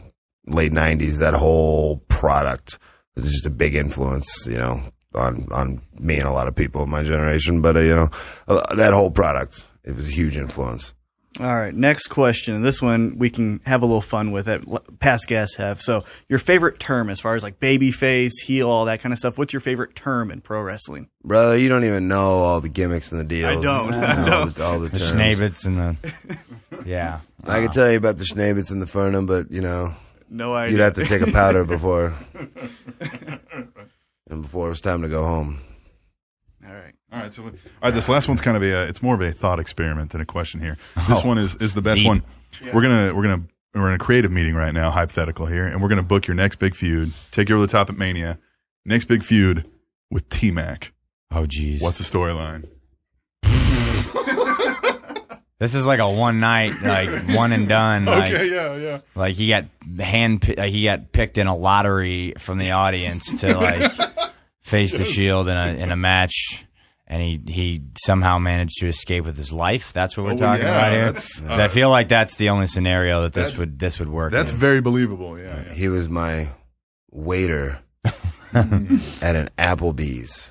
S10: late nineties, that whole product was just a big influence, you know, on, on me and a lot of people in my generation. But, uh, you know, uh, that whole product, it was a huge influence.
S9: All right, next question. This one we can have a little fun with it. L- Past guests have. So, your favorite term as far as like baby face, heel, all that kind of stuff. What's your favorite term in pro wrestling?
S10: Brother, you don't even know all the gimmicks and the deals.
S9: I don't. I
S10: and All
S9: don't.
S10: the, all the
S3: The
S10: terms.
S3: Schneebitz and the yeah. Uh,
S10: I could tell you about the Schneebitz and the Fernum, but you know,
S9: No idea.
S10: You'd have to take a powder before, and before it was time to go home.
S9: All right.
S2: All right. So, all right. This last one's kind of a. uh, It's more of a thought experiment than a question here. This
S11: Oh.
S2: one is is the best
S11: Deep.
S2: one.
S11: Yeah.
S2: We're gonna we're gonna we're in a creative meeting right now, hypothetical here, and we're gonna book your next big feud. Take you over the top at Mania. Next big feud with T Mac.
S3: Oh, geez.
S2: What's the storyline?
S3: This is like a one night, like one and done.
S2: Okay,
S3: like,
S2: yeah, yeah.
S3: Like he got hand, like he got picked in a lottery from the audience to like face the Shield in a in a match, and he he somehow managed to escape with his life. That's what we're
S2: Oh,
S3: talking
S2: yeah,
S3: about here.
S2: that's- uh,
S3: 'Cause I feel like that's the only scenario that this
S2: That-
S3: would this would work.
S2: That's
S3: in.
S2: very believable. Yeah.
S10: He was my waiter at an Applebee's,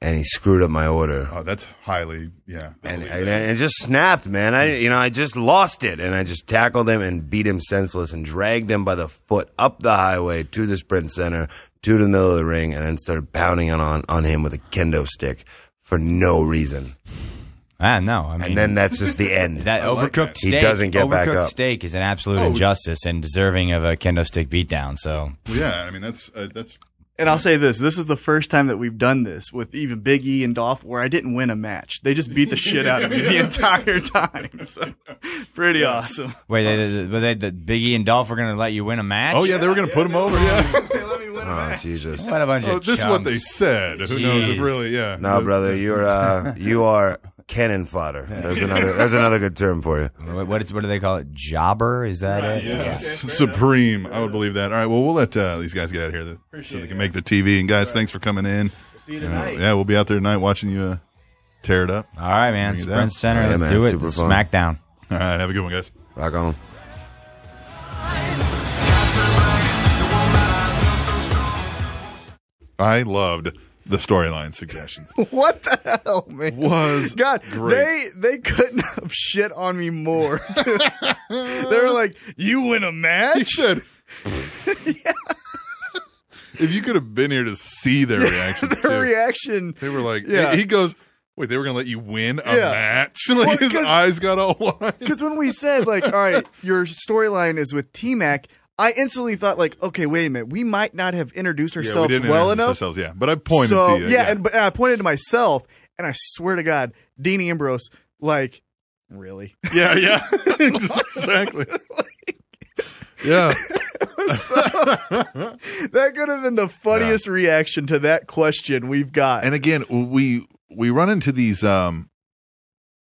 S10: and he screwed up my order.
S2: Oh, that's highly yeah.
S10: and, and, and it just snapped, man. I you know I just lost it, and I just tackled him and beat him senseless and dragged him by the foot up the highway to the Sprint Center to the middle of the ring, and then started pounding on on, on him with a kendo stick for no reason.
S3: Ah, no, I mean-
S10: and then that's just the end.
S3: That overcooked steak.
S10: He doesn't get
S3: overcooked
S10: back up.
S3: steak is an absolute
S10: Oh, it's-
S3: injustice and deserving of a kendo stick beatdown. So
S2: Well, yeah. I mean, that's uh, that's
S9: And I'll say this: this is the first time that we've done this with even Big E and Dolph, where I didn't win a match. They just beat the shit out of me the entire time. So, pretty awesome.
S3: wait, they, they, but they, the Biggie and Dolph were going to let you win a match.
S2: Oh, yeah, they were gonna put him over. Yeah.
S10: Oh Jesus!
S3: What a bunch of
S2: Oh, this is what they
S3: chumps.
S2: said. Who knows if
S3: Jeez.
S2: really? Yeah.
S10: No, brother, you're uh, you are cannon fodder. There's another. There's another good term for you.
S3: What, what, is, what do they call it? Jobber? Is that it?
S2: Yes. Supreme. I would believe that. All right. Well, we'll let uh, these guys get out of here th- so they can make the TV. And guys, thanks for coming in.
S9: see you
S2: Uh,
S9: tonight.
S2: yeah, we'll be out there tonight watching you uh, tear it up.
S3: All right, man.
S2: Bring it
S3: Sprint
S2: down.
S3: Center. Let's do it. Smackdown.
S2: All right. Have a good one, guys.
S10: Rock on.
S2: I loved the storyline suggestions.
S9: What the hell, man?
S2: Was
S9: God,
S2: great.
S9: they they couldn't have shit on me more. dude. they were like, "You win a match." You
S2: should. if you could have been here to see their reactions,
S9: Their
S2: too.
S9: reaction.
S2: They were like,
S9: Yeah.
S2: he goes, wait, they were going to let you win a
S9: Yeah.
S2: match? Like
S9: Well,
S2: his
S9: 'cause-
S2: eyes got all wide.
S9: Because when we said like, all right, your storyline is with T Mac, I instantly thought like, okay, wait a minute, we might not have introduced
S2: we
S9: ourselves
S2: didn't
S9: well
S2: introduce
S9: enough.
S2: ourselves, yeah. But I pointed
S9: So,
S2: to you,
S9: Yeah,
S2: yeah.
S9: And, but and I pointed to myself, and I swear to God, Dean Ambrose, like, really?
S2: Yeah, yeah, exactly. yeah.
S9: So, that could have been the funniest reaction to that question we've got.
S2: And again, we we run into these um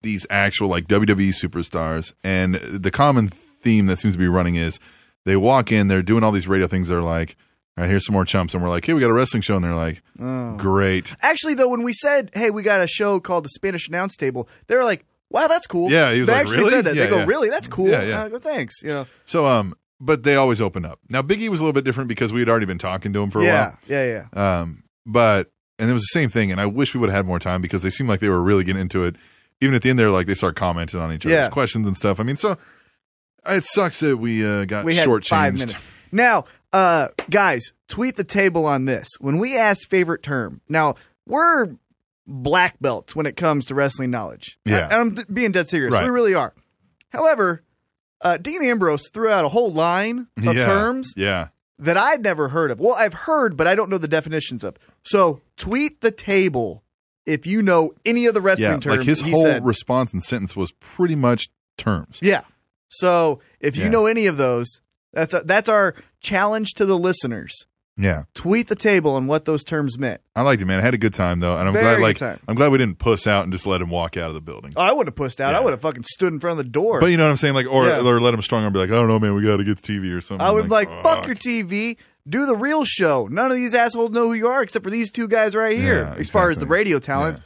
S2: these actual like WWE superstars, and the common theme that seems to be running is they walk in, they're doing all these radio things. They're like, "All right, here's some more chumps," and we're like, "Hey, we got a wrestling show," and they're like,
S9: Oh.
S2: "Great."
S9: Actually, though, when we said, "Hey, we got a show called the Spanish Announce Table," they were like, "Wow, that's cool."
S2: Yeah, he was
S9: they
S2: like,
S9: actually
S2: "Really?"
S9: said that.
S2: Yeah,
S9: they go,
S2: yeah.
S9: "Really? That's cool."
S2: Yeah,
S9: And
S2: yeah.
S9: I go, "Thanks." You know.
S2: So um, but they always open up. Now Biggie was a little bit different because we had already been talking to him for a
S9: yeah,
S2: while.
S9: yeah, yeah.
S2: Um, but and it was the same thing, and I wish we would have had more time because they seemed like they were really getting into it. even at the end there, like they start commenting on each other's
S3: Yeah.
S2: questions and stuff. I mean, so it sucks that we uh, got
S3: we had
S2: shortchanged.
S3: five minutes. Now, uh, guys, tweet the table on this. When we asked favorite term, now we're black belts when it comes to wrestling knowledge.
S2: Yeah.
S3: I, am being dead serious.
S2: Right.
S3: We really are. However, uh, Dean Ambrose threw out a whole line of
S2: Yeah.
S3: terms
S2: Yeah.
S3: that I'd never heard of. Well, I've heard, but I don't know the definitions of. So tweet the table if you know any of the wrestling
S2: yeah,
S3: terms.
S2: like his
S3: he
S2: whole
S3: said.
S2: response and sentence was pretty much terms.
S3: Yeah. So if you
S2: Yeah.
S3: know any of those, that's that's our challenge to the listeners.
S2: Yeah,
S3: Tweet the table on what those terms meant.
S2: I liked it, man. I had a good time though, and I'm
S3: Very
S2: glad
S3: good
S2: like
S3: time.
S2: I'm glad we didn't puss out and just let him walk out of the building.
S3: Oh, I would have pushed out. I would have fucking stood in front of the door.
S2: But you know what I'm saying, like or
S3: Yeah.
S2: or let him strong arm, be like, I don't know, man, we got to get the TV or something.
S3: I would like, fuck
S2: fuck.
S3: your TV. Do the real show. None of these assholes know who you are except for these two guys right here.
S2: Yeah,
S3: As far as the radio talent,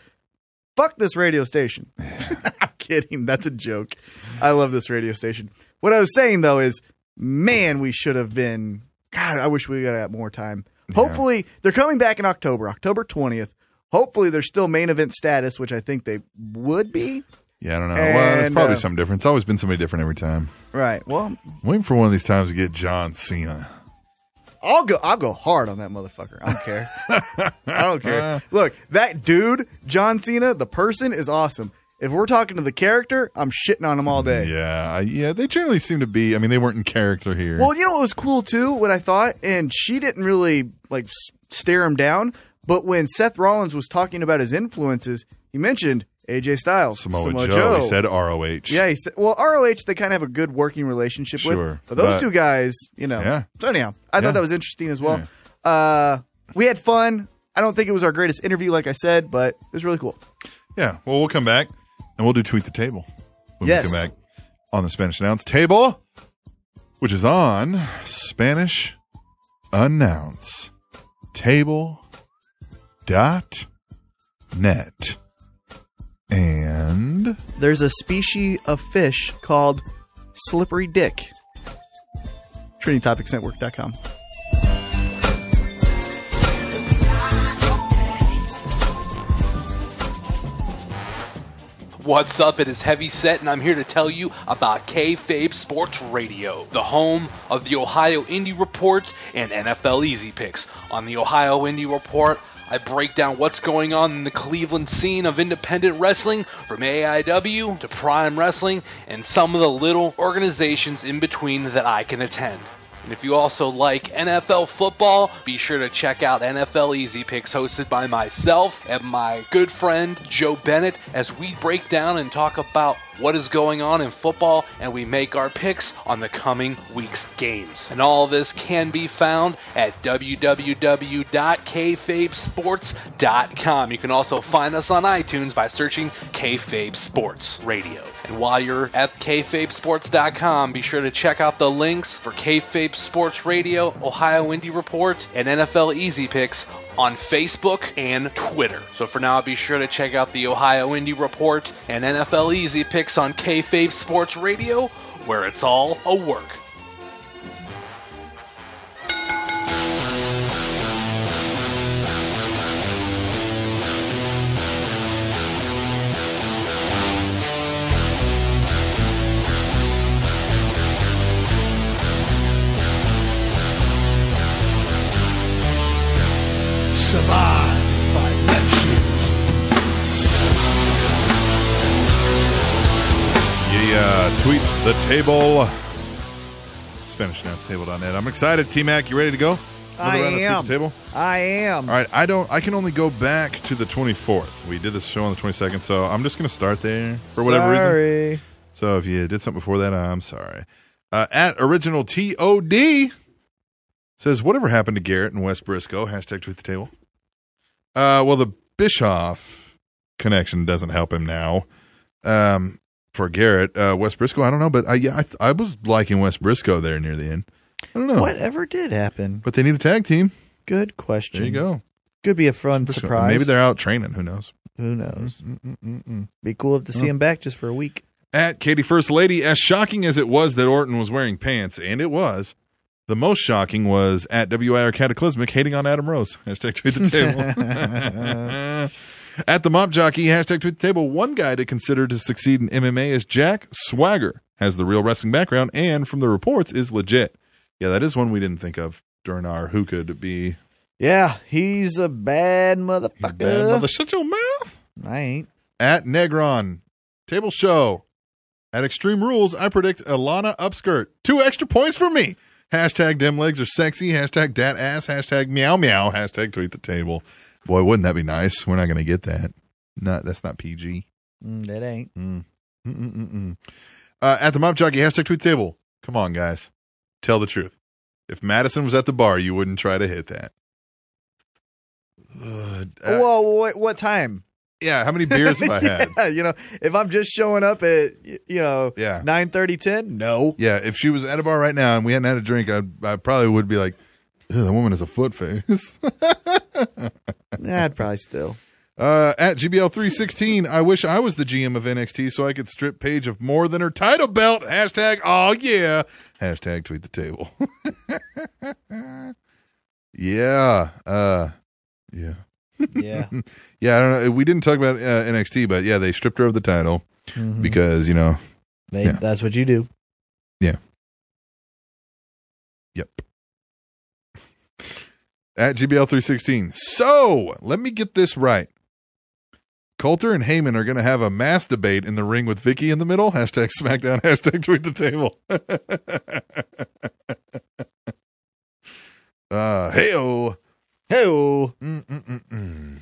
S3: fuck this radio station. I'm kidding. That's a joke. I love this radio station. What I was saying though is, man, we should have been. God, I wish we got had more time. Hopefully, they're coming back in October, October 20th. Hopefully, they're still main event status, which I think they would be.
S2: Yeah, I don't know. well, it's
S3: And,
S2: probably
S3: uh,
S2: something different. It's always been somebody different every time.
S3: Right. Well,
S2: I'm waiting for one of these times to get John Cena.
S3: I'll go. I'll go hard on that motherfucker. I don't care. I don't care. Look, that dude, John Cena, the person is awesome. If we're talking to the character, I'm shitting on him all day.
S2: Yeah, I- yeah. They generally seem to be. I mean, they weren't in character here.
S3: Well, you know what was cool too? What I thought, and she didn't really like s- stare him down. But when Seth Rollins was talking about his influences, he mentioned AJ Styles,
S2: Samoa,
S3: Samoa
S2: Joe. He said ROH.
S3: Yeah, he said, well, ROH, they kind of have a good working relationship with.
S2: Sure,
S3: But those
S2: but-
S3: two guys, you know.
S2: Yeah.
S3: So, anyhow, I
S2: Yeah.
S3: thought that was interesting as well. Uh, we had fun. I don't think it was our greatest interview, like I said, but it was really cool.
S2: Yeah. Well, we'll come back and we'll do tweet the table when
S3: Yes.
S2: we come back on the Spanish announce table, which is on Spanish announce table dot net. And
S3: There's a species of fish called slippery dick. TrinityTopicsNetwork.com.
S9: What's up? It is Heavy Set, and I'm here to tell you about Kayfabe Sports Radio, the home of the Ohio Indie Report and NFL Easy Picks. On the Ohio Indie Report, I break down what's going on in the Cleveland scene of independent wrestling, from AIW to Prime Wrestling, and some of the little organizations in between that I can attend. And if you also like NFL football, be sure to check out NFL Easy Picks hosted by myself and my good friend Joe Bennett as we break down and talk about what is going on in football and we make our picks on the coming week's games. And all this can be found at www.kfabesports.com. You can also find us on iTunes by searching Kayfabe Sports Radio. And while you're at kfabesports.com, be sure to check out the links for Kayfabe Sports Radio, Ohio Indie Report, and NFL Easy Picks on Facebook and Twitter. So for now, be sure to check out the Ohio Indie Report and NFL Easy Picks on Kayfabe Sports Radio, where it's all a work.
S12: Survive if I let you.
S2: yeah, tweet uh, the table. Spanish announce table.net. I'm excited, T Mac. You ready to go?
S3: I
S2: Another round of Tweet the
S3: am.
S2: table?
S3: I am.
S2: All right, I don't. I can only go back to the 24th. We did this show on the 22nd, so I'm just going to start there for whatever
S3: Sorry.
S2: reason. So if you did something before that, I'm sorry. Uh, at original TOD says, "Whatever happened to Garrett and West Briscoe?" Hashtag tweet the table. Uh, well, the Bischoff connection doesn't help him now. Um, for Garrett, uh, West Briscoe, I don't know, but I yeah, I, th- I was liking West Briscoe there near the end. I don't know.
S3: Whatever did happen?
S2: But they need a tag team.
S3: Good question.
S2: There you go.
S3: Could be a fun surprise.
S2: Maybe they're out training. Who knows?
S3: Who knows? Be cool to see him back just for a week.
S2: At Katie First Lady, as shocking as it was that Orton was wearing pants, and it was, the most shocking was at WIR Cataclysmic hating on Adam Rose. Hashtag tweet the table. At the Mop Jockey, hashtag tweet the table, one guy to consider to succeed in MMA is Jack Swagger. Has the real wrestling background and, from the reports, is legit. Yeah, that is one we didn't think of during our who could be.
S3: Yeah, he's a bad motherfucker.
S2: Bad mother, shut your mouth.
S3: I ain't.
S2: At Negron, table show. At Extreme Rules, I predict Alana Upskirt. Two extra points for me. Hashtag dim legs are sexy. Hashtag dat ass. Hashtag meow meow. Hashtag tweet the table. Boy, wouldn't that be nice? We're not going to get that. Not that's not PG.
S3: Mm, that ain't.
S2: Mm. Mm-mm-mm-mm. Uh, at the Mop Jockey, hashtag tweet the table. Come on, guys. Tell the truth. If Madison was at the bar, you wouldn't try to hit that. Ugh, uh,
S3: Whoa, what, what time?
S2: yeah, how many beers have I had?
S3: yeah, you know, if I'm just showing up at y- you know
S2: Yeah.
S3: 9 10, no.
S2: Yeah, if she was at a bar right now and we hadn't had a drink, I I probably would be like, "Ew, that woman has a foot face.
S3: Yeah, I'd probably still.
S2: uh, at GBL316, I wish I was the GM of NXT so I could strip Paige of more than her title belt. Hashtag, oh yeah. Hashtag tweet the table. yeah. Uh, yeah.
S3: Yeah.
S2: Yeah, I don't know. We didn't talk about uh, NXT, but yeah, they stripped her of the title
S3: Mhm.
S2: because, you know,
S3: They,
S2: Yeah.
S3: That's what you do.
S2: Yep. At GBL316. So, let me get this right. Coulter and Heyman are going to have a mass debate in the ring with Vicky in the middle. Hashtag SmackDown. Hashtag tweet the table. uh, hey-o.
S3: Hey,
S2: Mm-mm-mm-mm.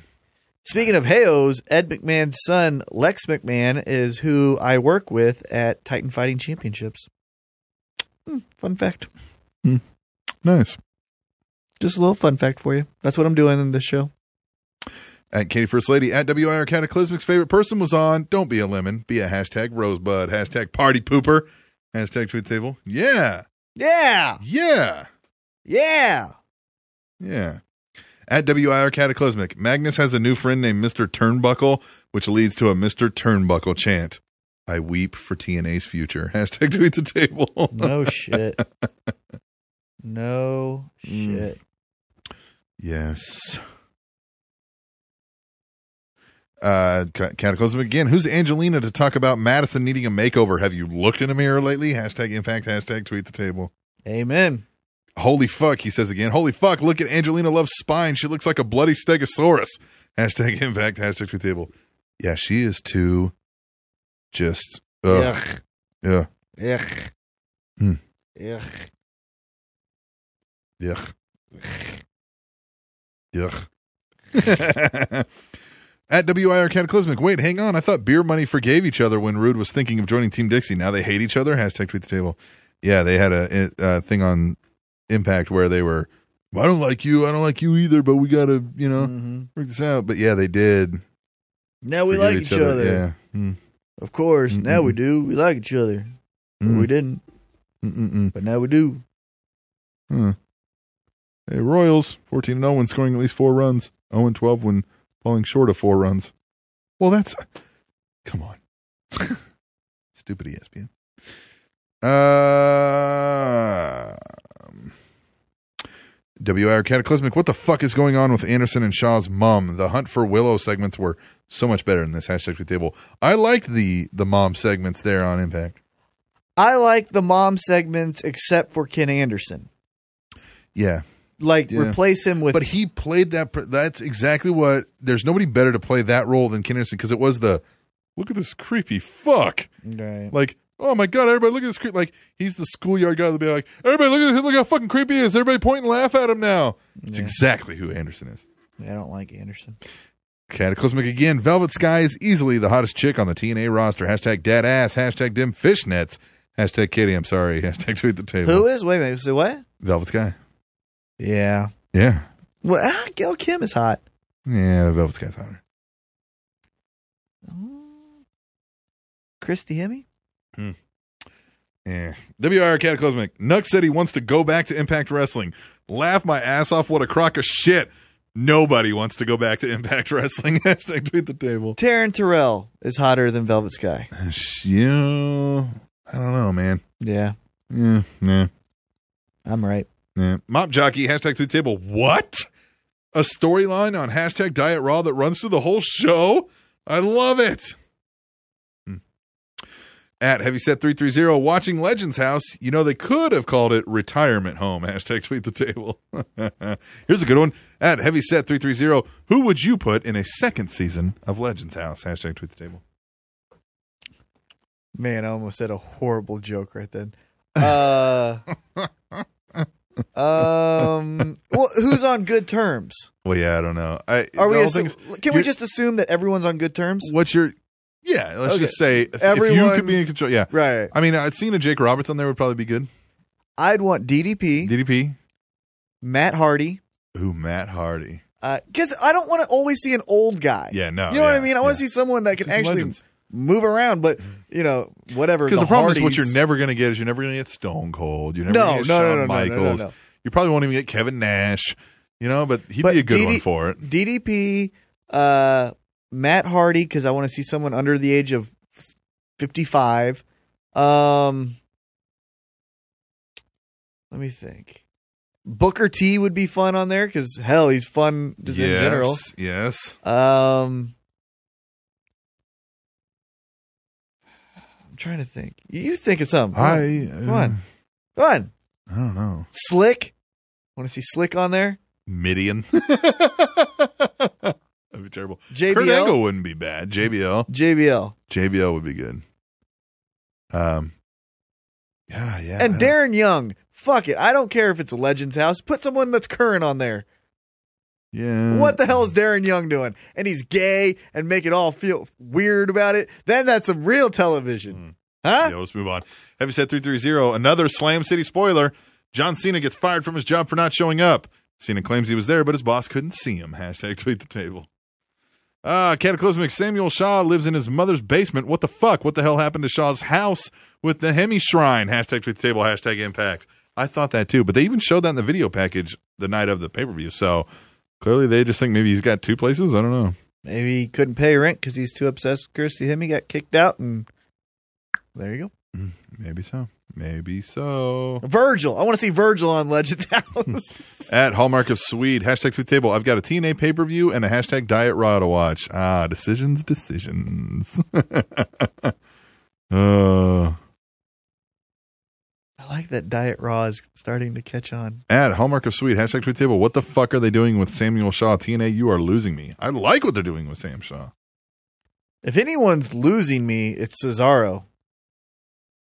S3: Speaking of Hayos, Ed McMahon's son, Lex McMahon, is who I work with at Titan Fighting Championships. Hmm, fun fact.
S2: Nice.
S3: Just a little fun fact for you. That's what I'm doing in this show.
S2: At Katie First Lady, at WIR Cataclysmic's favorite person was on. Don't be a lemon. Be a hashtag rosebud. Hashtag party pooper. Hashtag tweet the table. Yeah.
S3: Yeah.
S2: Yeah.
S3: Yeah.
S2: Yeah. At WIR Cataclysmic, Magnus has a new friend named Mr. Turnbuckle, which leads to a Mr. Turnbuckle chant. I weep for TNA's future. Hashtag tweet the table.
S3: No shit. No
S2: Mm.
S3: shit.
S2: yes. Uh, Ca- Cataclysmic again. Who's Angelina to talk about Madison needing a makeover? Have you looked in a mirror lately? Hashtag impact. Hashtag tweet the table.
S3: Amen.
S2: Holy fuck, he says again. Holy fuck, look at Angelina Love's spine. She looks like a bloody stegosaurus. Hashtag impact, hashtag tweet table. Yeah, she is too just ugh.
S3: Yuck.
S2: Yeah.
S3: Yuck.
S2: Hmm.
S3: Yuck.
S2: Yuck. Yuck. At WIR Cataclysmic. Wait, hang on. I thought Beer Money forgave each other when Rude was thinking of joining Team Dixie. Now they hate each other. Hashtag tweet the table. Yeah, they had a uh, thing on Impact where they were, "Well, I don't like you. I don't like you either, but we got to, you know, work this out. But yeah, they did.
S3: Mm-hmm. Now we
S2: forgive
S3: like each other.
S2: Yeah. Mm.
S3: Of course. Now we do. We like each other. But
S2: Mm.
S3: We didn't.
S2: Mm-mm-mm.
S3: But now we do.
S2: Huh. Hmm. Hey, Royals, 14 0 when scoring at least four runs, 0 12 when falling short of four runs. Well, that's. Come on. Stupid E ESPN. Uh, WIR Cataclysmic, what the fuck is going on with Anderson and Shaw's mom? The Hunt for Willow segments were so much better than this hashtag tweet table. I liked the the mom segments there on Impact.
S3: I like the mom segments except for Ken Anderson.
S2: Yeah.
S3: Like
S2: Yeah.
S3: replace him with
S2: but he played that. pr- That's exactly what. There's nobody better to play that role than Ken Anderson because it was the look at this creepy fuck.
S3: Right.
S2: Like, oh my god, everybody look at this creep. Like he's the schoolyard guy to be like, everybody look at this, look how fucking creepy he is. Everybody point and laugh at him now. It's exactly who Anderson is.
S3: I don't like Anderson.
S2: Cataclysmic again. Velvet Sky is easily the hottest chick on the TNA roster. Hashtag dead ass. Hashtag dim fishnets. Hashtag Katie. I'm sorry. Hashtag tweet the table.
S3: Who is? Wait a minute. So what?
S2: Velvet Sky.
S3: Yeah.
S2: Yeah.
S3: Well, ah, Gail Kim is hot.
S2: Yeah. Velvet Sky's hotter.
S3: Christy Hemme?
S2: Yeah. WIR Cataclysmic. Nuck said he wants to go back to Impact Wrestling. Laugh my ass off. What a crock of shit. Nobody wants to go back to Impact Wrestling. Hashtag tweet the table.
S3: Taryn Terrell is hotter than Velvet Sky.
S2: Yeah. I don't know, man.
S3: Yeah.
S2: Yeah. Yeah.
S3: I'm right.
S2: yeah. Mop jockey. Hashtag tweet the table. What? a storyline on hashtag Diet Raw that runs through the whole show. I love it. Hmm. At Heavyset330, watching Legends House, you know they could have called it Retirement Home. Hashtag tweet the table. Here's a good one. At Heavyset330, who would you put in a second season of Legends House? Hashtag tweet the table.
S3: Man, I almost said a horrible joke right then. Uh, um, well, who's on good terms?
S2: Well, yeah, I don't know. I,
S3: Are we?
S2: the whole
S3: assu-
S2: thing's-
S3: can we
S2: you're-
S3: just assume that everyone's on good terms?
S2: What's your? Yeah, let's
S3: Okay.
S2: just say if, if you
S3: Everyone-
S2: could be in control. Yeah,
S3: right.
S2: I mean, I'd seen a Jake Roberts on there would probably be good.
S3: I'd want DDP,
S2: DDP,
S3: Matt Hardy,
S2: Ooh, Matt Hardy.
S3: because I don't want to always see an old guy.
S2: Yeah, no,
S3: you know what I
S2: yeah,
S3: mean. I want to
S2: yeah.
S3: see someone that can
S2: Just
S3: actually
S2: legends.
S3: move around. But you know, whatever.
S2: Because the, problem is, what you're
S3: Hardys-
S2: never going to get is you're never going to get Stone Cold. You're never
S3: No,
S2: going to get
S3: no, no,
S2: Shawn
S3: no, no, no, no,
S2: Michaels.
S3: no.
S2: You probably won't even get Kevin Nash. You know, but he'd
S3: But
S2: be a good
S3: DD
S2: one for it.
S3: DDP, uh, Matt Hardy, because I want to see someone under the age of f- 55. Um, let me think. Booker T would be fun on there because hell, he's fun just in
S2: Yes,
S3: general.
S2: Yes.
S3: Um, I'm trying to think. You, you think of something. Come on.
S2: I, uh,
S3: Come on. Come on.
S2: I don't know.
S3: Slick. Want to see Slick on there?
S2: Midian. That'd be terrible. Kurt
S3: JBL.
S2: Angle wouldn't be bad. JBL.
S3: JBL.
S2: JBL would be good. Um. Yeah, yeah.
S3: and Darren Young. Fuck it. I don't care if it's a Legends house. Put someone that's current on there.
S2: Yeah.
S3: What the hell is Darren Young doing? And he's gay and make it all feel weird about it. Then that's some real television. Huh?
S2: Yeah, let's move on. Heavy set 330, another Slam City spoiler. John Cena gets fired from his job for not showing up. Cena claims he was there, but his boss couldn't see him. Hashtag tweet the table. Uh, Cataclysmic Samuel Shaw lives in his mother's basement. What the fuck? What the hell happened to Shaw's house with the Hemi Shrine? Hashtag tweet the table. Hashtag impact. I thought that too, but they even showed that in the video package the night of the pay per view. So clearly they just think maybe he's got two places. I don't know.
S3: Maybe he couldn't pay rent because he's too obsessed with Kirsty Him. He got kicked out, and there you
S2: Maybe so. Maybe so.
S3: go. Virgil. I want to see Virgil on Legends House.
S2: At Hallmark of Swede, hashtag tweet table. I've got a TNA pay per view and a hashtag diet raw to watch. Ah, decisions, decisions. uh,
S3: I like that Diet Raw is starting to catch on.
S2: at Hallmark of Swede, hashtag tweet table. What the fuck are they doing with Samuel Shaw? TNA, you are losing me. I like what they're doing with Sam Shaw.
S3: If anyone's losing me, it's Cesaro.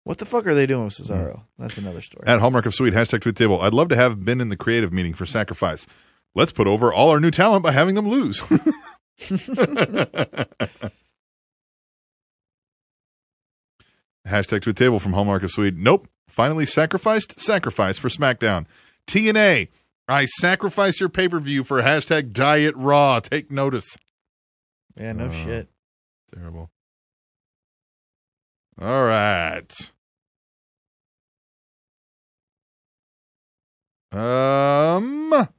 S3: What the fuck are they doing with Cesaro? That's another story.
S2: At Hallmark of Swede, hashtag tweet table. I'd love to have been in the creative meeting for sacrifice. Let's put over all our new talent by having them lose. Hashtag tweet table from Hallmark of Sweden. Nope. Finally sacrificed. Sacrifice for SmackDown. TNA. I sacrifice your pay per view for hashtag Diet Raw. Take notice.
S3: Yeah, no
S2: Uh,
S3: shit.
S2: Terrible. All right. Um,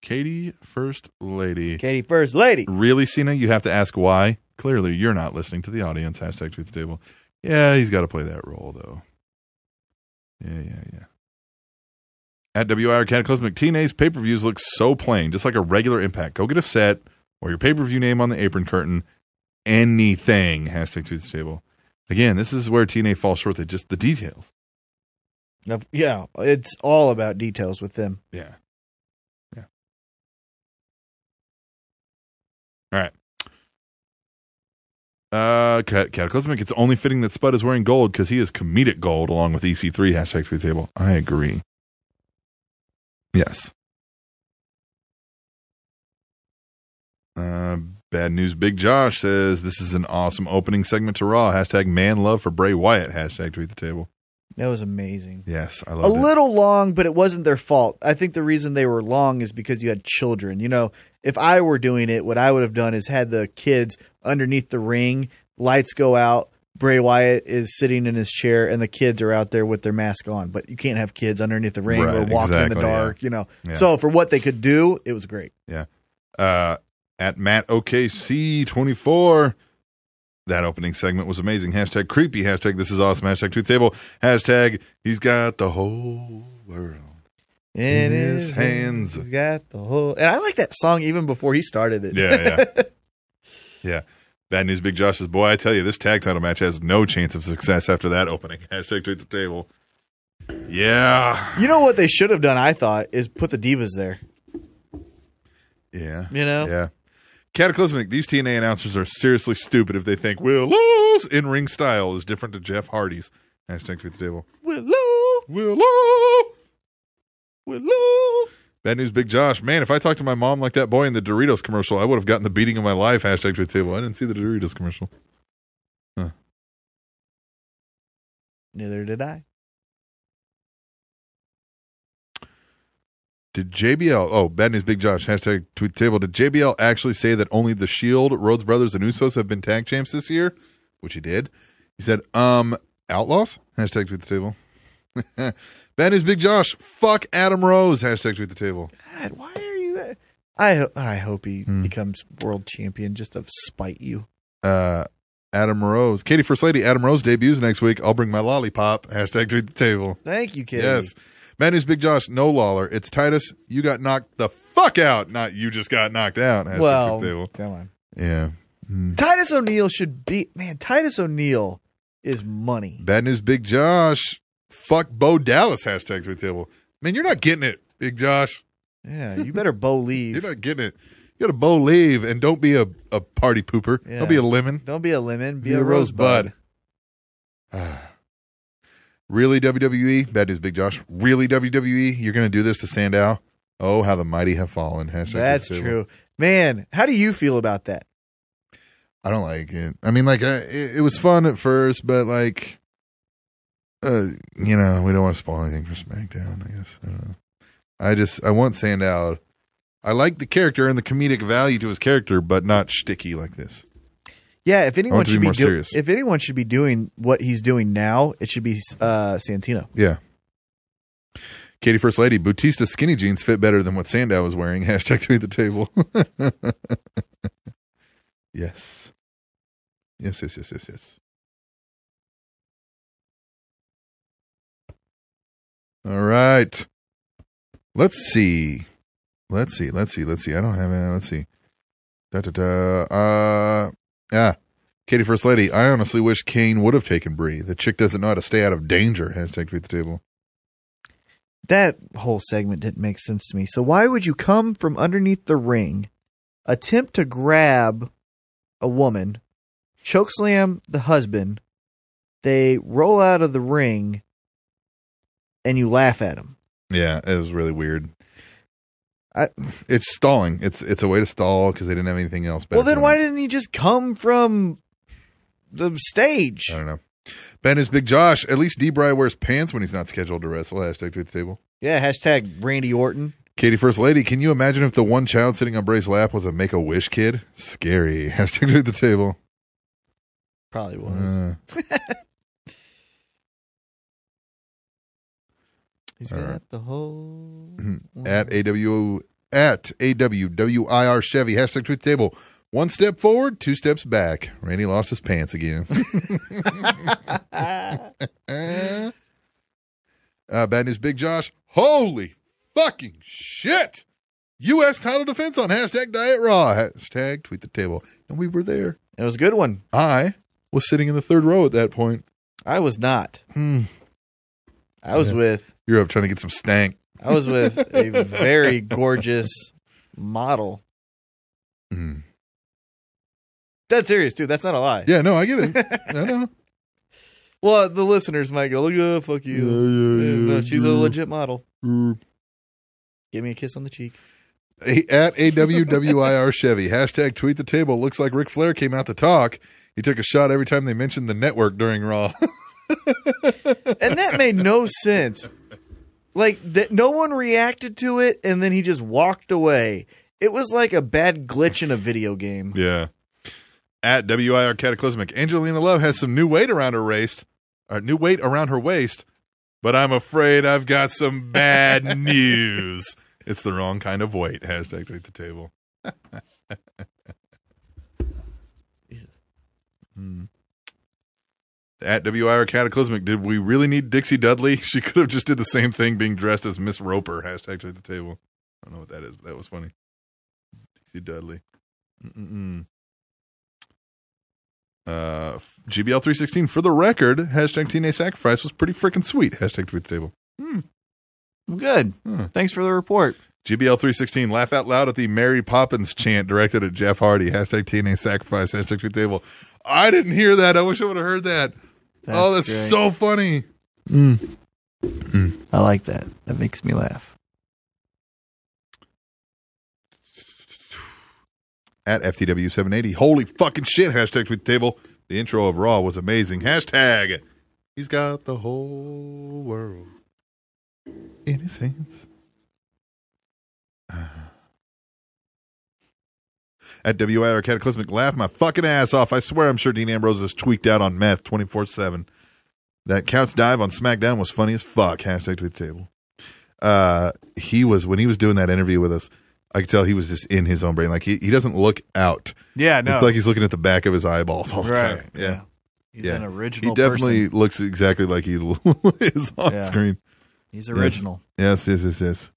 S2: Katie, first lady.
S3: Katie, first lady.
S2: Really, Cena? You have to ask why. Clearly, you're not listening to the audience. Hashtag tweet the table. Yeah, he's got to play that role though. Yeah, yeah, yeah. At WIR Cataclysmic, TNA's pay per views look so plain, just like a regular impact. Go get a set or your pay per view name on the apron curtain. Anything. Hashtag tweet the table. Again, this is where TNA falls short. They just the details.
S3: No, Yeah, it's all about details with them.
S2: Yeah. Yeah. All right. Uh, Cat- Cataclysmic, it's only fitting that Spud is wearing gold because he is comedic gold along with EC3. Hashtag tweet table. I agree. Yes. Uh, Bad news. Big Josh says this is an awesome opening segment to Raw. Hashtag man love for Bray Wyatt. Hashtag tweet the table.
S3: That was amazing.
S2: Yes, I
S3: A
S2: love it.
S3: little long, but it wasn't their fault. I think the reason they were long is because you had children. You know, if I were doing it, what I would have done is had the kids underneath the ring, lights go out, Bray Wyatt is sitting in his chair, and the kids are out there with their mask on. But you can't have kids underneath the ring or
S2: Right,
S3: walking in the
S2: exactly, yeah.
S3: dark, you know.
S2: Yeah.
S3: So for what they could do, it was great.
S2: Yeah. Uh, at Matt OKC twenty four. That opening segment was amazing. Hashtag creepy. Hashtag this is awesome. Hashtag truth table. Hashtag he's got the whole world.
S3: In his hands. He's got the whole. And I like that song even before he started it.
S2: Yeah, yeah. yeah. Bad news, Big Josh says, boy, I tell you, this tag title match has no chance of success after that opening. Hashtag tweet the table. Yeah.
S3: You know what they should have done, I thought, is put the divas there.
S2: Yeah.
S3: You know?
S2: Yeah. Cataclysmic, these TNA announcers are seriously stupid if they think Will Lose in ring style is different to Jeff Hardy's. Hashtag tweet the table.
S3: Willow.
S2: Willow.
S3: Willow.
S2: Bad news, Big Josh. Man, if I talked to my mom like that boy in the Doritos commercial, I would have gotten the beating of my life. Hashtag tweet the table. I didn't see the Doritos commercial.
S3: Neither did I.
S2: Did JBL? Oh, bad news, Big Josh. Hashtag tweet the table. Did JBL actually say that only the Shield, E Rhodes Brothers, and Usos have been tag champs this year? Which he did. He said, "Um, Outlaws." Hashtag tweet the table. bad news, Big Josh. Fuck Adam Rose. Hashtag tweet the table.
S3: God, why are you. uh, I, ho- I hope he
S2: Hmm.
S3: becomes world champion just to spite you.
S2: Uh, Adam Rose, Katie First Lady. Adam Rose debuts next week. I'll bring my lollipop. Hashtag tweet the table.
S3: Thank you, Katie.
S2: Yes. Bad news, Big Josh. No Lawler. It's Titus. You got knocked the fuck out. Not you just got knocked out. Hashtag
S3: Well,
S2: tweet the table. Hmm.
S3: come on.
S2: Yeah.
S3: Titus O'Neil should be. Man, Titus O'Neil is money.
S2: Bad news, Big Josh. Fuck Bo Dallas. Hashtag tweet the table. Man, you're not getting it, Big Josh.
S3: Yeah, you better Bo leave.
S2: you're not getting it. You gotta Bo leave and don't be a, a party pooper.
S3: Yeah.
S2: Don't be a lemon.
S3: Don't be a lemon. Be,
S2: Be
S3: a,
S2: a
S3: rosebud.
S2: Really, WWE? Bad news, Big Josh. Really, WWE? You're gonna do this to Sandow? Oh, how the mighty have fallen. Hashtag tweet the
S3: That's
S2: table.
S3: true. Man, how do you feel about that?
S2: I don't like it. I mean, like, I, it, it was fun at first, but like, uh, you know, we don't want to spoil anything for SmackDown. I guess I don't know. I just I want Sandow. I like the character and the comedic value to his character, but not shticky like this.
S3: Yeah, if anyone
S2: to
S3: should
S2: be
S3: be,
S2: more
S3: do-
S2: serious.
S3: if anyone should be doing what he's doing now, it should be uh, Santino.
S2: Yeah. Katie, first lady, Bautista skinny jeans fit better than what Sandow was wearing. Hashtag tweet the table. yes. Yes, yes, yes, yes, yes. All right. Let's see. Let's see. Let's see. Let's see. I don't have it. Let's see. Da da da. Uh, yeah. Katie, first lady. I honestly wish Kane would have taken Brie. The chick doesn't know how to stay out of danger. Hashtag tweet the table.
S3: That whole segment didn't make sense to me. So why would you come from underneath the ring, attempt to grab a woman, chokeslam the husband, they roll out of the ring, and you laugh at him?
S2: Yeah, it was really weird. it's stalling. It's it's a way to stall because they didn't have anything else.
S3: Well, then why
S2: did
S3: didn't he just come from the stage?
S2: I don't know. Ben is Big Josh. At least D. Bry wears pants when he's not scheduled to wrestle. Hashtag tweet the table.
S3: Yeah, hashtag Randy Orton.
S2: Katie, first lady, can you imagine if the one child sitting on Bray's lap was a make a wish kid? Scary. Hashtag tweet the table.
S3: Probably was.
S2: Uh,
S3: He's
S2: all
S3: got
S2: right. Mm-hmm.
S3: the whole.
S2: at AW at AWWIR Chevy. Hashtag tweet the table. One step forward, two steps back. Randy lost his pants again. Uh, bad news, Big Josh. Holy fucking shit! U.S. title defense on hashtag Diet Raw. Hashtag tweet the table. And we were there.
S3: It was a good one.
S2: I was sitting in the third row at that point.
S3: I was not.
S2: Hmm.
S3: I was
S2: Yeah.
S3: with
S2: You're up trying to get some stank.
S3: I was with a very gorgeous model.
S2: Mm.
S3: Dead serious, dude. That's not a lie.
S2: Yeah, no, I get it. I know.
S3: Well, the listeners might go, "Look, uh, fuck you."
S2: Yeah, yeah,
S3: no,
S2: yeah,
S3: she's a
S2: yeah.
S3: legit model.
S2: Mm.
S3: Give me a kiss on the cheek.
S2: A- at AWWIR Chevy. Hashtag tweet the table. Looks like Ric Flair came out to talk. He took a shot every time they mentioned the network during Raw.
S3: And that made no sense. Like that, no one reacted to it, and then he just walked away. It was like a bad glitch in a video game.
S2: yeah. At WIR Cataclysmic. Angelina Love has some new weight around her waist. Or new weight around her waist. But I'm afraid I've got some bad news. It's the wrong kind of weight. Hashtag tweet the table. Hmm. At WIR Cataclysmic, did we really need Dixie Dudley? She could have just did the same thing being dressed as Miss Roper. Hashtag tweet the table. I don't know what that is, but that was funny. Dixie Dudley. Mm-mm-mm. Uh, GBL three sixteen for the record. Hashtag teenage sacrifice was pretty freaking sweet. Hashtag tweet the table.
S3: Good. Thanks for the report.
S2: GBL three sixteen laugh out loud at the Mary Poppins chant directed at Jeff Hardy. Hashtag teenage sacrifice. Hashtag tweet the table. I didn't hear that. I wish I would have heard that. oh, that's
S3: That's great.
S2: so funny.
S3: I like that. That makes me laugh.
S2: at E FTW780. Holy fucking shit. Hashtag tweet the table. The intro of Raw was amazing. Hashtag. He's got the whole world in his hands. Uh-huh. At WIR Cataclysmic, laugh my fucking ass off. I swear I'm sure Dean Ambrose is tweaked out on meth 24 7. That couch dive on SmackDown was funny as fuck. Hashtag tweet the table. Uh, he was, when he was doing that interview with us, I could tell he was just in his own brain. Like he, he doesn't look out.
S3: Yeah, no.
S2: It's like he's looking at the back of his eyeballs all the
S3: Right,
S2: time. Yeah.
S3: He's an original
S2: He definitely
S3: person.
S2: looks exactly like he is on
S3: Yeah.
S2: screen.
S3: He's
S2: Yes.
S3: original.
S2: Yes, yes, yes, yes.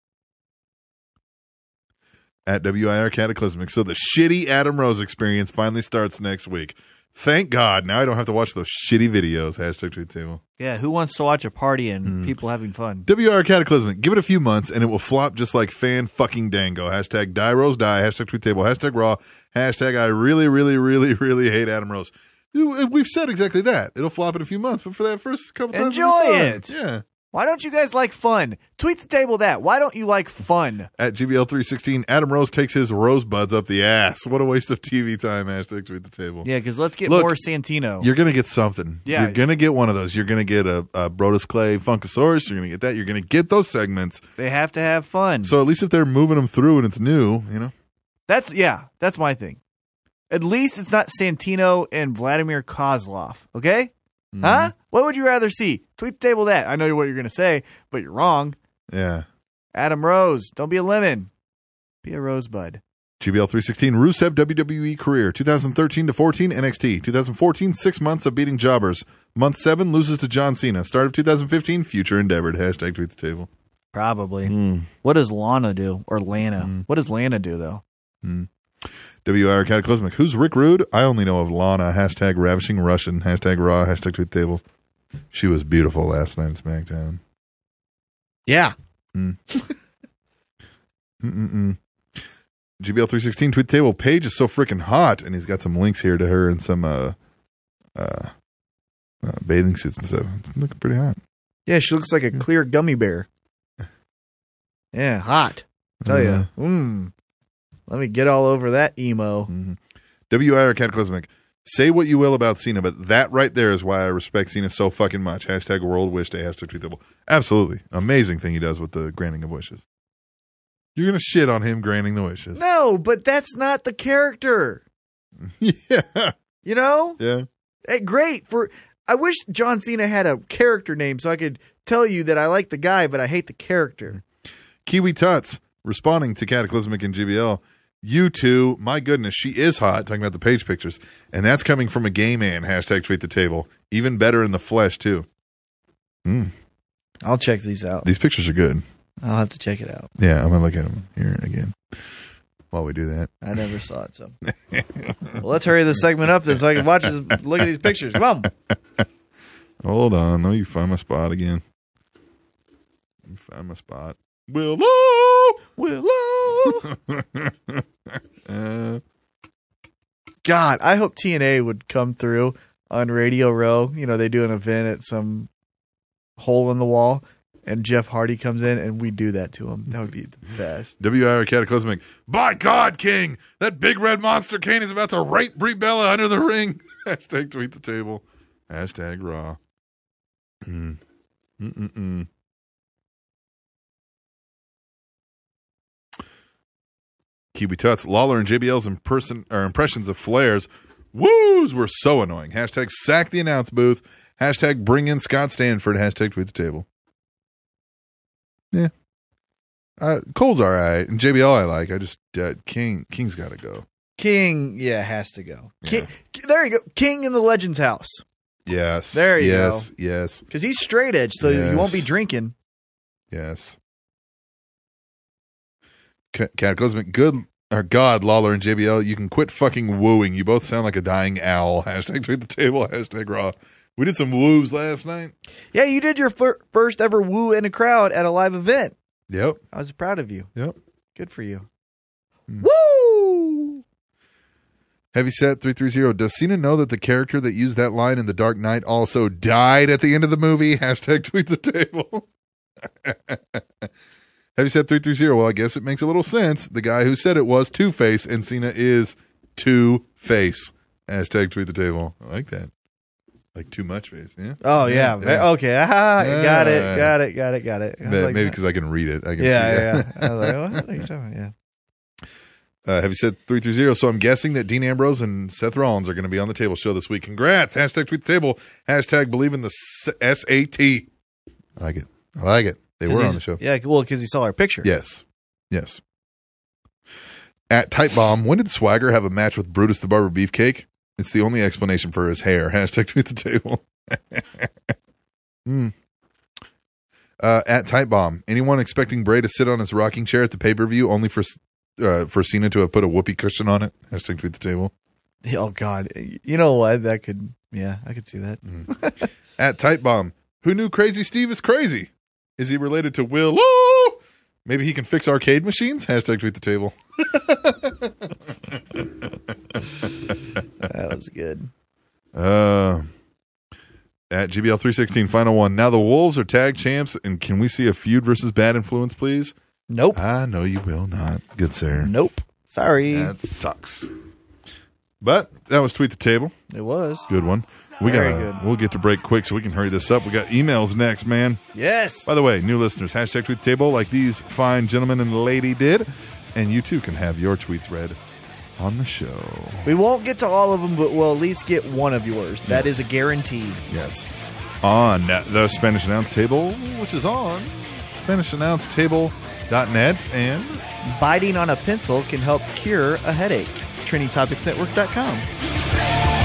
S2: At WIR Cataclysmic. So the shitty Adam Rose experience finally starts next week. Thank God. Now I don't have to watch those shitty videos. Hashtag tweet table.
S3: Yeah, who wants to watch a party and
S2: Mm.
S3: people having fun?
S2: WR Cataclysmic. Give it a few months and it will flop just like fan fucking dango. Hashtag die rose die. Hashtag tweet table. Hashtag raw. Hashtag I really, really, really, really hate Adam Rose. You- uh, We've said exactly that. It'll flop in a few months, but for that first couple times, it'll
S3: Enjoy
S2: be fine.
S3: it.
S2: Yeah.
S3: Why don't you guys like fun? Tweet the table that. Why don't you like fun?
S2: At GBL316, Adam Rose takes his rosebuds up the ass. What a waste of TV time. Hashtag tweet the table.
S3: Yeah, because let's get
S2: Look,
S3: more Santino.
S2: You're gonna get something.
S3: Yeah.
S2: You're gonna get one of those. You're gonna get a, a Brodus Clay Funkasaurus. You're gonna get that. You're gonna get those segments.
S3: They have to have fun.
S2: So at least if they're moving them through and it's new, you know.
S3: That's yeah, that's my thing. At least it's not Santino and Vladimir Kozlov, okay?
S2: Mm-hmm.
S3: Huh? What would you rather see? Tweet the table that. I know what you're going to say, but you're wrong.
S2: Yeah.
S3: Adam Rose, don't be a lemon. Be a rosebud.
S2: GBL 316, Rusev WWE career, 2013 to 14 NXT, 2014 six months of beating jobbers, month seven loses to John Cena, start of 2015 future endeavored. Hashtag tweet the table.
S3: Probably. What does Lana do? Or Lana? What does Lana do, though?
S2: WIR Cataclysmic. Who's Rick Rude? I only know of Lana. Hashtag ravishing Russian. Hashtag raw. Hashtag tweet table. She was beautiful last night at SmackDown.
S3: Yeah.
S2: Mm-mm-mm. GBL316 tweet table. Paige is so freaking hot. And he's got some links here to her and some uh, uh, uh, bathing suits and stuff. Looking pretty hot.
S3: Yeah, she looks like a clear gummy bear. Yeah, hot. Tell
S2: Yeah.
S3: you. Mm. Let me get all over that emo.
S2: WIR Cataclysmic. Say what you will about Cena, but that right there is why I respect Cena so fucking much. Hashtag World Wish Day. Hashtag tweet double. Absolutely amazing thing he does with the granting of wishes. You're gonna shit on him granting the wishes.
S3: No, but that's not the character.
S2: yeah.
S3: You know?
S2: Yeah.
S3: Hey, great for I wish John Cena had a character name so I could tell you that I like the guy but I hate the character.
S2: Kiwi Tuts responding to Cataclysmic and GBL. You two, my goodness, she is hot. Talking about the page pictures, and that's coming from a gay man. Hashtag tweet the table. Even better in the flesh too. Mm,
S3: I'll check these out.
S2: these pictures are good.
S3: I'll have to check it out.
S2: Yeah, I'm gonna look at them here again while we do that.
S3: I never saw it, so well, let's hurry this segment up then so I can watch this look at these pictures. Come on.
S2: Hold on. Let me find my spot again. Let me find my spot. Willow! Willow! uh,
S3: God, I hope TNA would come through on Radio Row. You know, they do an event at some hole in the wall, and Jeff Hardy comes in, and we do that to him. That would be the best.
S2: WIR Cataclysmic. By God, King! That big red monster Kane is about to rape Brie Bella under the ring. Hashtag tweet the table. Hashtag raw. Mm. Mm-mm-mm. Kiwi Tuts, Lawler and JBL's imperson, or impressions of Flair's woos were so annoying. Hashtag sack the announce booth. Hashtag bring in Scott Stanford. Hashtag tweet the table. Yeah. Uh, Cole's all right, and JBL I like. I just uh, King King's got to go.
S3: King, yeah, has to go. King, There you go. King in the Legends house.
S2: Yes.
S3: There you
S2: yes,
S3: go.
S2: Yes.
S3: Because he's straight edge, so you won't be
S2: Yes.
S3: drinking.
S2: Yes. Ca- Cataclysmic, good or God, Lawler and JBL, you can quit fucking wooing. You both sound like a dying owl. Hashtag tweet the table. Hashtag raw. We did some woos last night.
S3: Yeah, you did your fir- first ever woo in a crowd at a live event.
S2: Yep.
S3: I was proud of you.
S2: Yep.
S3: Good for you.
S2: Hmm. Woo! Heavy set three three zero. Does Cena know that the character that used that line in The Dark Knight also died at the end of the movie? Hashtag tweet the table. Heavy set three three zero. Well, I guess it makes a little sense. The guy who said it was Two Face, and Cena is Two Face. Hashtag tweet the table. I like that. Like too much face. Yeah.
S3: Oh yeah. Okay. Ah, Got
S2: Yeah.
S3: it. Got it. Got it. Got it. I was
S2: May-
S3: like,
S2: maybe because I can read it. I can see
S3: yeah,
S2: it.
S3: yeah. I was like, what are you talking about? Yeah.
S2: Uh, have you said three through zero? So I'm guessing that Dean Ambrose and Seth Rollins are going to be on the table show this week. Congrats! Hashtag tweet the table. Hashtag believe in the S A T. I like it. I like it. They
S3: 'Cause
S2: were on
S3: he's-
S2: the show.
S3: Yeah, well, because he saw our picture.
S2: Yes. Yes. At Type Bomb, when did Swagger have a match with Brutus the Barber Beefcake? It's the only explanation for his hair. Hashtag tweet the table. Hmm. Uh, at Type Bomb, anyone expecting Bray to sit on his rocking chair at the pay per view only for uh, for Cena to have put a whoopee cushion on it? Hashtag tweet the table.
S3: Oh God. You know what? That could. Yeah, I could see that.
S2: Mm. At Type Bomb, who knew Crazy Steve is crazy? Is he related to Will? Maybe he can fix arcade machines? Hashtag tweet the table.
S3: that was good.
S2: Uh, at GBL three sixteen final one. Now the Wolves are tag champs, and can we see a feud versus Bad Influence, please?
S3: Nope.
S2: I know you will not, good sir.
S3: Nope. Sorry.
S2: That sucks. But that was tweet the table.
S3: It was
S2: good one. We got.
S3: Very
S2: to We'll get to break quick so we can hurry this up. We got emails next, man.
S3: Yes.
S2: By the way, new listeners, hashtag tweet the table like these fine gentlemen and lady did, and you too can have your tweets read on the show.
S3: We won't get to all of them, but we'll at least get one of yours. That
S2: Yes.
S3: is a guarantee.
S2: Yes. On the Spanish Announce Table, which is on SpanishAnnounceTable.net and
S3: Biting on a pencil can help cure a headache. TrainingTopicsNetwork.com.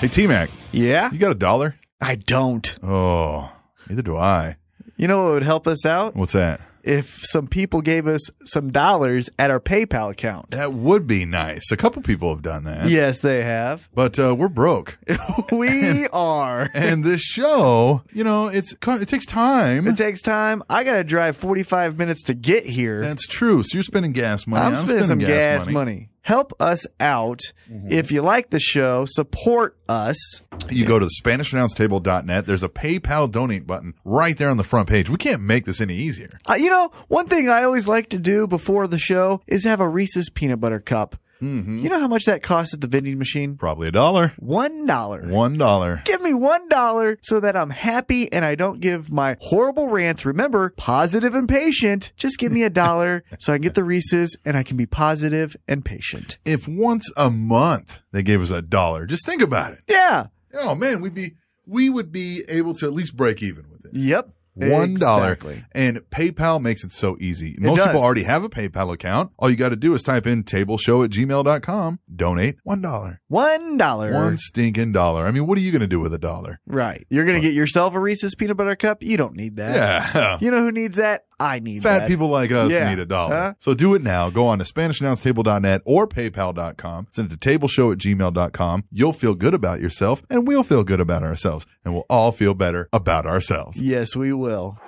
S2: Hey T Mac.
S3: Yeah?
S2: You got a dollar?
S3: I don't.
S2: Oh, neither do I.
S3: You know what would help us out?
S2: What's that?
S3: If some people gave us some dollars at our PayPal account.
S2: That would be nice. A couple people have done that.
S3: Yes, they have.
S2: But uh, we're broke.
S3: We are.
S2: and this show, you know, it's it takes time.
S3: It takes time. I got to drive 45 minutes to get here.
S2: That's true. So you're spending gas money.
S3: I'm spending, some gas, money. Mm-hmm. Help us out. If you like the show, support us.
S2: You go to the SpanishAnnounceTable.net. There's a PayPal donate button right there on the front page. We can't make this any easier.
S3: Uh, you know, one thing I always like to do before the show is have a Reese's peanut butter cup. Mm-hmm. You know how much that costs at the vending machine?
S2: Probably a dollar.
S3: One dollar.
S2: One dollar.
S3: Give me one dollar so that I'm happy and I don't give my horrible rants. Remember, positive and patient. Just give me a dollar so I can get the Reese's and I can be positive and patient.
S2: if once a month they gave us a dollar, just think about it.
S3: Yeah.
S2: Oh man, we'd be we would be able to at least break even with it.
S3: Yep.
S2: One dollar.
S3: Exactly.
S2: And PayPal makes it so easy. Most people
S3: does.
S2: already have a PayPal account. All you got to do is type in tableshow at gmail.com, donate one dollar.
S3: One dollar.
S2: One stinking dollar. I mean, what are you going to do with a dollar?
S3: Right. You're going to get yourself a Reese's peanut butter cup. You don't need that.
S2: Yeah.
S3: You know who needs that? I need
S2: Fat
S3: that.
S2: people like us
S3: Yeah.
S2: need a dollar.
S3: Huh?
S2: So do it now. Go on to SpanishAnnounceTable.net or PayPal.com. Send it to tableshow at gmail.com. You'll feel good about yourself, and we'll feel good about ourselves, and we'll all feel better about ourselves.
S3: Yes, we will.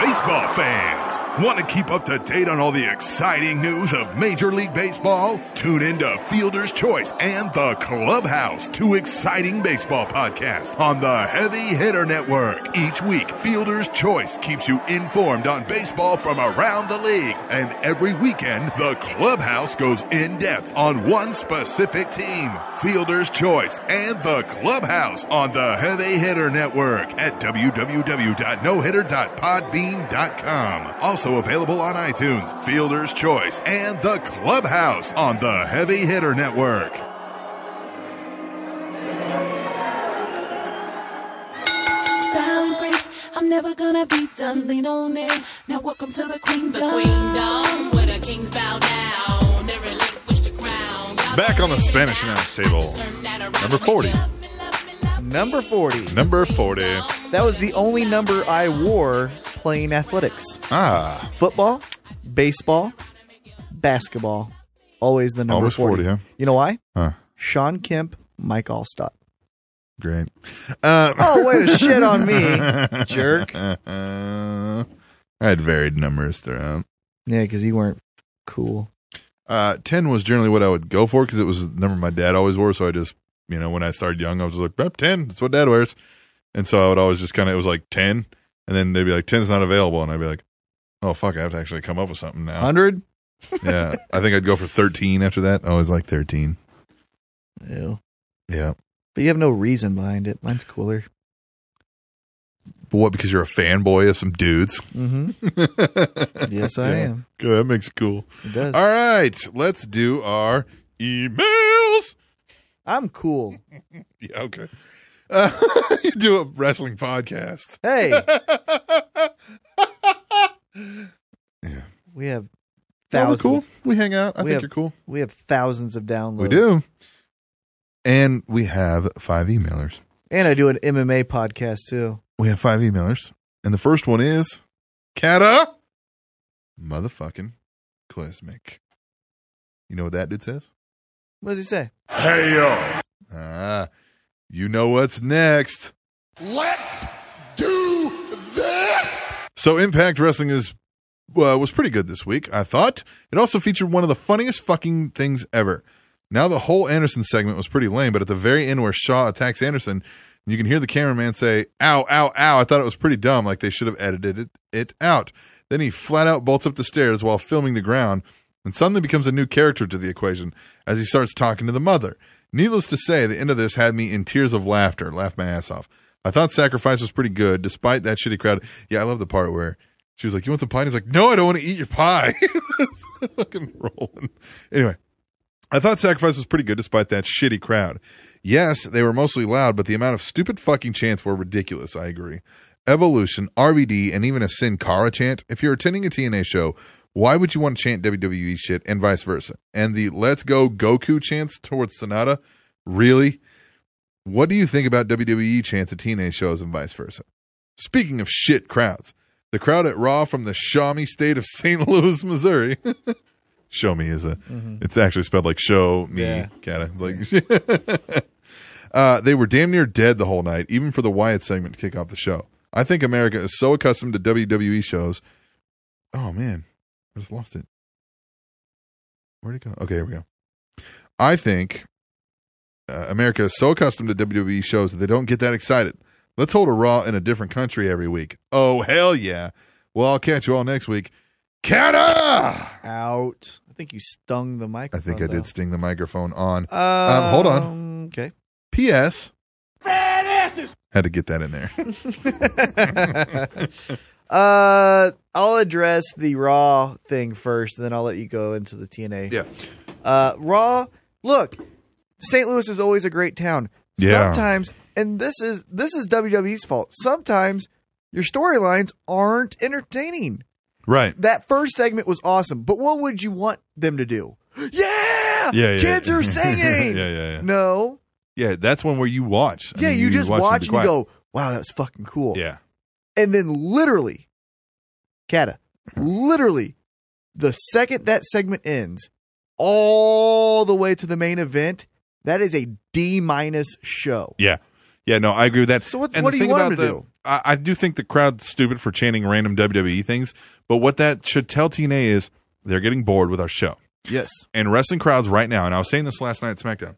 S1: Baseball fans, want to keep up to date on all the exciting news of Major League Baseball? Tune into Fielder's Choice and The Clubhouse, two exciting baseball podcasts on the Heavy Hitter Network. Each week, Fielder's Choice keeps you informed on baseball from around the league. And every weekend, The Clubhouse goes in depth on one specific team. Fielder's Choice and The Clubhouse on the Heavy Hitter Network at www.nohitter.podbean.com. Also available on iTunes, Fielder's Choice and The Clubhouse on the Heavy Hitter Network.
S13: Sound breaks I'm never gonna be done. Lean on it. Now welcome to the queendom.
S14: The queendom where the kings bow down. They relinquish the crown. Y'all
S2: Back on the Spanish announce table. Number 40.
S3: Number 40.
S2: Number 40.
S3: That was the only number I wore playing athletics.
S2: Ah.
S3: Football, baseball, basketball. Always the number
S2: Always 40,
S3: 40.
S2: huh?
S3: You know why?
S2: Huh.
S3: Sean Kemp, Mike Allstott.
S2: Great. Uh,
S3: Oh, way to shit on me, jerk.
S2: I had varied numbers throughout.
S3: Yeah, because you weren't cool.
S2: Uh, 10 was generally what I would go for because it was the number my dad always wore. So I just, you know, when I started young, I was like, "Rep 10, that's what dad wears. And so I would always just kind of, it was like 10. And then they'd be like, 10's not available. And I'd be like, oh, fuck, I have to actually come up with something now.
S3: 100?
S2: yeah. I think I'd go for 13 after that. I always like 13.
S3: Ew.
S2: Yeah.
S3: But you have no reason behind it. Mine's cooler.
S2: But what, because you're a fanboy of some dudes?
S3: Mm-hmm. yes, I
S2: Yeah.
S3: am.
S2: Good. That makes it cool.
S3: It does.
S2: All right. Let's do our emails.
S3: I'm cool.
S2: yeah, okay. Uh, you do a wrestling podcast.
S3: Hey. We have
S2: Yeah, we're
S3: thousands.
S2: cool. We hang out. I think
S3: have-
S2: you're cool.
S3: We have thousands of downloads.
S2: We do. And we have five emailers.
S3: And I do an MMA podcast too.
S2: We have five emailers. And the first one is Kata Motherfucking Klesmic. You know what that dude says?
S3: What does he say?
S2: Hey yo. Ah, you know what's next.
S12: Let's do this!
S2: So Impact Wrestling is uh, was pretty good this week, I thought. It also featured one of the funniest fucking things ever. Now the whole Anderson segment was pretty lame, but at the very end where Shaw attacks Anderson, you can hear the cameraman say, "Ow, ow, ow." I thought it was pretty dumb, like they should have edited it, it out. Then he flat out bolts up the stairs while filming the ground and suddenly becomes a new character to the equation as he starts talking to the mother. Needless to say, the end of this had me in tears of laughter, laughed my ass off. I thought Sacrifice was pretty good, despite that shitty crowd. Yeah, I love the part where she was like, You want some pie? And he's like, No, I don't want to eat your pie. It's fucking rolling. Anyway, I thought Sacrifice was pretty good despite that shitty crowd. Yes, they were mostly loud, but the amount of stupid fucking chants were ridiculous. I agree. Evolution, RVD, and even a Sin Cara chant. If you're attending a TNA show, why would you want to chant WWE shit and vice versa? And the Let's Go Goku chants towards Sonata? Really? What do you think about WWE chants at TNA shows and vice versa? Speaking of shit crowds, the crowd at Raw from the Shawnee state of St. Louis, Missouri. show me is a, it's actually spelled like show me,
S5: Yeah.
S2: kinda. Like, uh, they were damn near dead the whole night, even for the Wyatt segment to kick off the show. I think America is so accustomed to WWE shows. Oh man, I just lost it. Where'd it go? Okay, here we go. I think uh, America is so accustomed to WWE shows that they don't get that excited. Let's hold a Raw in a different country every week. Oh, hell yeah. Well, I'll catch you all next week. Canada!
S3: Out. I think you stung the
S2: I
S3: microphone.
S2: think I
S3: though.
S2: did sting the microphone on.
S3: Uh,
S2: um, hold on.
S3: Okay.
S2: P.S. Had to get that in there.
S3: uh, I'll address the Raw thing first, and then I'll let you go into the TNA.
S2: Yeah.
S3: Uh, Raw. Look, St. Louis is always a great town.
S2: Yeah.
S3: Sometimes, and this is this is WWE's fault. Sometimes your storylines aren't entertaining.
S2: Right.
S3: That first segment was awesome, but what would you want them to do? Yeah,
S2: Yeah, yeah,
S3: kids
S2: yeah.
S3: are singing.
S2: Yeah, yeah, yeah.
S3: No,
S2: Yeah, that's one where you watch. I
S3: yeah,
S2: mean,
S3: you, just
S2: them
S3: watch and
S2: be
S3: you
S2: quiet.
S3: go, wow, that was fucking cool.
S2: Yeah.
S3: And then literally, Kata, literally, the second that segment ends, all the way to the main event, that is a D minus show.
S2: Yeah. Yeah, no, I agree with that. So
S3: what- what do you want 'em to do?
S2: I, I do think the crowd's stupid for chanting random WWE things, but what that should tell TNA is they're getting bored with our show.
S3: Yes.
S2: And wrestling crowds right now, and I was saying this last night at SmackDown,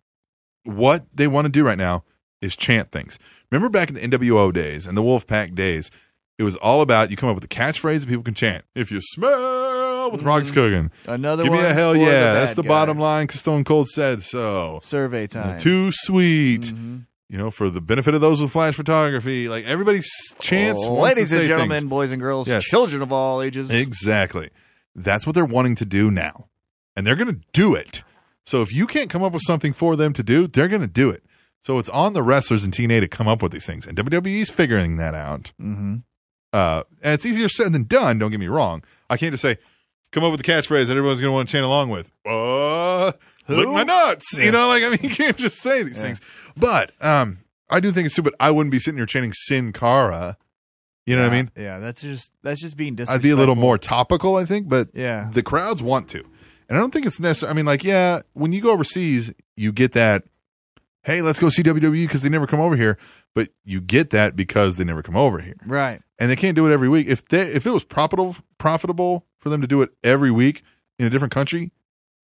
S2: what they want to do right now is chant things. Remember back in the NWO days and the Wolfpack days, it was all about you come up with a catchphrase that people can chant. If you smell what Rock's cooking,
S3: Mm-hmm. Another
S2: give
S3: one.
S2: me a hell
S3: for
S2: yeah.
S3: the
S2: That's
S3: bad
S2: the
S3: guy.
S2: bottom line. 'cause Stone Cold said so.
S3: Survey time.
S2: Too sweet.
S3: Mm-hmm.
S2: You know, for the benefit of those with flash photography, like everybody's chance.
S3: Oh,
S2: wants to
S3: ladies and
S2: say
S3: gentlemen,
S2: things.
S3: boys and girls,
S2: Yes.
S3: children of all ages.
S2: Exactly. That's what they're wanting to do now. And they're going to do it. So if you can't come up with something for them to do, they're going to do it. So it's on the wrestlers and TNA to come up with these things. And WWE's figuring that out.
S3: Mm-hmm.
S2: Uh, and it's easier said than done. Don't get me wrong. I can't just say, "Come up with a catchphrase that everyone's going to want to chant along with." Uh, lick my nuts. You know, like I mean, you can't just say these things. But um, I do think it's stupid. I wouldn't be sitting here chanting Sin Cara. You know what I mean?
S3: Yeah, that's just that's just being
S2: I'd
S3: disrespectful.
S2: be a little more topical, I think, but
S3: Yeah.
S2: the crowds want to. And I don't think it's necessary. I mean, like, yeah, when you go overseas, you get that, hey, let's go see WWE because they never come over here. But you get that because they never come over here.
S3: right.
S2: And they can't do it every week. If they if it was profitable profitable for them to do it every week in a different country,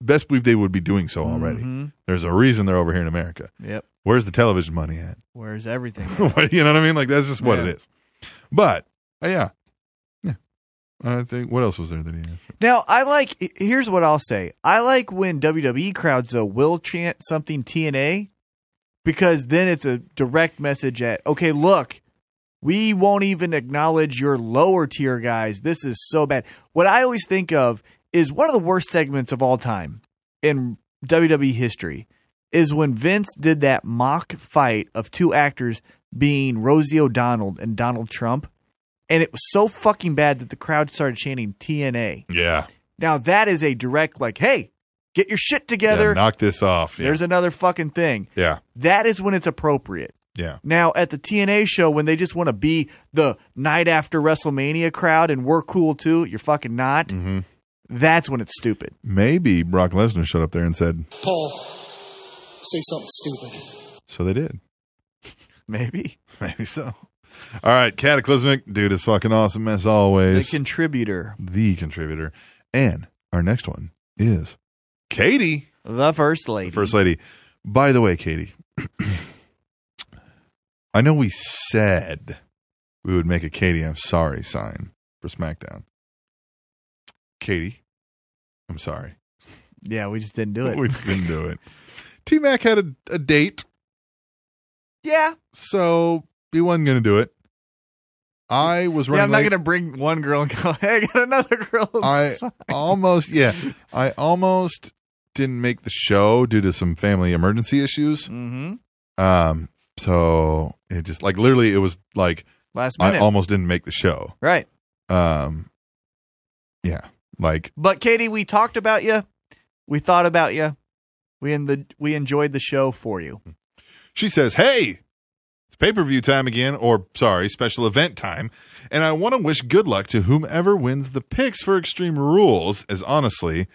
S2: best believe they would be doing so already. There's a reason they're over here in America.
S3: Yep.
S2: Where's the television money at?
S3: Where's everything?
S2: you know what I mean? Like that's just what
S3: Yeah.
S2: it is. But uh, yeah, yeah. I think what else was there that he asked?
S3: Now, I like. h- Here's what I'll say. I like when WWE crowds though will chant something TNA because then it's a direct message at okay, look, we won't even acknowledge your lower tier guys. This is so bad. What I always think of is one of the worst segments of all time in WWE history is when Vince did that mock fight of two actors being Rosie O'Donnell and Donald Trump. And it was so fucking bad that the crowd started chanting TNA.
S2: Yeah,
S3: Now that is a direct like, hey, get your shit together.
S2: Yeah, knock this off. Yeah.
S3: There's another fucking thing.
S2: yeah,
S3: That is when it's appropriate.
S2: yeah.
S3: Now at the TNA show when they just want to be the night after WrestleMania crowd and we're cool too, you're fucking not.
S2: Mm-hmm.
S3: That's when it's stupid.
S2: Maybe Brock Lesnar showed up there and said,
S15: Paul, say something stupid.
S2: "So they did."
S3: Maybe.
S2: Maybe so. All right, Cataclysmic dude is fucking awesome as always.
S3: The contributor.
S2: The contributor, and our next one is Katie,
S3: the first lady.
S2: first lady. By the way, Katie, I know we said we would make a Katie I'm sorry sign for SmackDown. Katie, I'm sorry.
S3: Yeah, we just didn't do it.
S2: We didn't do it. T Mac had a, a date,
S3: yeah.
S2: so he wasn't going to do it. I was running
S3: Yeah, I'm not
S2: late.
S3: gonna bring one girl and go, hey, I got another girl.
S2: I
S3: Sorry.
S2: almost yeah. I almost didn't make the show due to some family emergency issues.
S3: Mm-hmm.
S2: Um so it just like literally it was like
S3: Last
S2: I
S3: minute.
S2: almost didn't make the show.
S3: Right.
S2: Um yeah. Like
S3: But Katie, we talked about you. We thought about you. We in the we enjoyed the show for you.
S2: she says, "Hey, it's pay-per-view time again or sorry, special event time, and I want to wish good luck to whomever wins the picks for Extreme Rules as honestly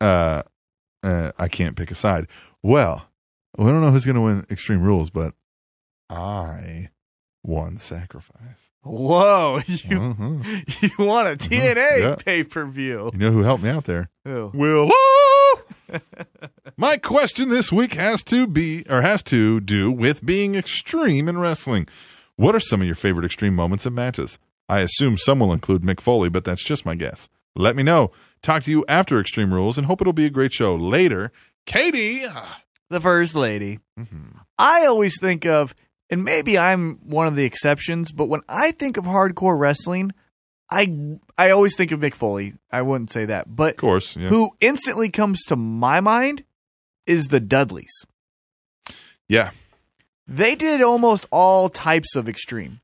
S2: uh, uh I can't pick a side. Well, we don't know who's going to win Extreme Rules, but I won sacrifice.
S3: Whoa, you
S2: Uh-huh.
S3: you want a TNA
S2: Yeah.
S3: pay per view?
S2: You know who helped me out there?
S3: Who?
S2: Will. My question this week has to be or has to do with being extreme in wrestling. What are some of your favorite extreme moments and matches? I assume some will include Mick Foley, but that's just my guess. Let me know. Talk to you after Extreme Rules and hope it'll be a great show later. Katie, ah,
S3: The first lady.
S2: Mm-hmm.
S3: I always think of, and maybe I'm one of the exceptions, but when I think of hardcore wrestling, I I always think of Mick Foley. I wouldn't say that, but
S2: of course, yeah.
S3: who instantly comes to my mind is the Dudleys.
S2: Yeah,
S3: They did almost all types of extreme.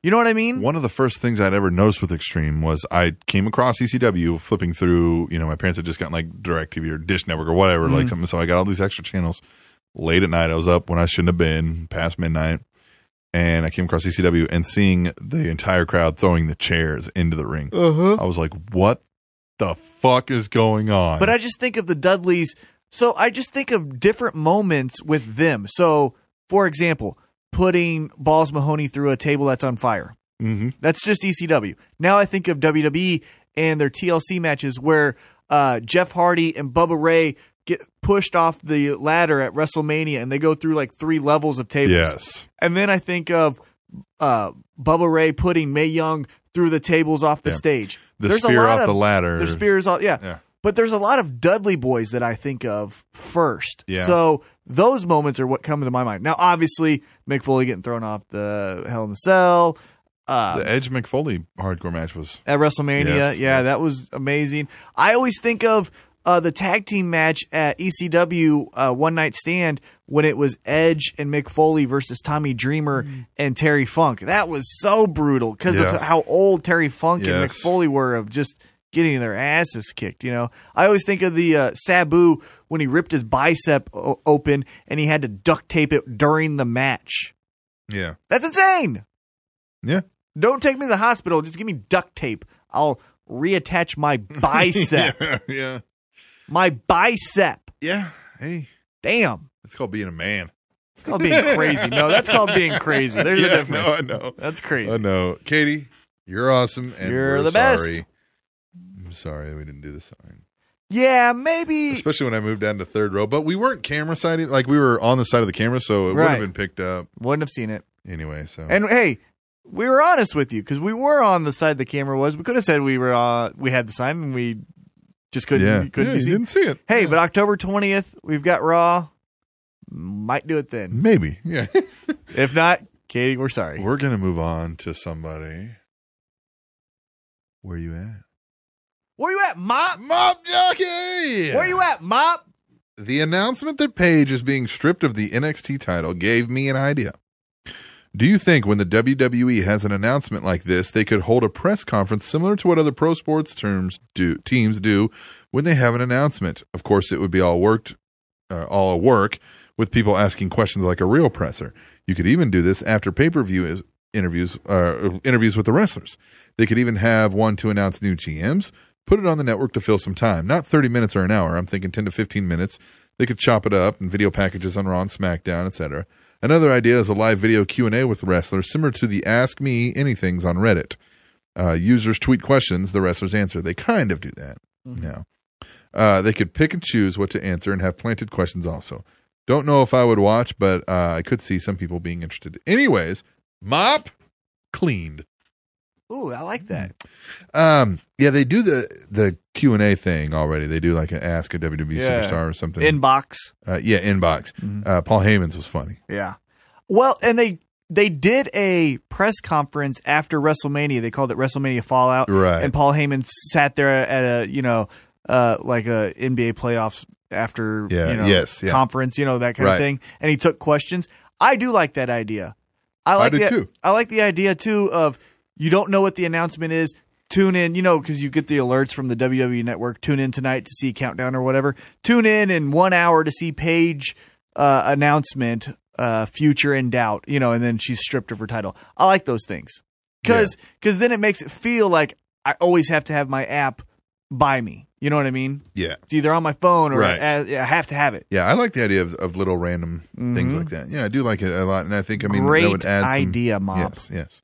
S3: You know what I mean?
S2: one of the first things I'd ever noticed with Extreme was I came across ECW flipping through, you know, my parents had just gotten like DirecTV or Dish Network or whatever, like
S16: Mhm.
S2: something. So I got all these extra channels late at night. I was up when I shouldn't have been, past midnight. And I came across ECW and seeing the entire crowd throwing the chairs into the ring.
S3: Uh-huh.
S2: I was like, what the fuck is going on?
S3: But I just think of the Dudleys. So I just think of different moments with them. So, for example, putting Balls Mahoney through a table that's on fire.
S2: mm-hmm.
S3: That's just ECW. Now I think of WWE and their TLC matches where uh, Jeff Hardy and Bubba Ray get pushed off the ladder at WrestleMania and they go through like three levels of tables.
S2: Yes.
S3: And then I think of uh, Bubba Ray putting May Young through the tables off the
S2: Yeah.
S3: stage.
S2: The spear off the ladder.
S3: The spear is off. Yeah.
S2: Yeah.
S3: But there's a lot of Dudley boys that I think of first.
S2: Yeah.
S3: So those moments are what come into my mind. Now, obviously, Mick Foley getting thrown off the Hell in the Cell. Uh,
S2: the Edge McFoley hardcore match was
S3: at WrestleMania.
S2: Yes,
S3: yeah, that was amazing. I always think of uh, the tag team match at ECW uh, One Night Stand when it was Edge and Mick Foley versus Tommy Dreamer and Terry Funk. That was so brutal because
S17: Yeah.
S3: of how old Terry Funk and Mick
S17: Yes.
S3: Foley were of just getting their asses kicked. You know, I always think of the uh, Sabu when he ripped his bicep o- open and he had to duct tape it during the match.
S2: Yeah.
S3: That's insane.
S2: Yeah.
S3: Don't take me to the hospital. Just give me duct tape. I'll reattach my bicep.
S2: yeah, yeah.
S3: My bicep.
S2: Yeah. Hey.
S3: Damn.
S2: That's called being a man.
S3: It's called being crazy. No, that's called being crazy. There's
S2: Yeah,
S3: a difference.
S2: No, I know. Uh,
S3: That's crazy.
S2: I know. Katie, you're awesome. And
S3: You're
S2: we're
S3: the best.
S2: sorry. I'm sorry we didn't do the sign.
S3: Yeah, maybe.
S2: Especially when I moved down to third row. But we weren't camera sided. Like we were on the side of the camera, so it would
S3: Right.
S2: have been picked up.
S3: Wouldn't have seen it.
S2: Anyway, so.
S3: And hey, we were honest with you because we were on the side the camera was. We could have said we were uh, we had the sign and we just couldn't
S2: Yeah.
S3: couldn't
S2: Yeah, you
S3: see.
S2: didn't see it.
S3: Hey, but October twentieth we've got Raw. Might do it then.
S2: Maybe. Yeah.
S3: if not, Katie, we're sorry.
S2: Mm-hmm. We're going to move on to somebody. Where you at?
S3: Where you at, Mop?
S2: Mop Jockey!
S3: Where you at, Mop?
S2: The announcement that Paige is being stripped of the NXT title gave me an idea. Do you think when the WWE has an announcement like this, they could hold a press conference similar to what other pro sports terms do, teams do when they have an announcement? Of course, it would be all worked, uh, all work with people asking questions like a real presser. You could even do this after pay-per-view is- interviews, uh, interviews with the wrestlers. They could even have one to announce new GMs. Put it on the network to fill some time, not 30 minutes or an hour. I'm thinking 10 to 15 minutes. They could chop it up and video packages on Raw and SmackDown, etc. Another idea is a live video Q&A with wrestlers, similar to the Ask Me Anythings on Reddit. Uh, users tweet questions, the wrestlers answer. They kind of do that now. Uh, they could pick and choose what to answer and have planted questions also. Don't know if I would watch, but uh, I could see some people being interested. Anyways, mop cleaned.
S3: Ooh, I like that.
S2: Um, yeah, they do the the Q and A thing already. They do like an ask a WWE
S3: Yeah.
S2: superstar or something.
S3: Inbox. Mm-hmm.
S2: uh, yeah, inbox. Uh, Paul Heyman's was funny.
S3: Yeah. Well, and they they did a press conference after WrestleMania. They called it WrestleMania Fallout.
S2: Right.
S3: And Paul Heyman sat there at a you know uh, like a NBA playoffs after
S2: Yeah,
S3: you know,
S2: yes, yeah.
S3: conference, you know that kind
S2: Right.
S3: of thing. And he took questions. I do like that idea. I
S2: I
S3: like
S2: do
S3: the,
S2: too.
S3: I like the idea too of you don't know what the announcement is. Tune in, you know, because you get the alerts from the WWE Network. Tune in tonight to see countdown or whatever. Tune in in one hour to see Paige uh, announcement, uh, future in doubt, you know, and then she's stripped of her title. I like those things because because then it makes it feel like I always have to have my app by me. You know what I mean?
S2: Yeah,
S3: It's either on my phone or
S2: Right.
S3: I, I have to have it.
S2: yeah, I like the idea of, of little random things
S3: Mhm.
S2: like that. Yeah, I do like it a lot, and I think I mean
S3: Great
S2: that would add some-
S3: idea, Mop.
S2: Yes, yes,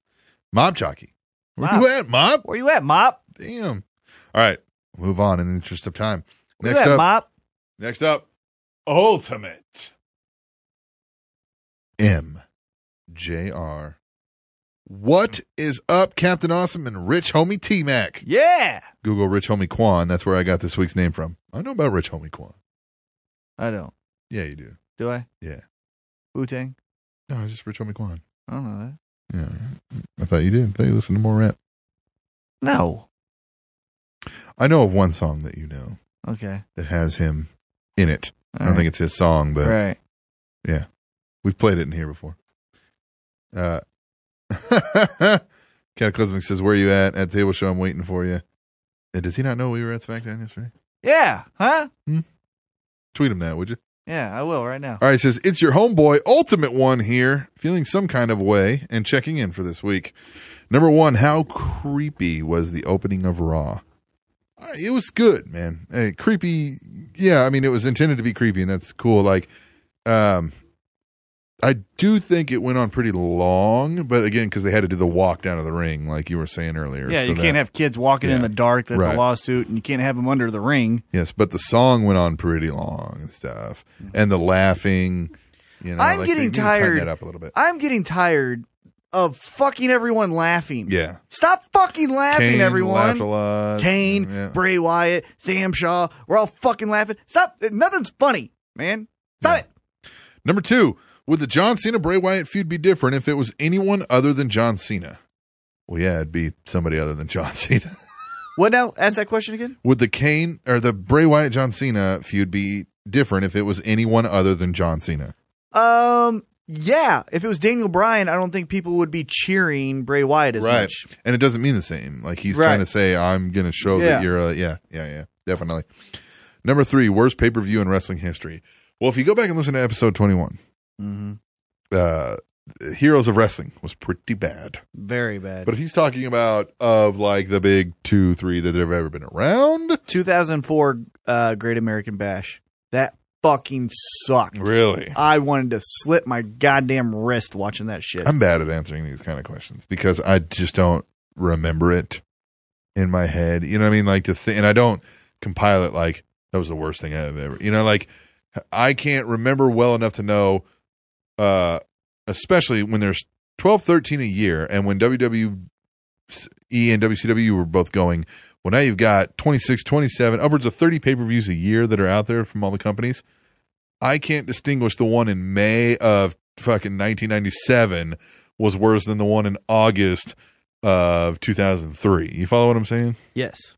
S2: Mop Jockey. Where
S3: Mop.
S2: you at, Mop?
S3: Where you at, Mop?
S2: Damn. All right, move on in the interest of time.
S3: Where
S2: Next
S3: you at,
S2: up,
S3: Mop?
S2: next up, Ultimate M J R. What is up, Captain Awesome and Rich Homie T Mac?
S3: Yeah.
S2: Google Rich Homie Quan. That's where I got this week's name from. I know about Rich Homie Quan.
S3: I don't.
S2: Yeah, you do.
S3: Do I?
S2: Yeah.
S3: Wu Tang.
S2: No, it's just Rich Homie Quan.
S3: I don't know that.
S2: Yeah. I thought you did. I thought you listened to more rap.
S3: No.
S2: I know of one song that you know
S3: Okay.
S2: that has him in it. I don't
S3: Alright.
S2: think it's his song, but
S3: right.
S2: yeah. We've played it in here before. Uh Cataclysmic says, Where you at? At table show, I'm waiting for you. And does he not know we were at SmackDown yesterday?
S3: Yeah. Huh?
S2: Tweet him that, would you?
S3: Yeah, I will right now.
S2: All right, it says it's your homeboy, Ultimate One here, feeling some kind of way and checking in for this week. Number one, how creepy was the opening of Raw? Uh, It was good, man. Hey, creepy, yeah. I mean, it was intended to be creepy, and that's cool. Like, um, I do think it went on pretty long, but again, because they had to do the walk down to the ring, like you were saying earlier.
S3: Yeah,
S2: so
S3: you
S2: that-
S3: can't have kids walking in
S2: yeah.
S3: the dark. That's
S2: Right.
S3: a lawsuit, and you can't have them under the ring.
S2: Yes, but the song went on pretty long and stuff, and the laughing. You know,
S3: I'm
S2: like, they
S3: getting
S2: need to tighten
S3: tired.
S2: that up a little bit.
S3: I'm getting tired of fucking everyone laughing.
S2: Yeah.
S3: Stop fucking laughing,
S2: Kane
S3: everyone.
S2: laughed a lot.
S3: Kane,
S2: Yeah.
S3: Bray Wyatt, Sam Shaw, we're all fucking laughing. Stop. Nothing's funny, man. Stop it.
S2: Number two, would the John Cena Bray Wyatt feud be different if it was anyone other than John Cena? Well, yeah, it'd be somebody other than John Cena.
S3: What now? Ask that question again.
S2: Would the Kane or the Bray Wyatt John Cena feud be different if it was anyone other than John Cena?
S3: Um, yeah. If it was Daniel Bryan, I don't think people would be cheering Bray Wyatt as
S2: right.
S3: much.
S2: And it doesn't mean the same. Like he's
S3: Right.
S2: trying to say, I'm going to show
S3: Yeah.
S2: that you're a, yeah, yeah, yeah, definitely. Number three, worst pay per view in wrestling history. Well, if you go back and listen to episode 21,
S3: Mm-hmm.
S2: uh, Heroes of Wrestling was pretty bad.
S3: Very bad.
S2: But he's talking about of like the big two, three that have ever been around.
S3: 2004 uh, Great American Bash. That fucking sucked.
S2: Really?
S3: I wanted to slip my goddamn wrist watching that shit.
S2: I'm bad at answering these kind of questions because I just don't remember it in my head. You know what I mean? Like to thi- and I don't compile it like that was the worst thing I've ever. You know, like I can't remember well enough to know uh especially when there's 12 13 a year and when WWE E and WCW were both going, well now you've got 26 27 upwards of 30 pay-per-views a year that are out there from all the companies. I can't distinguish the one in May of fucking 1997 was worse than the one in August of 2003. You follow what I'm saying?
S3: Yes.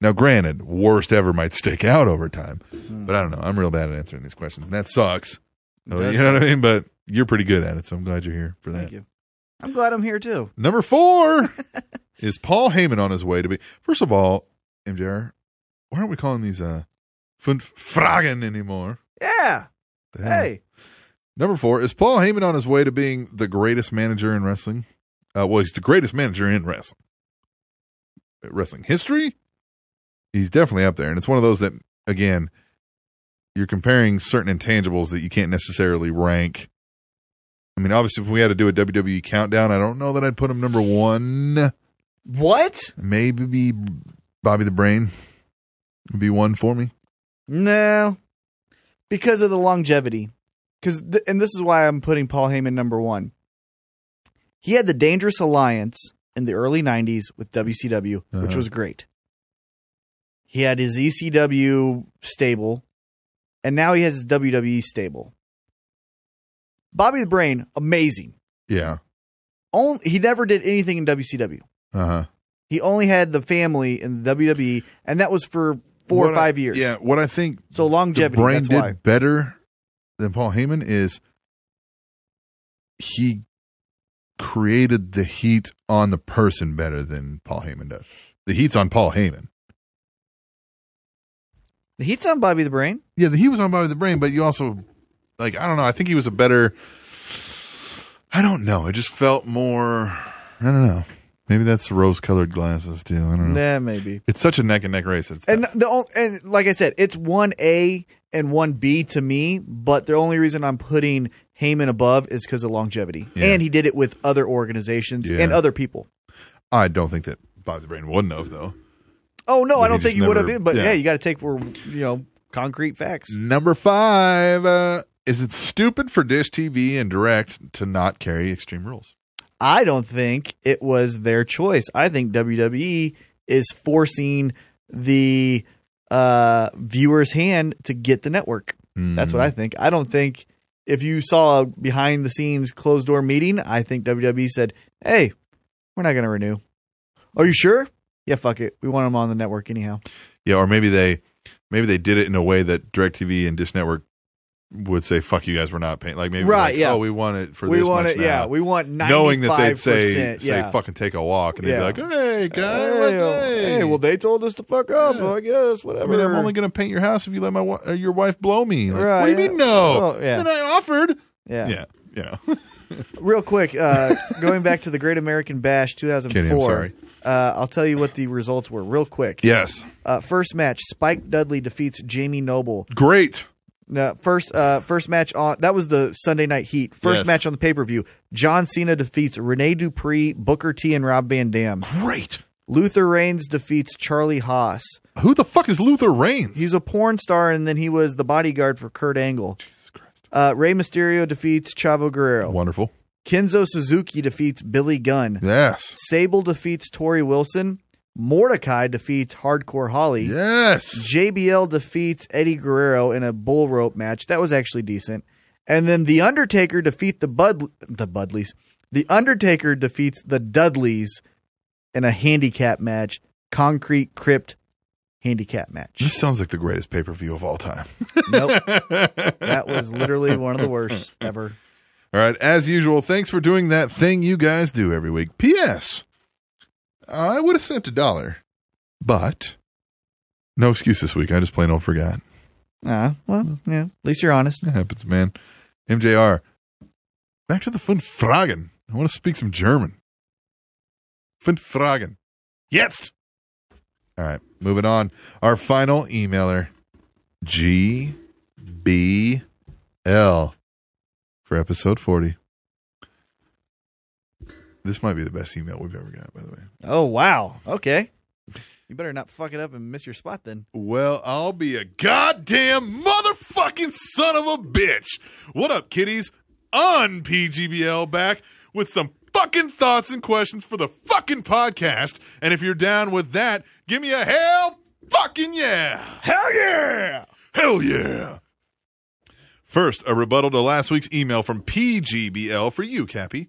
S2: Now, granted, worst ever might stick out over time,
S3: Hmm.
S2: but I don't know. I'm real bad at answering these questions, and that sucks. So,
S3: does
S2: you know what I
S3: suck.
S2: mean? But you're pretty good at it, so I'm glad you're here for that.
S3: Thank you. I'm glad I'm here too.
S2: Number four is Paul Heyman on his way to be. First of all, MJR, why aren't we calling these uh, fünf Fragen anymore?
S3: Yeah.
S2: The hell? Number four is Paul Heyman on his way to being the greatest manager in wrestling. Uh, well, he's the greatest manager in wrestling. Uh, Wrestling history. He's definitely up there, and it's one of those that again, you're comparing certain intangibles that you can't necessarily rank. I mean, obviously, if we had to do a WWE countdown, I don't know that I'd put him number one.
S3: What?
S2: Maybe Bobby the Brain would be one for me.
S3: No, because of the longevity. Because th- and this is why I'm putting Paul Heyman number one. He had the Dangerous Alliance in the early '90s with WCW, which
S2: Uh-huh.
S3: was great. He had his ECW stable, and now he has his WWE stable. Bobby the Brain, amazing.
S2: Yeah.
S3: Only, he never did anything in WCW.
S2: Uh huh.
S3: He only had the family in the WWE, and that was for four
S2: What
S3: or
S2: I-
S3: five years.
S2: yeah, what I think
S3: So longevity.
S2: The brain
S3: that's
S2: did
S3: why.
S2: better than Paul Heyman is he created the heat on the person better than Paul Heyman does. The heat's on Paul Heyman.
S3: The heat's on Bobby the Brain.
S2: Yeah, the heat was on Bobby the Brain, but you also like I don't know. I think he was a better. I don't know. It just felt more. I don't know. Maybe that's rose-colored glasses too. I don't know.
S3: Yeah, maybe.
S2: It's such a neck and neck race. It's
S3: And the on- and like I said, it's one A and one B to me. But the only reason I'm putting Heyman above is because of longevity,
S2: Yeah.
S3: and he did it with other organizations
S2: Yeah.
S3: and other people.
S2: I don't think that Bobby the Brain wouldn't have though.
S3: Oh no,
S2: But
S3: I
S2: he
S3: don't
S2: just
S3: think he would have
S2: never-
S3: been. But yeah,
S2: yeah.
S3: you got to take where you know concrete facts.
S2: Number five. Uh, is it stupid for Dish TV and Direct to not carry Extreme Rules?
S3: I don't think it was their choice. I think WWE is forcing the uh, viewer's hand to get the network. That's
S2: Mm-hmm.
S3: what I think. I don't think if you saw a behind the scenes closed door meeting, I think WWE said, hey, we're not going to renew. Are you sure? Yeah, fuck it. We want them on the network anyhow.
S2: Yeah, or maybe they maybe they did it in a way that Direct TV and Dish Network would say, "Fuck you guys, we're not paying." Like maybe
S3: Right,
S2: like,
S3: yeah.
S2: Oh, we want it for
S3: we
S2: this
S3: want
S2: much
S3: it.
S2: now.
S3: Yeah, we want 95%.
S2: knowing that they'd say
S3: yeah.
S2: say fucking take a walk and they'd
S3: Yeah.
S2: be like, "Hey guys,
S3: Hey,
S2: let's-
S3: oh,
S2: hey."
S3: hey, well, they told us to fuck off,
S2: Yeah.
S3: so I guess,
S2: I
S3: whatever.
S2: mean, I'm only gonna paint your house if you let my wa- uh, your wife blow me. Like,
S3: Right,
S2: what do you
S3: yeah.
S2: mean no?
S3: Oh, yeah.
S2: Then I offered.
S3: Yeah.
S2: yeah, yeah.
S3: Real quick, uh, going back to the Great American Bash 2004.
S2: Kidding, I'm sorry.
S3: Uh, I'll tell you what the results were real quick.
S2: yes,
S3: Uh, first match, Spike Dudley defeats Jamie Noble.
S2: great.
S3: No, first, uh, first match on that was the Sunday Night Heat. First
S2: Yes.
S3: match on the pay per view. John Cena defeats Rene Dupree, Booker T, and Rob Van Dam.
S2: Great.
S3: Luther Reigns defeats Charlie Haas.
S2: Who the fuck is Luther Reigns?
S3: He's a porn star, and then he was the bodyguard for Kurt Angle. Jesus Christ. Uh, Rey Mysterio defeats Chavo Guerrero.
S2: Wonderful.
S3: Kenzo Suzuki defeats Billy Gunn.
S2: Yes.
S3: Sable defeats Tori Wilson. Mordecai defeats Hardcore Holly.
S2: Yes.
S3: JBL defeats Eddie Guerrero in a bull rope match. That was actually decent. And then The Undertaker defeat the Bud the Budleys. The Undertaker defeats the Dudleys in a handicap match. concrete crypt handicap match.
S2: This sounds like the greatest pay per view of all time.
S3: Nope. that was literally one of the worst ever.
S2: All right, as usual, thanks for doing that thing you guys do every week. P.S. I would have sent a dollar, but no excuse this week. I just plain old forgot.
S3: Ah, well, yeah. At least you're honest.
S2: It happens, man. MJR, back to the fun fragen. I want to speak some German. Fun fragen. Jetzt. All right, moving on. Our final emailer, G B L, for episode 40. This might be the best email we've ever got, by the way.
S3: Oh wow. Okay. You better not fuck it up and miss your spot then.
S2: Well, I'll be a goddamn motherfucking son of a bitch. What up, kiddies? On PGBL back with some fucking thoughts and questions for the fucking podcast. And if you're down with that, give me a hell fucking yeah. Hell yeah. Hell yeah. First, a rebuttal to last week's email from PGBL for you, Cappy.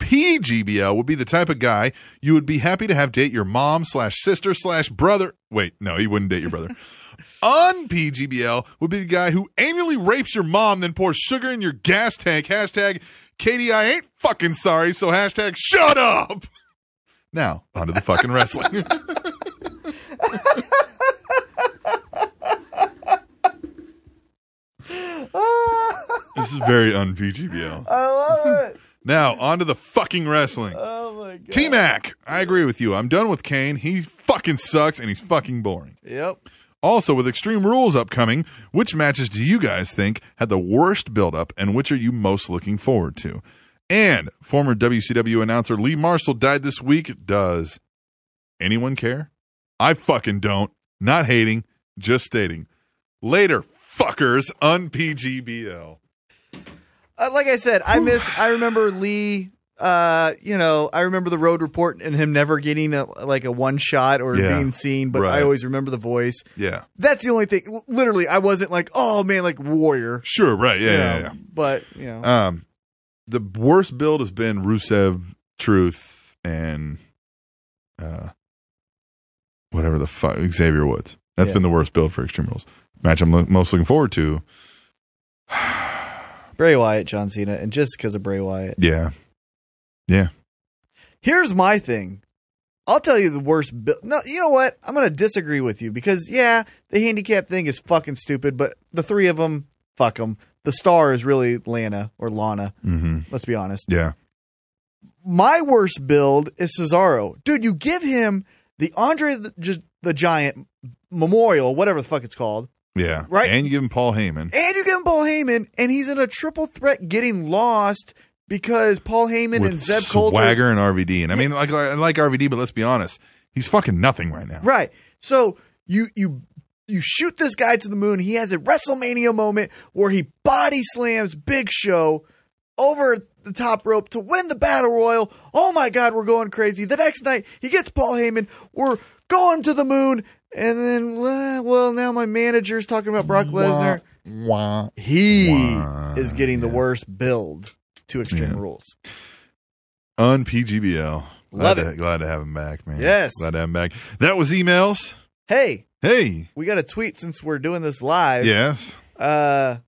S2: PGBL would be the type of guy you would be happy to have date your mom slash sister slash brother. Wait, no, he wouldn't date your brother. Un PGBL would be the guy who annually rapes your mom, then pours sugar in your gas tank. Hashtag Katie, I ain't fucking sorry. So hashtag shut up. Now onto the fucking wrestling. this is very un PGBL.
S3: I love it.
S2: Now, on to the fucking wrestling.
S3: Oh my god.
S2: T Mac, I agree with you. I'm done with Kane. He fucking sucks and he's fucking boring.
S3: Yep.
S2: Also, with Extreme Rules upcoming, which matches do you guys think had the worst buildup and which are you most looking forward to? And former WCW announcer Lee Marshall died this week. Does anyone care? I fucking don't. Not hating, just stating. Later, fuckers, unPGBL.
S3: Uh, like I said, I miss. I remember Lee. Uh, you know, I remember the road report and him never getting a, like a one shot or
S2: Yeah,
S3: being seen, but
S2: right.
S3: I always remember the voice.
S2: Yeah.
S3: That's the only thing. Literally, I wasn't like, oh man, like warrior.
S2: Sure, right. Yeah,
S3: you
S2: yeah,
S3: know,
S2: yeah.
S3: But you know,
S2: Um, the worst build has been Rusev, Truth, and uh, whatever the fuck Xavier Woods. That's
S5: Yeah.
S2: been the worst build for Extreme Rules match. I'm lo- most looking forward to.
S3: Bray Wyatt, John Cena, and just because of Bray Wyatt.
S2: Yeah, yeah.
S3: Here's my thing. I'll tell you the worst. Bi- no, you know what? I'm going to disagree with you because yeah, the handicap thing is fucking stupid. But the three of them, fuck them. The star is really Lana or Lana.
S2: Mm-hmm.
S3: Let's be honest.
S2: Yeah.
S3: my worst build is Cesaro. Dude, you give him the Andre the, Gi- the Giant Memorial, whatever the fuck it's called,
S2: Yeah.
S3: Right.
S2: And you give him Paul Heyman.
S3: and you give him Paul Heyman, and he's in a triple threat getting lost because Paul Heyman
S2: with
S3: and Zeb Coulter.
S2: Swagger and RVD. And I mean, like, I like RVD, but let's be honest, he's fucking nothing right now.
S3: Right. So you you you shoot this guy to the moon. He has a WrestleMania moment where he body slams Big Show over the top rope to win the battle royal. Oh my God, we're going crazy. The next night he gets Paul Heyman. We're going to the moon. And then well, well, now my manager's talking about Brock Lesnar. He is getting the worst build to Extreme Rules.
S2: On PGBL.
S3: Love
S2: glad To,
S3: it.
S2: glad to have him back, man.
S3: Yes.
S2: Glad to have him back. That was emails.
S3: Hey,
S2: Hey.
S3: we got a tweet since we're doing this live.
S2: Yes.
S3: Uh,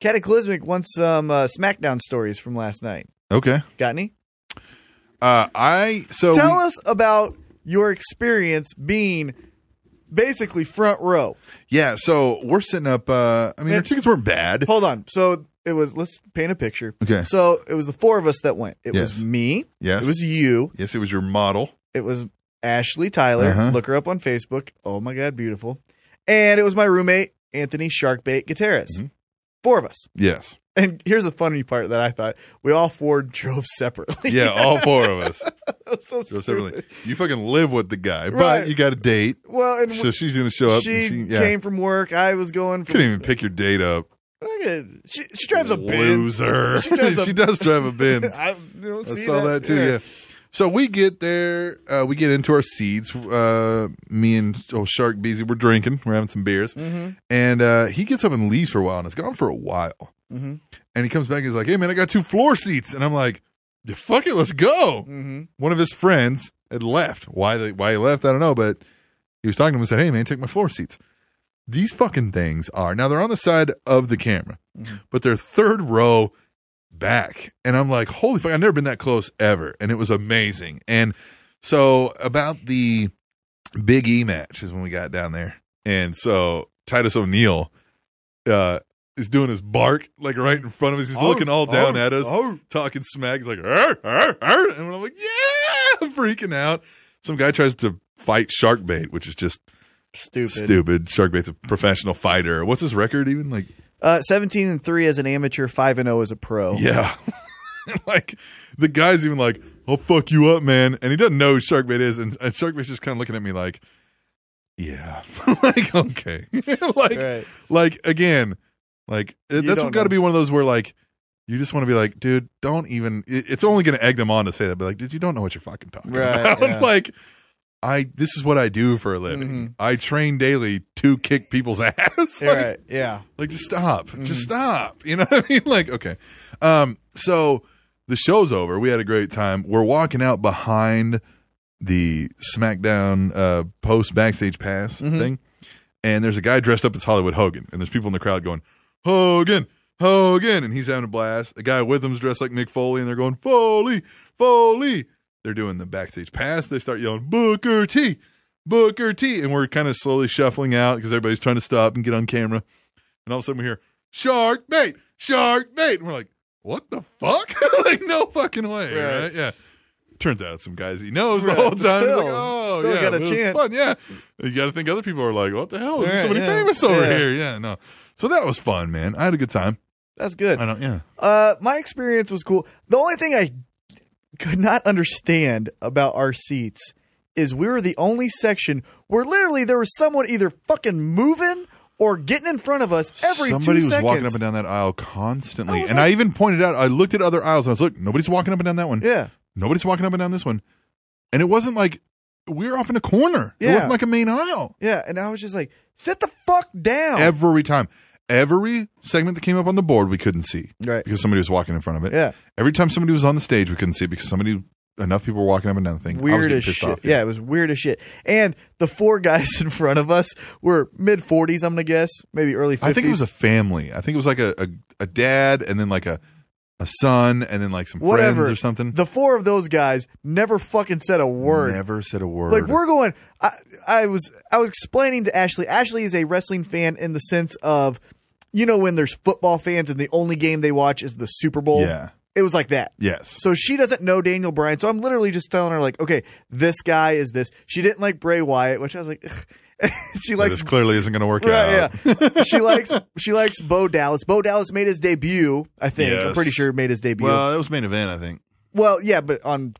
S3: Cataclysmic wants some uh, SmackDown stories from last night.
S2: Okay.
S3: Got any?
S2: Uh, I so
S3: Tell
S2: we-
S3: us about your experience being basically front row.
S2: yeah. So we're setting up. Uh, I mean, our tickets weren't bad.
S3: Hold on. So it was. Let's paint a picture.
S2: Okay.
S3: So it was the four of us that went. It
S2: Yes.
S3: was me.
S2: Yes.
S3: It was you.
S2: Yes, it was your model.
S3: It was Ashley Tyler.
S2: Uh-huh.
S3: Look her up on Facebook. Oh my God, beautiful. And it was my roommate Anthony Sharkbait Gutierrez.
S2: Mm-hmm.
S3: Four of us.
S2: Yes.
S3: And here's the funny part that I thought we all four drove separately.
S2: Yeah, all four of us.
S3: so
S2: Drove
S3: stupid.
S2: separately. You fucking live with the guy,
S3: Right.
S2: but you got a date.
S3: Well, and
S2: So she's gonna show up.
S3: she,
S2: and she yeah.
S3: came from work. I was going. From,
S2: couldn't even pick your date up.
S3: Look at- she, she drives a Benz.
S2: Loser.
S3: She, drives a,
S2: does drive a Benz.
S3: I, you know,
S2: I
S3: see
S2: saw that, too. Yeah. So we get there. Uh, we get into our seats. Uh, me and oh Shark Beezy, we're drinking. We're having some beers,
S3: Mhm.
S2: and uh, he gets up and leaves for a while, and is gone for a while.
S3: Mm-hmm.
S2: And he comes back. and He's like, "Hey man, I got two floor seats," and I'm like, "Yeah, "Fuck it, let's go."
S3: Mhm.
S2: One of his friends had left. Why they, why he left, I don't know, but he was talking to him and said, "Hey man, take my floor seats." These fucking things are now they're on the side of the camera,
S3: Mm-hmm.
S2: but they're third row back, and I'm like, "Holy fuck!" I've never been that close ever, and it was amazing. And so about the Big E match is when we got down there, and so Titus O'Neil uh, is doing his bark like right in front of us. He's
S5: Arr,
S2: looking all down
S5: arr,
S2: at us,
S5: arr.
S2: talking smack. He's like, "Arr, arr, arr," and I'm like, "Yeah!" freaking out. Some guy tries to fight shark bait, which is just
S3: Stupid.
S2: Stupid. Shark bait's a professional fighter. What's his record even? Like,
S3: Uh, 17 and 3 as an amateur, 5 and 0 as a pro.
S2: yeah, like the guy's even like, "I'll fuck you up, man," and he doesn't know who shark bait is, and, and shark bait's just kind of looking at me like, "Yeah, like okay." like like again like it-
S5: You
S2: that's
S5: don't
S2: got to
S5: know.
S2: be one of those where like you just want to be like dude don't even it- it's only going to egg them on to say that but like dude you don't know what you're fucking talking
S5: Right,
S2: about
S5: yeah. Mm-hmm.
S2: like i this is what i do for a living i train daily to kick people's ass like,
S5: Right,
S3: yeah
S2: like just stop just stop you know what i mean like okay um so the show's over we had a great time we're walking out behind the smackdown uh post backstage pass
S5: Mhm.
S2: thing and there's a guy dressed up as Hollywood Hogan, and there's people in the crowd going, Hogan, Hogan, and he's having a blast. A guy with him's dressed like Mick Foley, and they're going, Foley, Foley. They're doing the backstage pass. They start yelling, Booker T, Booker T. And we're kind of slowly shuffling out because everybody's trying to stop and get on camera. And all of a sudden we hear, Shark bait, shark bait. And we're like, what the fuck? like, no fucking way.
S5: Right.
S2: right? Yeah. Turns out some guys he knows
S5: Right,
S2: the whole
S5: but
S2: time. He's like,
S5: still,
S2: oh,
S5: still
S2: yeah,
S5: got a
S2: it was
S5: chance."
S2: fun, yeah. You got to think other people are like, what the hell? There's
S5: Yeah,
S2: somebody
S5: yeah,
S2: famous over
S5: yeah.
S2: here. Yeah, no. So that was fun, man. I had a good time.
S3: That's good.
S2: I don't, yeah.
S3: Uh, my experience was cool. The only thing I could not understand about our seats is we were the only section where literally there was someone either fucking moving or getting in front of us every
S2: Somebody
S3: two
S2: was
S3: seconds.
S2: walking up and down that aisle constantly. and I even pointed out, I looked at other aisles and I was like, nobody's walking up and down that one.
S3: Yeah.
S2: Nobody's walking up and down this one. And it wasn't like, we were off in a corner. It
S3: Yeah.
S2: wasn't like a main aisle.
S3: Yeah, and I was just like, sit the fuck down.
S2: Every time. Every segment that came up on the board, we couldn't see.
S3: Right.
S2: Because somebody was walking in front of it.
S3: Yeah.
S2: Every time somebody was on the stage, we couldn't see it because somebody, enough people were walking up and down the thing. I was
S3: Weird
S2: getting
S3: as
S2: pissed
S3: shit.
S2: off.
S3: yeah. it was weird as shit. And the four guys in front of us were mid forties, I'm gonna guess, maybe early fifties.
S2: I think it was a family. I think it was like a, a, a dad and then like a a son and then like some
S3: whatever
S2: friends or something.
S3: The four of those guys never fucking said a word.
S2: Never said a word.
S3: Like we're going. I, I was I was explaining to Ashley. Ashley is a wrestling fan in the sense of, you know, when there's football fans and the only game they watch is the Super Bowl.
S2: Yeah.
S3: it was like that.
S2: yes.
S3: So she doesn't know Daniel Bryan. So I'm literally just telling her like, okay, this guy is this. She didn't like Bray Wyatt, which I was like, she
S2: Like,
S3: likes
S2: this clearly isn't going to work out.
S3: Right, yeah. she likes she likes Bo Dallas. Bo Dallas made his debut, I think. I'm
S2: Yes.
S3: pretty sure he made his debut.
S2: Well,
S3: Well,
S2: that was main event, I think.
S3: yeah, but on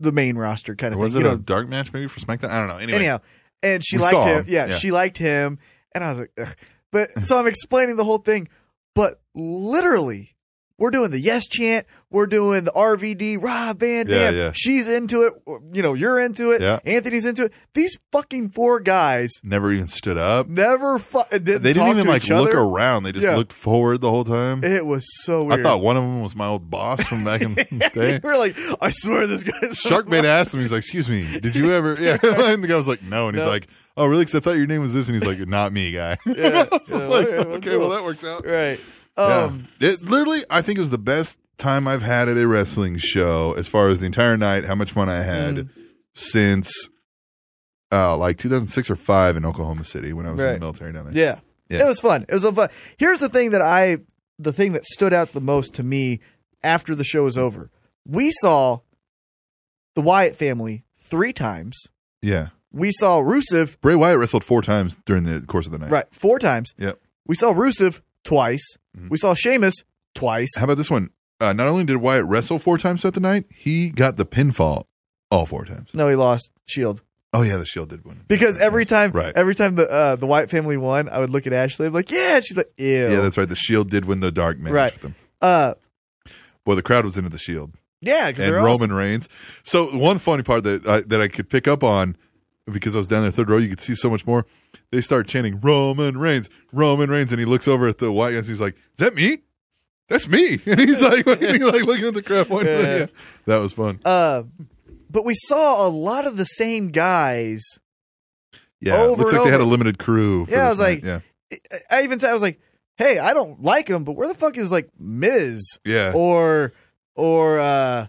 S3: the main roster kind of
S2: Or was
S3: thing.
S2: it
S3: you
S2: a
S3: know.
S2: dark match maybe for SmackDown? I don't know. Anyway,
S3: Anyhow, and she
S2: We
S3: liked
S2: saw
S3: him.
S2: him.
S3: Yeah,
S2: Yeah.
S3: she liked him, and I was like, Ugh. but so I'm explaining the whole thing, but literally. We're doing the yes chant. We're doing the RVD. Rob Van
S5: Yeah,
S3: Dam.
S5: yeah.
S3: She's into it. You know, you're into it.
S2: Yeah.
S3: Anthony's into it. These fucking four guys
S2: never even stood up.
S3: never. Fu- uh, didn't
S2: They didn't
S3: talk
S2: even
S3: to
S2: like
S3: each
S2: look
S3: other.
S2: around. They just
S3: Yeah.
S2: looked forward the whole time.
S3: It was so weird.
S2: I thought one of them was my old boss from back in the day.
S3: we are like, I swear this guy's
S2: Sharkbait asked him, he's like, excuse me, did you ever? Yeah. and the guy was like, no. And he's
S5: No.
S2: like, oh, really? Because I thought your name was this. And he's like, not me, guy. I was
S5: Yeah,
S2: like,
S5: well,
S2: okay,
S5: cool.
S2: well, that works out.
S3: Right.
S2: Yeah.
S5: Um,
S2: it literally, I think it was the best time I've had at a wrestling show as far as the entire night, how much fun I had
S3: Mm.
S2: since uh, like 2006 or 5 in Oklahoma City when I was in the
S3: Right.
S2: military down there.
S3: Yeah.
S2: Yeah.
S3: It was fun. It was a fun. Here's the thing that I, the thing that stood out the most to me after the show was over. We saw the Wyatt family three times.
S2: Yeah.
S3: We saw Rusev,
S2: Bray Wyatt wrestled four times during the course of the night.
S3: right, four times.
S2: Yep.
S3: We saw Rusev twice.
S2: Mm-hmm.
S3: We saw Sheamus twice.
S2: How about this one? Uh, not only did Wyatt wrestle four times throughout the night, he got the pinfall all four times.
S3: No, he lost Shield.
S2: Oh, yeah, the Shield did win.
S3: Because every time,
S2: Right.
S3: every time the uh, the Wyatt family won, I would look at Ashley. I'm like, yeah. And she's like, ew.
S2: Yeah, that's right. The Shield did win the dark match
S3: Right.
S2: with them.
S3: Uh,
S2: Well, the crowd was into the Shield.
S3: yeah, because
S2: and
S3: they're
S2: Roman
S3: awesome.
S2: Reigns. So one funny part that I, that I could pick up on because I was down there third row, you could see so much more. They start chanting Roman Reigns, Roman Reigns, and he looks over at the white guys. He's like, "Is that me? That's me." And he's like, he's like looking at the crowd. pointing.
S3: Yeah.
S2: Yeah. That was fun.
S3: Uh, But we saw a lot of the same guys.
S2: Yeah,
S3: Over
S2: looks
S3: and
S2: like they had a
S3: over.
S2: limited crew. for
S3: Yeah, I
S2: this
S3: was like,
S2: night.
S3: I- I even said I was like, "Hey, I don't like him, but where the fuck is like Miz?
S2: Yeah.
S3: or or uh,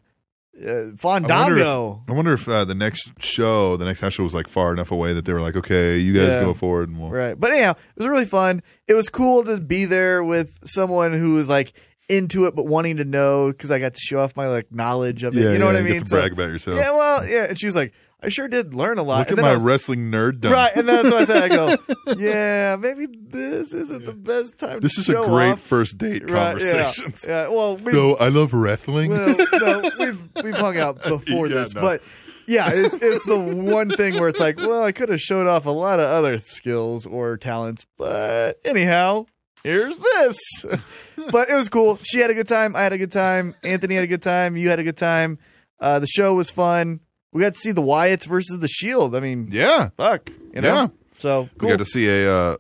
S3: uh Fandango?
S2: I wonder if, I wonder if, uh, the next show, the next house show, was like far enough away that they were like, okay, you guys
S3: Yeah.
S2: go forward and we'll.
S3: Right. But anyhow, it was really fun. It was cool to be there with someone who was like into it but wanting to know because I got to show off my like knowledge of it.
S2: Yeah,
S3: you know
S2: yeah,
S3: what I
S2: you get
S3: mean?
S2: to brag about yourself.
S3: Yeah, well, yeah. And she was like, I sure did learn a lot.
S2: Look
S3: And then
S2: at my
S3: I was-
S2: wrestling nerd. Dump.
S3: Right, and that's what I said. I go, yeah, maybe this isn't the best time.
S2: This
S3: to
S2: is a
S3: show
S2: great
S3: off."
S2: first date
S3: Right, yeah,
S2: conversations.
S3: Yeah, well, we,
S2: So I love wrestling.
S3: well, no, we've we've hung out before
S2: Yeah,
S3: this,
S2: no.
S3: but yeah, it's it's the one thing where it's like, well, I could have showed off a lot of other skills or talents, but anyhow, here's this. but it was cool. She had a good time. I had a good time. Anthony had a good time. You had a good time. Uh, the show was fun. We got to see the Wyatts versus the Shield. I mean,
S2: yeah,
S3: fuck, you know.
S2: Yeah.
S3: So cool.
S2: We got to see a uh,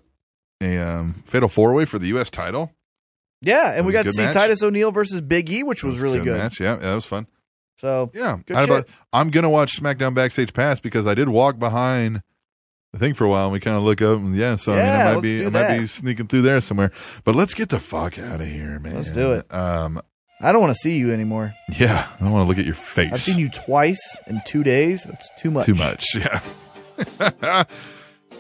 S2: a um, fatal four way for the U.S. title.
S3: yeah, and we
S2: was a
S3: got to
S2: good
S3: see
S2: match.
S3: Titus O'Neil versus Big E, which was, really
S2: Good
S3: good.
S2: match. Yeah, that was fun.
S3: So
S2: yeah,
S3: good
S2: How
S3: shit.
S2: about- I'm gonna watch SmackDown Backstage Pass because I did walk behind the thing for a while and we kind of look up and yeah, so
S3: Yeah,
S2: I, mean, I might
S3: let's
S2: be
S3: do
S2: I might
S3: that.
S2: be sneaking through there somewhere. But let's get the fuck out of here, man.
S3: Let's do it.
S2: Um,
S3: I don't want to see you anymore.
S2: yeah, I don't want to look at your face.
S3: I've seen you twice in two days. That's too much.
S2: Too much, yeah.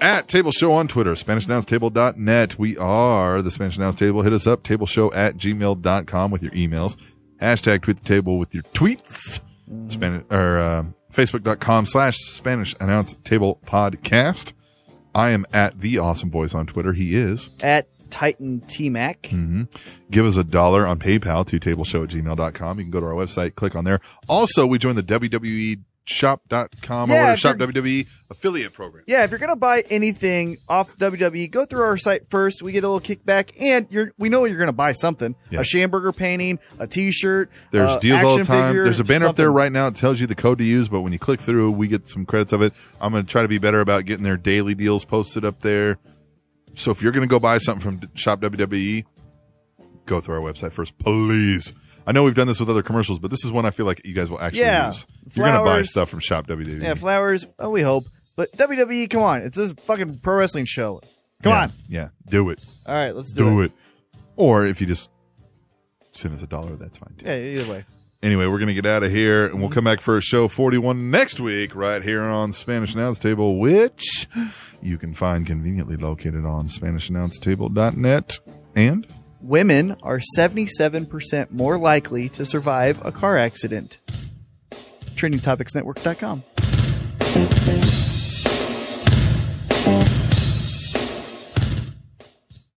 S2: at Table Show on Twitter, SpanishAnnounceTable.net. We are the Spanish Announce Table. Hit us up, tableshow at gmail.com with your emails. Hashtag tweet the table with your tweets.
S3: Mm-hmm.
S2: Spanish, or uh, Facebook.com slash Spanish Announce Table Podcast. I am at the awesome voice on Twitter. He is.
S3: At Titan T Mac.
S2: hmm Give us a dollar on PayPal to tableshow at gmail.com. You can go to our website, click on there. Also, we joined the E WWE shop.com
S3: Yeah,
S2: or whatever,
S3: if you're-
S2: shop WWE affiliate program.
S3: Yeah, if you're gonna buy anything off WWE, go through our site first. We get a little kickback, and you're we know you're gonna buy something:
S2: Yes.
S3: a Shamburger painting, a T-shirt.
S2: There's
S3: uh,
S2: deals all the
S3: action
S2: time.
S3: figure,
S2: There's a banner up there
S3: something.
S2: right now. It tells you the code to use, but when you click through, we get some credits of it. I'm going to try to be better about getting their daily deals posted up there. So if you're going to go buy something from D- Shop WWE, go through our website first, please. I know we've done this with other commercials, but this is one I feel like you guys will actually
S3: Yeah.
S2: use. You're going to buy
S3: Flowers.
S2: stuff from Shop E, WWE.
S3: Yeah, flowers. Oh, we hope. But WWE, come on! It's this fucking pro wrestling show. Come
S2: Yeah.
S3: on!
S2: Yeah, do it.
S3: All right, let's do,
S2: Do, it. Or if you just send us a dollar, that's fine.
S3: Yeah, either way.
S2: Anyway, we're going to get out of here and we'll come back for show 41 next week right here on Spanish Announce Table, which you can find conveniently located on SpanishAnnounceTable.net. And
S3: Women are seventy-seven percent more likely to survive a car accident. TrainingTopicsNetwork.com.